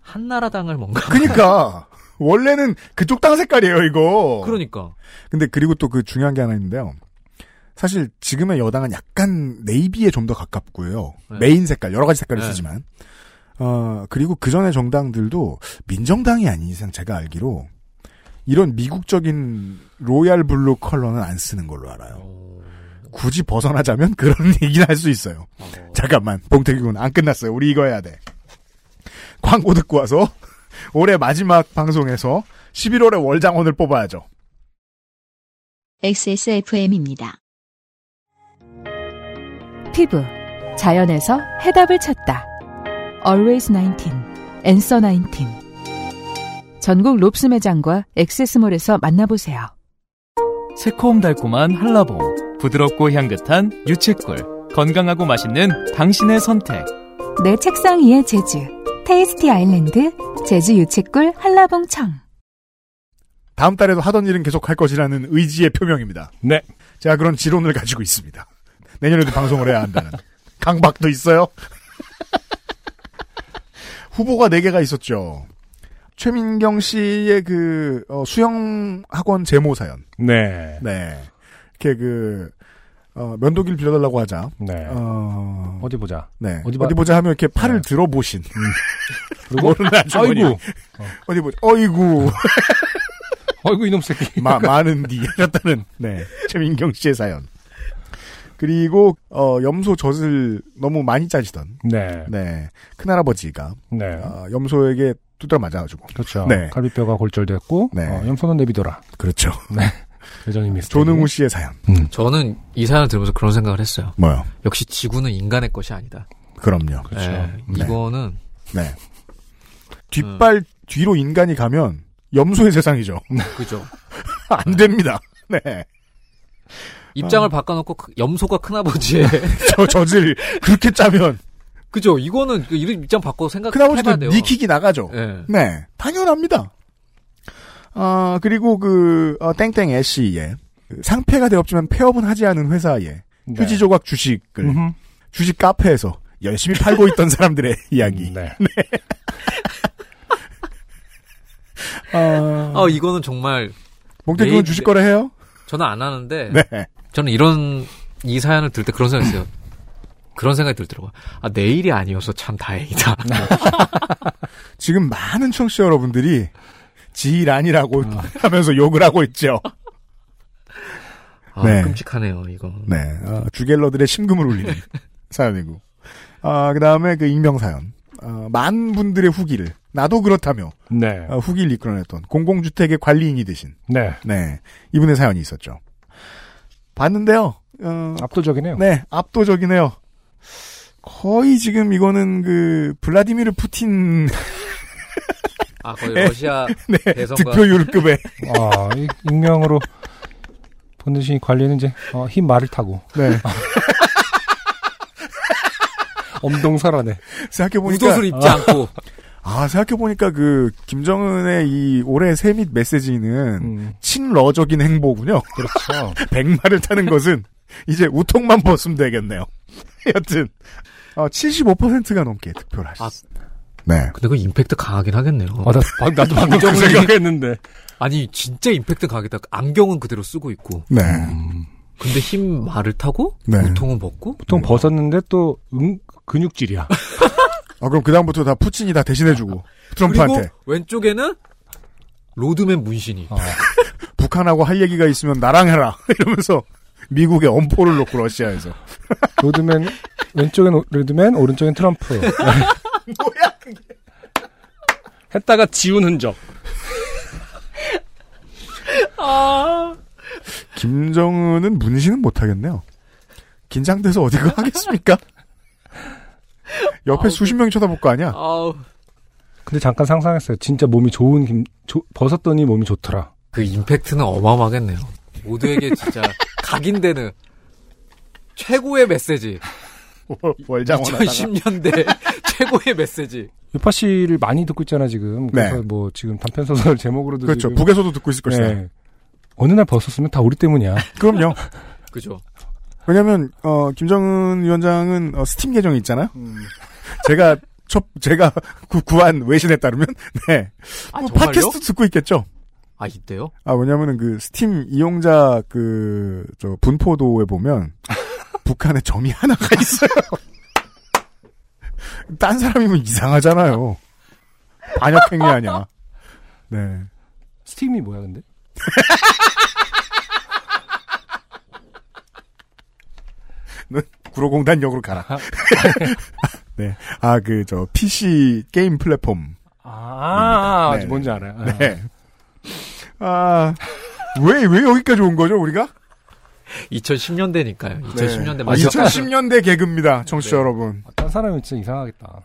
한나라당을 뭔가 그니까 원래는 그쪽 땅 색깔이에요 이거. 그러니까 근데 그리고 또 그 중요한 게 하나 있는데요. 사실 지금의 여당은 약간 네이비에 좀 더 가깝고요. 네. 메인 색깔 여러 가지 색깔을 네. 쓰지만 어 그리고 그 전의 정당들도 민정당이 아닌 이상 제가 알기로 이런 미국적인 로얄 블루 컬러는 안 쓰는 걸로 알아요. 굳이 벗어나자면 그런 얘기는 할 수 있어요. 아, 뭐. 잠깐만, 봉태규 군, 안 끝났어요. 우리 이거 해야 돼. 광고 듣고 와서, 올해 마지막 방송에서 11월에 월장원을 뽑아야죠. XSFM입니다. 피부 자연에서 해답을 찾다 Always 19, Answer 19. 전국 롭스 매장과 액세스몰에서 만나보세요. 새콤달콤한 한라봉 부드럽고 향긋한 유채꿀 건강하고 맛있는 당신의 선택 내 책상 위의 제주, 테이스티 아일랜드, 제주 유채꿀 한라봉청. 다음 달에도 하던 일은 계속 할 것이라는 의지의 표명입니다. 네. 제가 그런 지론을 가지고 있습니다. 내년에도 방송을 해야 한다는 강박도 있어요. 후보가 4개가 있었죠. 최민경 씨의 그 어, 수영 학원 제모 사연. 네. 네. 이렇게 그 어, 면도기를 빌려달라고 하자. 네. 어, 어디 보자. 네. 어디, 어디 봐- 보자 하면 이렇게 팔을 네. 들어보신. 그리고 아이고, 어디 보자. 어이구. 아이고 이놈 새끼. 마, 많은 뒤 하셨다는 네 최민경 씨의 사연. 그리고 어, 염소 젖을 너무 많이 짜시던 네. 네 큰할아버지가 네. 어, 염소에게 두드려 맞아가지고 그렇죠. 네. 갈비뼈가 골절됐고 네. 어, 염소는 내비둬라. 그렇죠. 여전히 미스터. 조능우 씨의 사연 저는 이 사연을 들으면서 그런 생각을 했어요. 뭐요? 역시 지구는 인간의 것이 아니다. 그럼요. 그렇죠. 예, 네. 이거는 네 뒷발 뒤로 인간이 가면 염소의 세상이죠. 그죠. 안 됩니다. 네 입장을 바꿔놓고 그 염소가 큰아버지의 저 젖을 그렇게 짜면 그죠. 이거는 그 이름 입장 바꿔 생각해봐야 큰아버지도 돼요. 니킥이 나가죠. 예. 네, 당연합니다. 아, 그리고 그, 어, 땡땡 애쉬의 그 상패가 되었지만 폐업은 하지 않은 회사의 네. 휴지 조각 주식을 음흠. 주식 카페에서 열심히 팔고 있던 사람들의 이야기. 네. 아, 아 이거는 정말 몽태君은 네, 주식 거래 해요? 저는 안 하는데 네. 저는 이런 이 사연을 들 때 그런 생각했어요. 그런 생각이 들더라고요. 아 내일이 아니어서 참 다행이다. 네. 지금 많은 청취자 여러분들이 지일 아니라고 하면서 욕을 하고 있죠. 아, 네. 끔찍하네요 이거. 네. 어, 주갤러들의 심금을 울리는 사연이고. 아, 그 다음에 그 익명사연. 어, 많은 분들의 후기를, 나도 그렇다며, 네. 어, 후기를 이끌어냈던 공공주택의 관리인이 되신 네. 네 이분의 사연이 있었죠. 봤는데요. 어, 압도적이네요. 네 압도적이네요. 거의 지금 이거는 그 블라디미르 푸틴 아 거의 러시아 네, 대선과 득표율급의 아, 이 익명으로 보내신 관리는 이제 어, 흰 말을 타고 아. 네 엄동설하네. 생각해 보니까 우도술 입지 않고 아 생각해 보니까 그 김정은의 이 올해 세밋 메시지는 음, 친러적인 행보군요. 그렇죠. 백마를 타는 것은 이제 우통만 벗으면 되겠네요. 여튼 어, 75%가 넘게 득표를 하셨어요. 아, 네. 근데 그 임팩트 강하긴 하겠네요. 어. 아, 나, 방- 나도 방금 그 생각했는데. 아니 진짜 임팩트 강하겠다. 안경은 그대로 쓰고 있고 네. 근데 흰 말을 타고 네. 보통은 먹고 보통 벗었는데 또 응, 근육질이야. 아, 그럼 그다음부터 다 푸친이 다 대신해주고. 그리고 트럼프한테. 왼쪽에는 로드맨 문신이 아. 어, 북한하고 할 얘기가 있으면 나랑 해라. 이러면서 미국에 엄포를 놓고 러시아에서. 로드맨, 왼쪽엔 오- 로드맨, 오른쪽엔 트럼프. 네. 했다가 지운 흔적. 김정은은 문신은 못하겠네요. 긴장돼서 어디가 하겠습니까? 옆에 수십 명이 쳐다볼 거 아니야? 아우 근데 잠깐 상상했어요. 진짜 몸이 좋은 김, 조- 벗었더니 몸이 좋더라. 그 임팩트는 어마어마하겠네요. 모두에게 진짜 각인되는 최고의 메시지. 월- 월장원. 하다가. 2010년대 최고의 메시지. 유파 씨를 많이 듣고 있잖아, 지금. 그래서 네. 뭐, 지금 단편소설 제목으로도. 그렇죠. 지금- 북에서도 듣고 있을 것이다. 네. 어느 날 벗었으면 다 우리 때문이야. 그럼요. 그죠? 왜냐면, 어, 김정은 위원장은 어, 스팀 계정이 있잖아요? 제가, 첫, 제가 구, 구한 외신에 따르면, 네. 아, 뭐 정말요? 팟캐스트 듣고 있겠죠? 아, 이때요? 아, 왜냐면은 그 스팀 이용자 그, 저, 분포도에 보면, 북한에 점이 하나가 있어요. 딴 사람이면 이상하잖아요. 반역행위 아니야. 네. 스팀이 뭐야, 근데? 구로공단역으로 가라. 네. 아, 그, 저, PC 게임 플랫폼. 아, 네. 뭔지 알아요. 네. 아, 왜, 왜 여기까지 온 거죠, 우리가? 2010년대니까요. 2010년대 네. 마지막. 2010년대 개그입니다, 청취자 여러분. 어, 딴 사람이 진짜 이상하겠다. 어,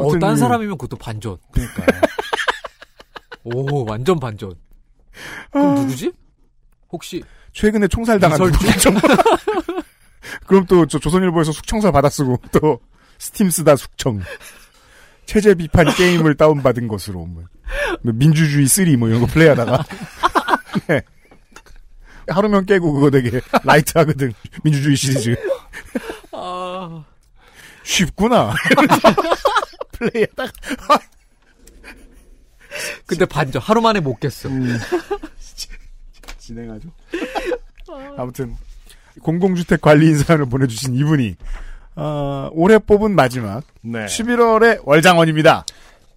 아무튼 딴 이- 사람이면 그것도 반전. 그러니까 오, 완전 반전. 아. 그럼 누구지? 혹시 최근에 총살당한 이설주? 분. 그럼 또 저 조선일보에서 숙청사 받아쓰고 또 스팀 쓰다 숙청. 체제 비판 게임을 다운받은 것으로 뭐. 민주주의 3뭐 이런 거 플레이하다가 네. 하루면 깨고 그거 되게 라이트하거든 민주주의 시리즈 아, 쉽구나 플레이하다가 근데 반전 하루 만에 못 깼어. 음. 진행하죠. 아무튼 공공주택 관리인 사연을 보내주신 이분이 어, 올해 뽑은 마지막 네. 11월의 월장원입니다.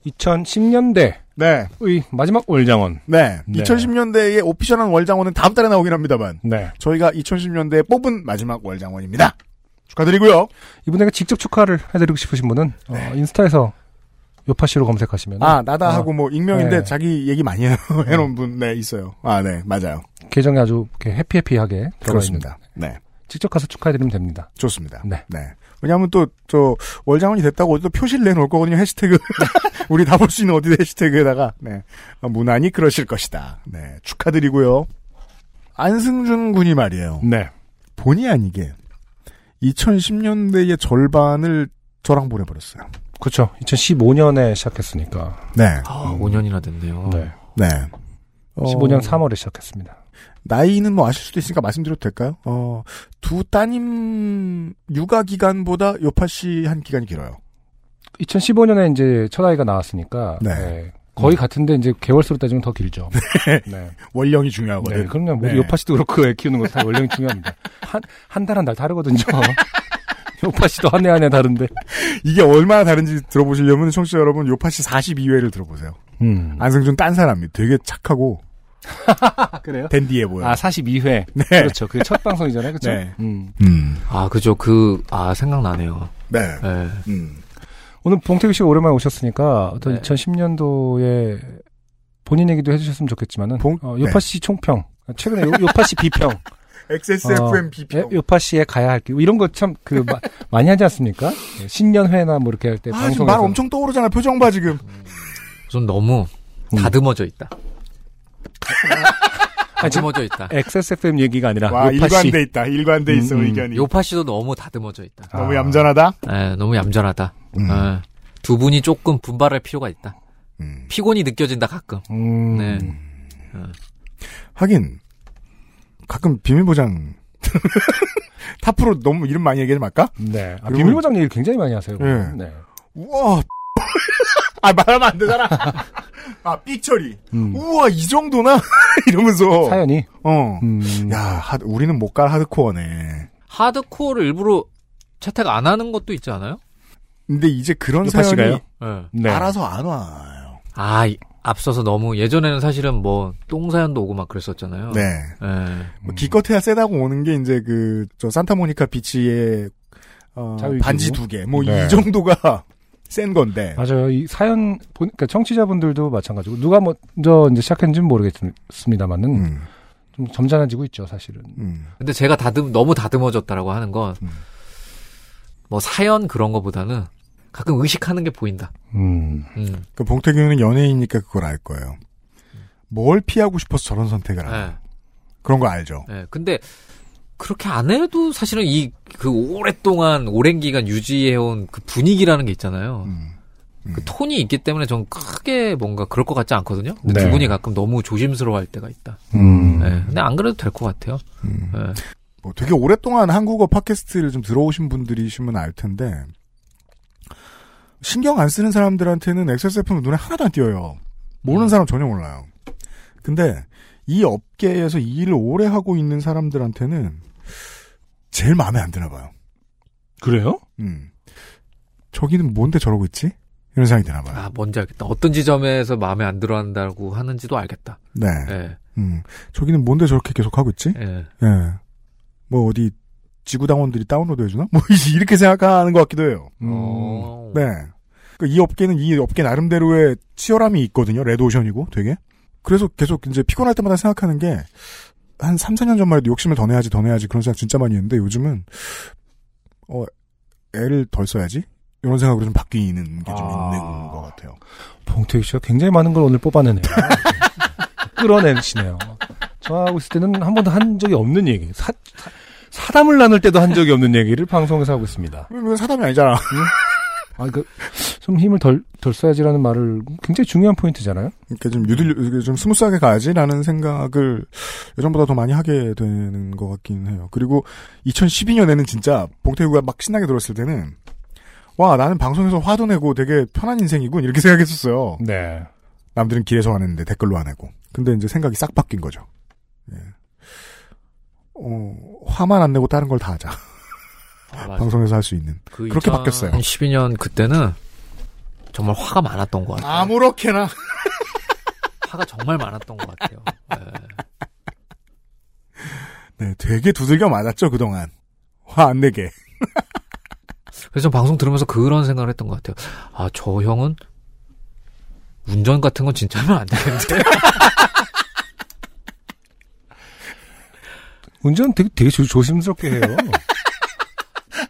2010년대의 네, 마지막 월장원. 네. 네. 2010년대의 오피셜한 월장원은 다음 달에 나오긴 합니다만 네. 저희가 2010년대에 뽑은 마지막 월장원입니다. 축하드리고요. 이분에게 직접 축하를 해드리고 싶으신 분은 어, 네. 인스타에서 요파 씨로 검색하시면 아 나다 아, 하고 뭐 익명인데 네. 자기 얘기 많이 해요. 해놓은 분 네 있어요. 아 네 맞아요. 계정이 아주 이렇게 해피해피하게 들어가 그렇습니다. 있는. 네 직접 가서 축하해드리면 됩니다. 좋습니다. 네. 왜냐하면 또 저 월장원이 됐다고 어디서 표시를 내놓을 거거든요. 해시태그 우리 다 볼 수 있는 어디 해시태그에다가 네 어, 무난히 그러실 것이다. 네 축하드리고요. 안승준 군이 말이에요. 네. 본의 아니게 2010년대의 절반을 저랑 보내버렸어요. 그렇죠. 2015년에 시작했으니까. 네, 아, 5년이나 됐네요. 네. 네. 15년 어, 3월에 시작했습니다. 나이는 뭐 아실 수도 있으니까 말씀드려도 될까요? 어, 두 따님 육아 기간보다 요파 씨 한 기간이 길어요. 2015년에 이제 첫 아이가 나왔으니까 네. 네. 거의 같은데 이제 개월수로 따지면 더 길죠. 네. 네. 월령이 중요하거든요. 그럼요. 우리 네. 요파 씨도 그렇고 애 키우는 것다 원래 중요합니다. 한 한 달 한 달 다르거든요. 요파 씨도 한 해 한 해 다른데. 이게 얼마나 다른지 들어보시려면 청취자 여러분 요파 씨 42회를 들어보세요. 음. 안승준 딴 사람이 되게 착하고 아 그래요? 댄디해 보여요. 아 42회. 네. 그렇죠. 그게 첫 방송이잖아요. 그렇죠? 네. 음. 음. 아, 그죠. 그, 아, 생각나네요. 네. 아. 네. 음. 오늘 봉태규 씨가 오랜만에 오셨으니까 어떤 네. 2010년도에 본인 얘기도 해주셨으면 좋겠지만은 봉- 네. 어, 요파 씨 총평, 최근에 요, 요파 씨 비평, XSFM BP. 예, 요파 씨의 가야 할 길, 이런 거 참 그 많이 하지 않습니까? 예, 신년회나 뭐 이렇게 할 때 아, 지금 방송에서 말 엄청 떠오르잖아. 표정 봐, 지금. 좀 너무 음. 다듬어져 있다. 다듬어져 있다. XSFM 얘기가 아니라 와, 요파 씨. 일관돼 있다. 일관돼 있어, 음, 음. 의견이. 요파 씨도 너무 다듬어져 있다. 너무 아. 얌전하다? 예, 너무 얌전하다. 음. 예, 두 분이 조금 분발할 필요가 있다. 음. 피곤이 느껴진다 가끔. 음, 네. 하긴, 가끔 비밀보장. 타프로 너무 이름 많이 얘기하지 말까? 네. 아, 그리고- 예. 비밀보장 얘기를 굉장히 많이 하세요. 그럼. 네. 우와. 아, 말하면 안 되잖아. 아, 삑처리. 음. 우와, 이 정도나? 이러면서. 사연이. 어. 음, 야, 하, 우리는 못 갈 하드코어네. 하드코어를 일부러 채택 안 하는 것도 있지 않아요? 근데 이제 그런 요파 사연이 씨가요? 예. 네. 알아서 안 와요. 아, 이- 앞서서 너무 예전에는 사실은 뭐 똥사연도 오고 막 어. 그랬었잖아요. 네. 예. 뭐 기껏해야 세다고 오는 게 이제 그 저 산타모니카 비치의 어, 자유기구? 반지 두 개. 뭐 이 네. 정도가 센 건데. 맞아요. 이 사연 본, 그러니까 청취자분들도 마찬가지고 누가 먼저 이제 시작했는지는 모르겠습니다만은 음, 좀 점잖아지고 있죠, 사실은. 음. 근데 제가 다듬 너무 다듬어졌다라고 하는 건 뭐 음. 사연 그런 거보다는 가끔 의식하는 게 보인다. 음. 음. 그 봉태규는 연예인이니까 그걸 알 거예요. 뭘 피하고 싶어서 저런 선택을 네. 하나. 예. 그런 거 알죠. 예. 근데 그렇게 안 해도 사실은 이 그 오랫동안 오랜 기간 유지해온 그 분위기라는 게 네. 있잖아요. 음. 그 톤이 있기 때문에 전 크게 뭔가 그럴 것 같지 않거든요. 근데 네. 두 분이 가끔 너무 조심스러워할 때가 있다. 음. 예. 근데 안 그래도 될 것 같아요. 음. 예. 뭐 되게 오랫동안 한국어 팟캐스트를 좀 들어오신 분들이시면 알 텐데 신경 안 쓰는 사람들한테는 XSFM 눈에 하나도 안 띄어요. 음. 모르는 사람 전혀 몰라요. 근데 이 업계에서 이 일을 오래 하고 있는 사람들한테는 제일 마음에 안 드나 봐요. 그래요? 음. 저기는 뭔데 저러고 있지? 이런 생각이 드나 봐요. 아, 뭔지 알겠다. 어떤 지점에서 마음에 안 들어 한다고 하는지도 알겠다. 네. 예. 음. 저기는 뭔데 저렇게 계속 하고 있지? 예. 예. 뭐 어디 지구당원들이 다운로드 해주나? 뭐 이렇게 생각하는 것 같기도 해요. 어. 음. 네. 그이 업계는 이 업계 나름대로의 치열함이 있거든요. 레드오션이고 되게. 그래서 계속 이제 피곤할 때마다 생각하는 게, 한 3, 4년 전만 해도 욕심을 더 내야지, 더 내야지 그런 생각 진짜 많이 했는데 요즘은, 어, 애를 덜 써야지? 이런 생각으로 좀 바뀌는 게 좀 아. 있는 것 같아요. 봉태규 씨가 굉장히 많은 걸 오늘 뽑아내네요. 끌어내시네요. 저하고 있을 때는 한 번도 한 적이 없는 얘기. 사, 사, 담을 나눌 때도 한 적이 없는 얘기를 방송에서 하고 있습니다. 그럼 이건 사담이 아니잖아. 아, 그, 좀 힘을 덜, 덜 써야지라는 말을 굉장히 중요한 포인트잖아요? 그러니까 좀 유들 좀 스무스하게 가야지라는 생각을 예전보다 더 많이 하게 되는 것 같긴 해요. 그리고 2012년에는 진짜 봉태구가 막 신나게 들었을 때는 와 나는 방송에서 화도 내고 되게 편한 인생이군 이렇게 생각했었어요. 네. 남들은 길에서 화내는데 댓글로 안 하고. 근데 이제 생각이 싹 바뀐 거죠. 예. 어, 화만 안 내고 다른 걸 다 하자. 방송에서 할 수 있는. 아, 그 그렇게 바뀌었어요. 12년 그때는 정말 화가 많았던 것 같아요. 아무렇게나. 화가 정말 많았던 것 같아요. 예. 네, 되게 두들겨 맞았죠 그동안. 화 안 내게. 그래서 전 방송 들으면서 그런 생각을 했던 것 같아요. 아, 저 형은 운전 같은 건 진짜 하면 안 되는데. 운전 되게, 되게 조, 조심스럽게 해요.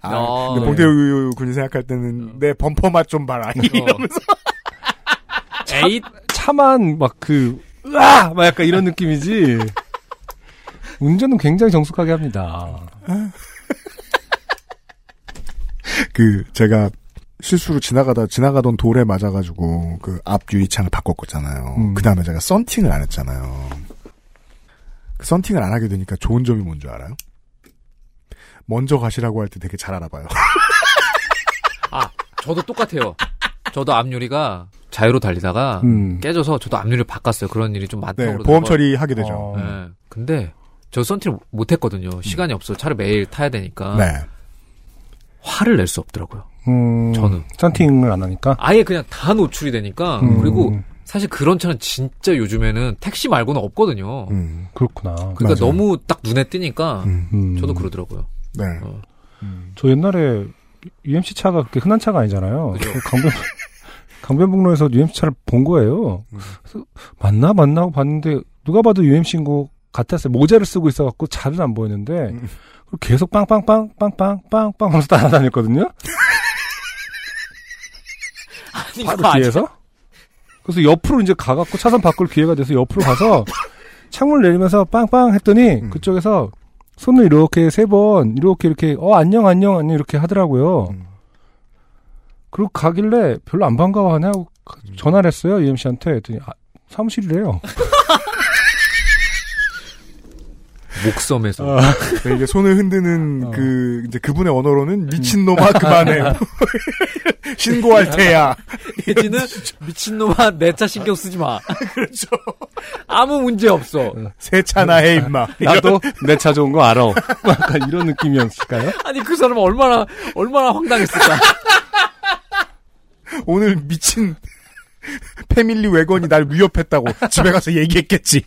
아, 아, 근데 네. 봉태우 군이 생각할 때는 내 범퍼 맛 좀 봐라. 이러면서 에잇! 차만 막 그, 으아! 막 약간 이런 느낌이지. 운전은 굉장히 정숙하게 합니다. 그 제가 실수로 지나가다 지나가던 돌에 맞아가지고 그 앞 유리창을 바꿨잖아요. 음. 그 다음에 제가 썬팅을 안 했잖아요. 그 썬팅을 안 하게 되니까 좋은 점이 뭔 줄 알아요? 먼저 가시라고 할 때 되게 잘 알아봐요. 아, 저도 똑같아요. 저도 앞유리가 자유로 달리다가 음. 깨져서 저도 앞유리를 바꿨어요. 그런 일이 좀 많다고 네, 그러더라고요. 보험 처리하게 되죠. 어. 예. 근데 저 썬티를 못했거든요. 시간이 없어. 차를 매일 타야 되니까. 네. 화를 낼 수 없더라고요. 음, 저는. 썬팅을 안 하니까. 아예 그냥 다 노출이 되니까. 음. 그리고 사실 그런 차는 진짜 요즘에는 택시 말고는 없거든요. 음, 그렇구나. 그러니까 맞아요. 너무 딱 눈에 띄니까 음, 음. 저도 그러더라고요. 네. 어. 저 옛날에 UMC 차가 그렇게 흔한 차가 아니잖아요. 그죠. 그 강변 강변북로에서 UMC 차를 본 거예요. 그래서 맞나 맞나 하고 봤는데 누가 봐도 UMC인 거 같았어요. 모자를 쓰고 있어갖고 잘은 안 보였는데 음. 그리고 계속 빵빵빵 빵빵 빵빵 하면서 따라다녔거든요. 아니, 바로 뒤에서. 그래서 옆으로 이제 가갖고 차선 바꿀 기회가 돼서 옆으로 가서 창문을 내리면서 빵빵 했더니 음. 그쪽에서 손을 이렇게 세 번 이렇게 이렇게 어 안녕 안녕 안녕 이렇게 하더라고요. 음. 그리고 가길래 별로 안 반가워하냐고 전화를 했어요 UMC한테 했더니 아, 사무실이래요. 목섬에서. 근데 이게 손을 흔드는 어. 그 이제 그분의 언어로는 미친놈아 그만해. 신고할 테야. 혜진은 미친놈아 내 차 신경 쓰지 마. 그렇죠. 아무 문제 없어. 세차나 해 임마. 나도 내 차 좋은 거 알아. 약간 이런 느낌이었을까요? 아니 그 사람 은 얼마나 얼마나 황당했을까. 오늘 미친 패밀리 외건이 날 위협했다고 집에 가서 얘기했겠지.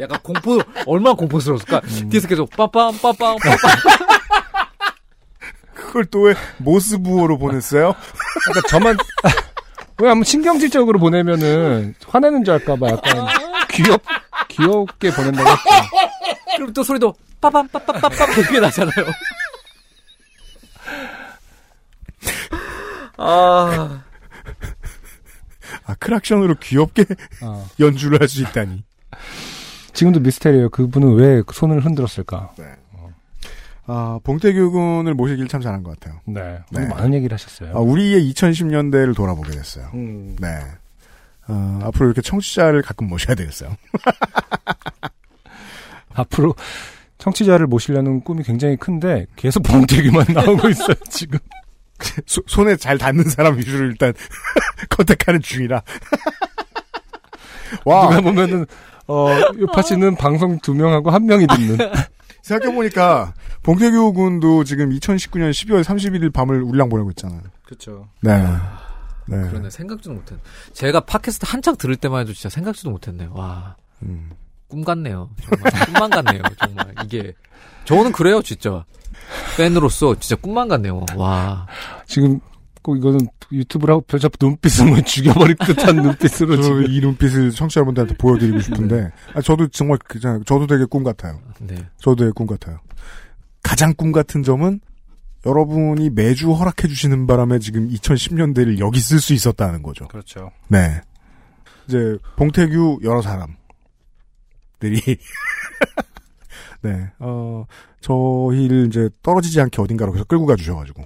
약간 공포 얼마나 공포스러웠을까. 뒤에서 계속 빠빰 빠빰 빠빰. 그걸 또 왜 모스부호로 보냈어요? 그러니까 저만 왜 아무 신경질적으로 보내면은 화내는 줄 알까봐 약간 귀엽 귀엽게 보낸다고 했죠. 그럼 또 소리도 빠빰 빠빰 빠빰 그게 나잖아요. 아 아 크락션으로 귀엽게 어. 연주를 할 수 있다니. 지금도 미스테리예요. 그분은 왜 손을 흔들었을까? 아 봉태규 군을 모시길 참 잘한 것 같아요. 네, 네. 많은 아, 얘기를 하셨어요. 우리의 2010년대를 돌아보게 됐어요. 음. 네. 어, 앞으로 이렇게 청취자를 가끔 모셔야 되겠어요. 앞으로 청취자를 모시려는 꿈이 굉장히 큰데 계속 봉태기만 나오고 있어요 지금. 소- 손에 잘 닿는 사람 위주로 일단 컨택하는 중이라. 와 누가 보면은 어 요파 씨는 방송 두 명하고 한 명이 듣는. 생각해보니까 봉태규 군도 지금 2019년 12월 31일 밤을 우리랑 보내고 있잖아요. 그렇죠. 네. 네. 그러네 생각지도 못했네. 제가 팟캐스트 한창 들을 때만 해도 진짜 생각지도 못했네. 와. 음. 꿈 같네요. 정말 꿈만 같네요. 정말 이게 저는 그래요 진짜 팬으로서 진짜 꿈만 같네요. 와 지금 꼭 이거는 유튜브라고 별잡 눈빛은 뭐 죽여버릴 듯한 눈빛으로 저도 지금. 네. 이 눈빛을 청취자분들한테 보여드리고 싶은데 아, 저도 정말 그냥 저도 되게 꿈 같아요. 네. 저도 되게 꿈 같아요. 가장 꿈 같은 점은 여러분이 매주 허락해 주시는 바람에 지금 2010년대를 여기 쓸 수 있었다는 거죠. 그렇죠. 네. 이제 봉태규 여러 사람들이 네. 어, 저희를 이제 떨어지지 않게 어딘가로 계속 끌고 가 주셔 가지고.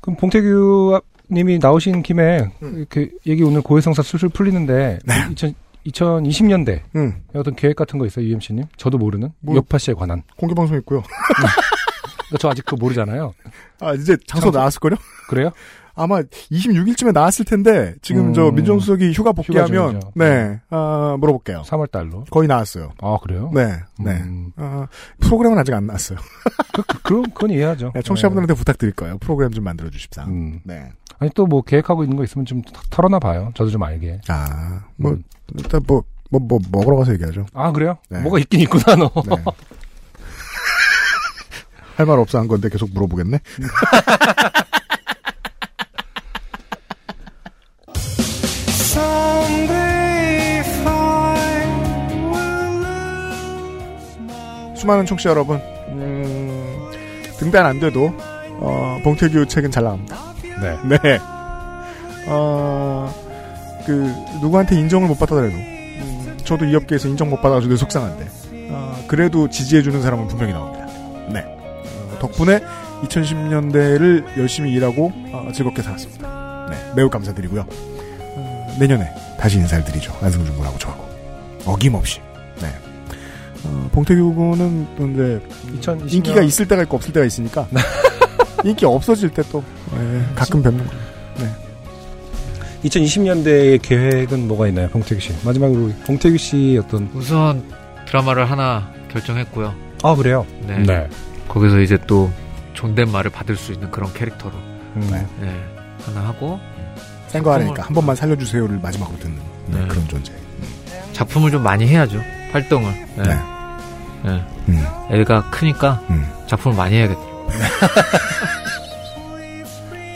그럼 봉태규 님이 나오신 김에 이렇게 얘기 오늘 고해성사 술술 풀리는데 2020년대 음. 어떤 계획 같은 거 있어요, UMC 님? 저도 모르는 뭐- 여파 씨에 관한. 공개 방송 있고요. 그러니까 저 아직 그거 모르잖아요. 아, 이제 장소 장소- 나왔을 거요 그래요? 아마 26일쯤에 나왔을 텐데 지금 음. 저 민정수석이 휴가 복귀하면 중이죠. 네. 아, 물어볼게요. 3월 달로. 거의 나왔어요. 아, 그래요? 네. 네. 음, 아, 프로그램은 아직 안 나왔어요. 그, 그럼 그건 이해하죠. 네, 청취자분들한테 부탁드릴 거예요. 프로그램 좀 만들어 주십사. 네. 음. 네. 아니 또 뭐 계획하고 있는 거 있으면 좀 털- 털어놔 봐요. 저도 좀 알게. 아, 뭐 음. 일단 뭐 뭐 뭐 먹으러 가서 얘기하죠. 아, 그래요? 네. 뭐가 있긴 있구나, 너. 네. 할 말 없어 한 건데 계속 물어보겠네. 수많은 총씨 여러분, 음, 등단 안 돼도 어, 봉태규 책은 잘 나옵니다. 네. 네. 어, 그 누구한테 인정을 못 받아더라도 음, 저도 이 업계에서 인정 못 받아서 늘 속상한데 어, 그래도 지지해주는 사람은 분명히 나옵니다. 네. 어, 덕분에 2010년대를 열심히 일하고 어, 즐겁게 살았습니다. 네, 매우 감사드리고요. 어, 내년에 다시 인사를 드리죠. 안승준 군하고 저하고 어김없이. 네. 어, 봉태규 군은 또 이제 2020년 인기가 있을 때가 있고 없을 때가 있으니까 인기 없어질 때 또 네, 가끔 뵙는 거예요. 2020년대의 계획은 뭐가 있나요, 봉태규 씨? 마지막으로 봉태규 씨 어떤 우선 드라마를 하나 결정했고요. 아 그래요? 네. 거기서 이제 또 존댓말을 받을 수 있는 그런 캐릭터로 음. 네. 네, 하나 하고 센거 하니까 한 번만 살려주세요를 마지막으로 듣는 네, 네. 그런 존재. 작품을 좀 많이 해야죠. 활동을. 네. 네. 네. 음. 애가 크니까 음. 작품을 많이 해야겠다.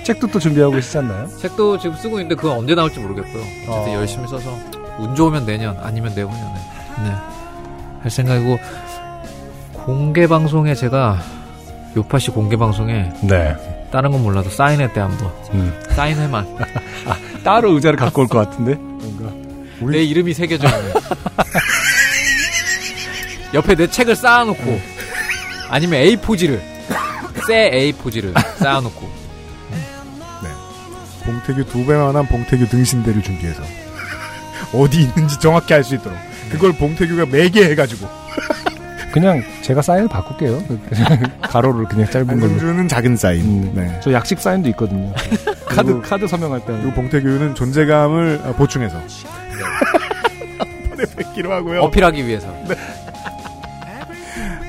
책도 또 준비하고 계시지 않나요? 책도 지금 쓰고 있는데 그건 언제 나올지 모르겠고요. 어쨌든 어. 열심히 써서 운 좋으면 내년 아니면 내후년에 네. 할 생각이고 공개 방송에 제가 요파시 공개 방송에 네. 다른 건 몰라도 사인회 때 한번 음. 사인회만 따로 의자를 갖고 올 것 같은데 뭔가 내 이름이 새겨져 있는 옆에 내 책을 쌓아놓고 아니면 A4지를 새 A4지를 쌓아놓고 봉태규 두 배만한 봉태규 등신대를 준비해서 어디 있는지 정확히 알 수 있도록 그걸 봉태규가 매개 해가지고 그냥 제가 사인을 바꿀게요. 가로를 그냥 짧은 걸로. 안승준은 작은 사인. 음. 네. 저 약식 사인도 있거든요. 카드 카드 서명할 때. 그리고 봉태규는 존재감을 어, 보충해서 한 번에 뵙기로 하고요. 어필하기 위해서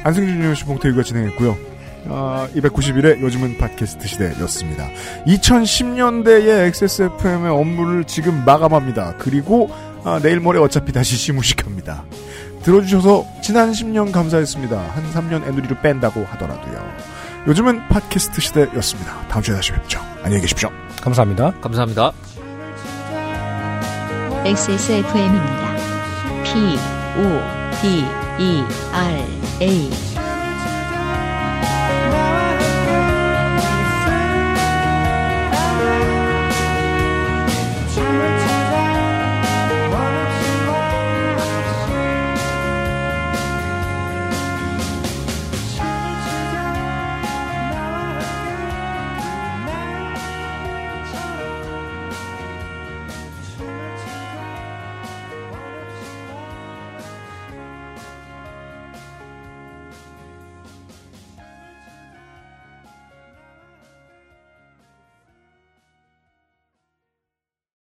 안승준 유씨 봉태규가 진행했고요. 아, 291회 요즘은 팟캐스트 시대였습니다. 2010년대의 XSFM의 업무를 지금 마감합니다. 그리고 아, 내일 모레 어차피 다시 시무식합니다. 들어주셔서 지난 10년 감사했습니다. 한 3년 애누리를 뺀다고 하더라도요. 요즘은 팟캐스트 시대였습니다. 다음 주에 다시 뵙죠. 안녕히 계십시오. 감사합니다. 감사합니다. XSFM입니다. P, O, D, E, R, A.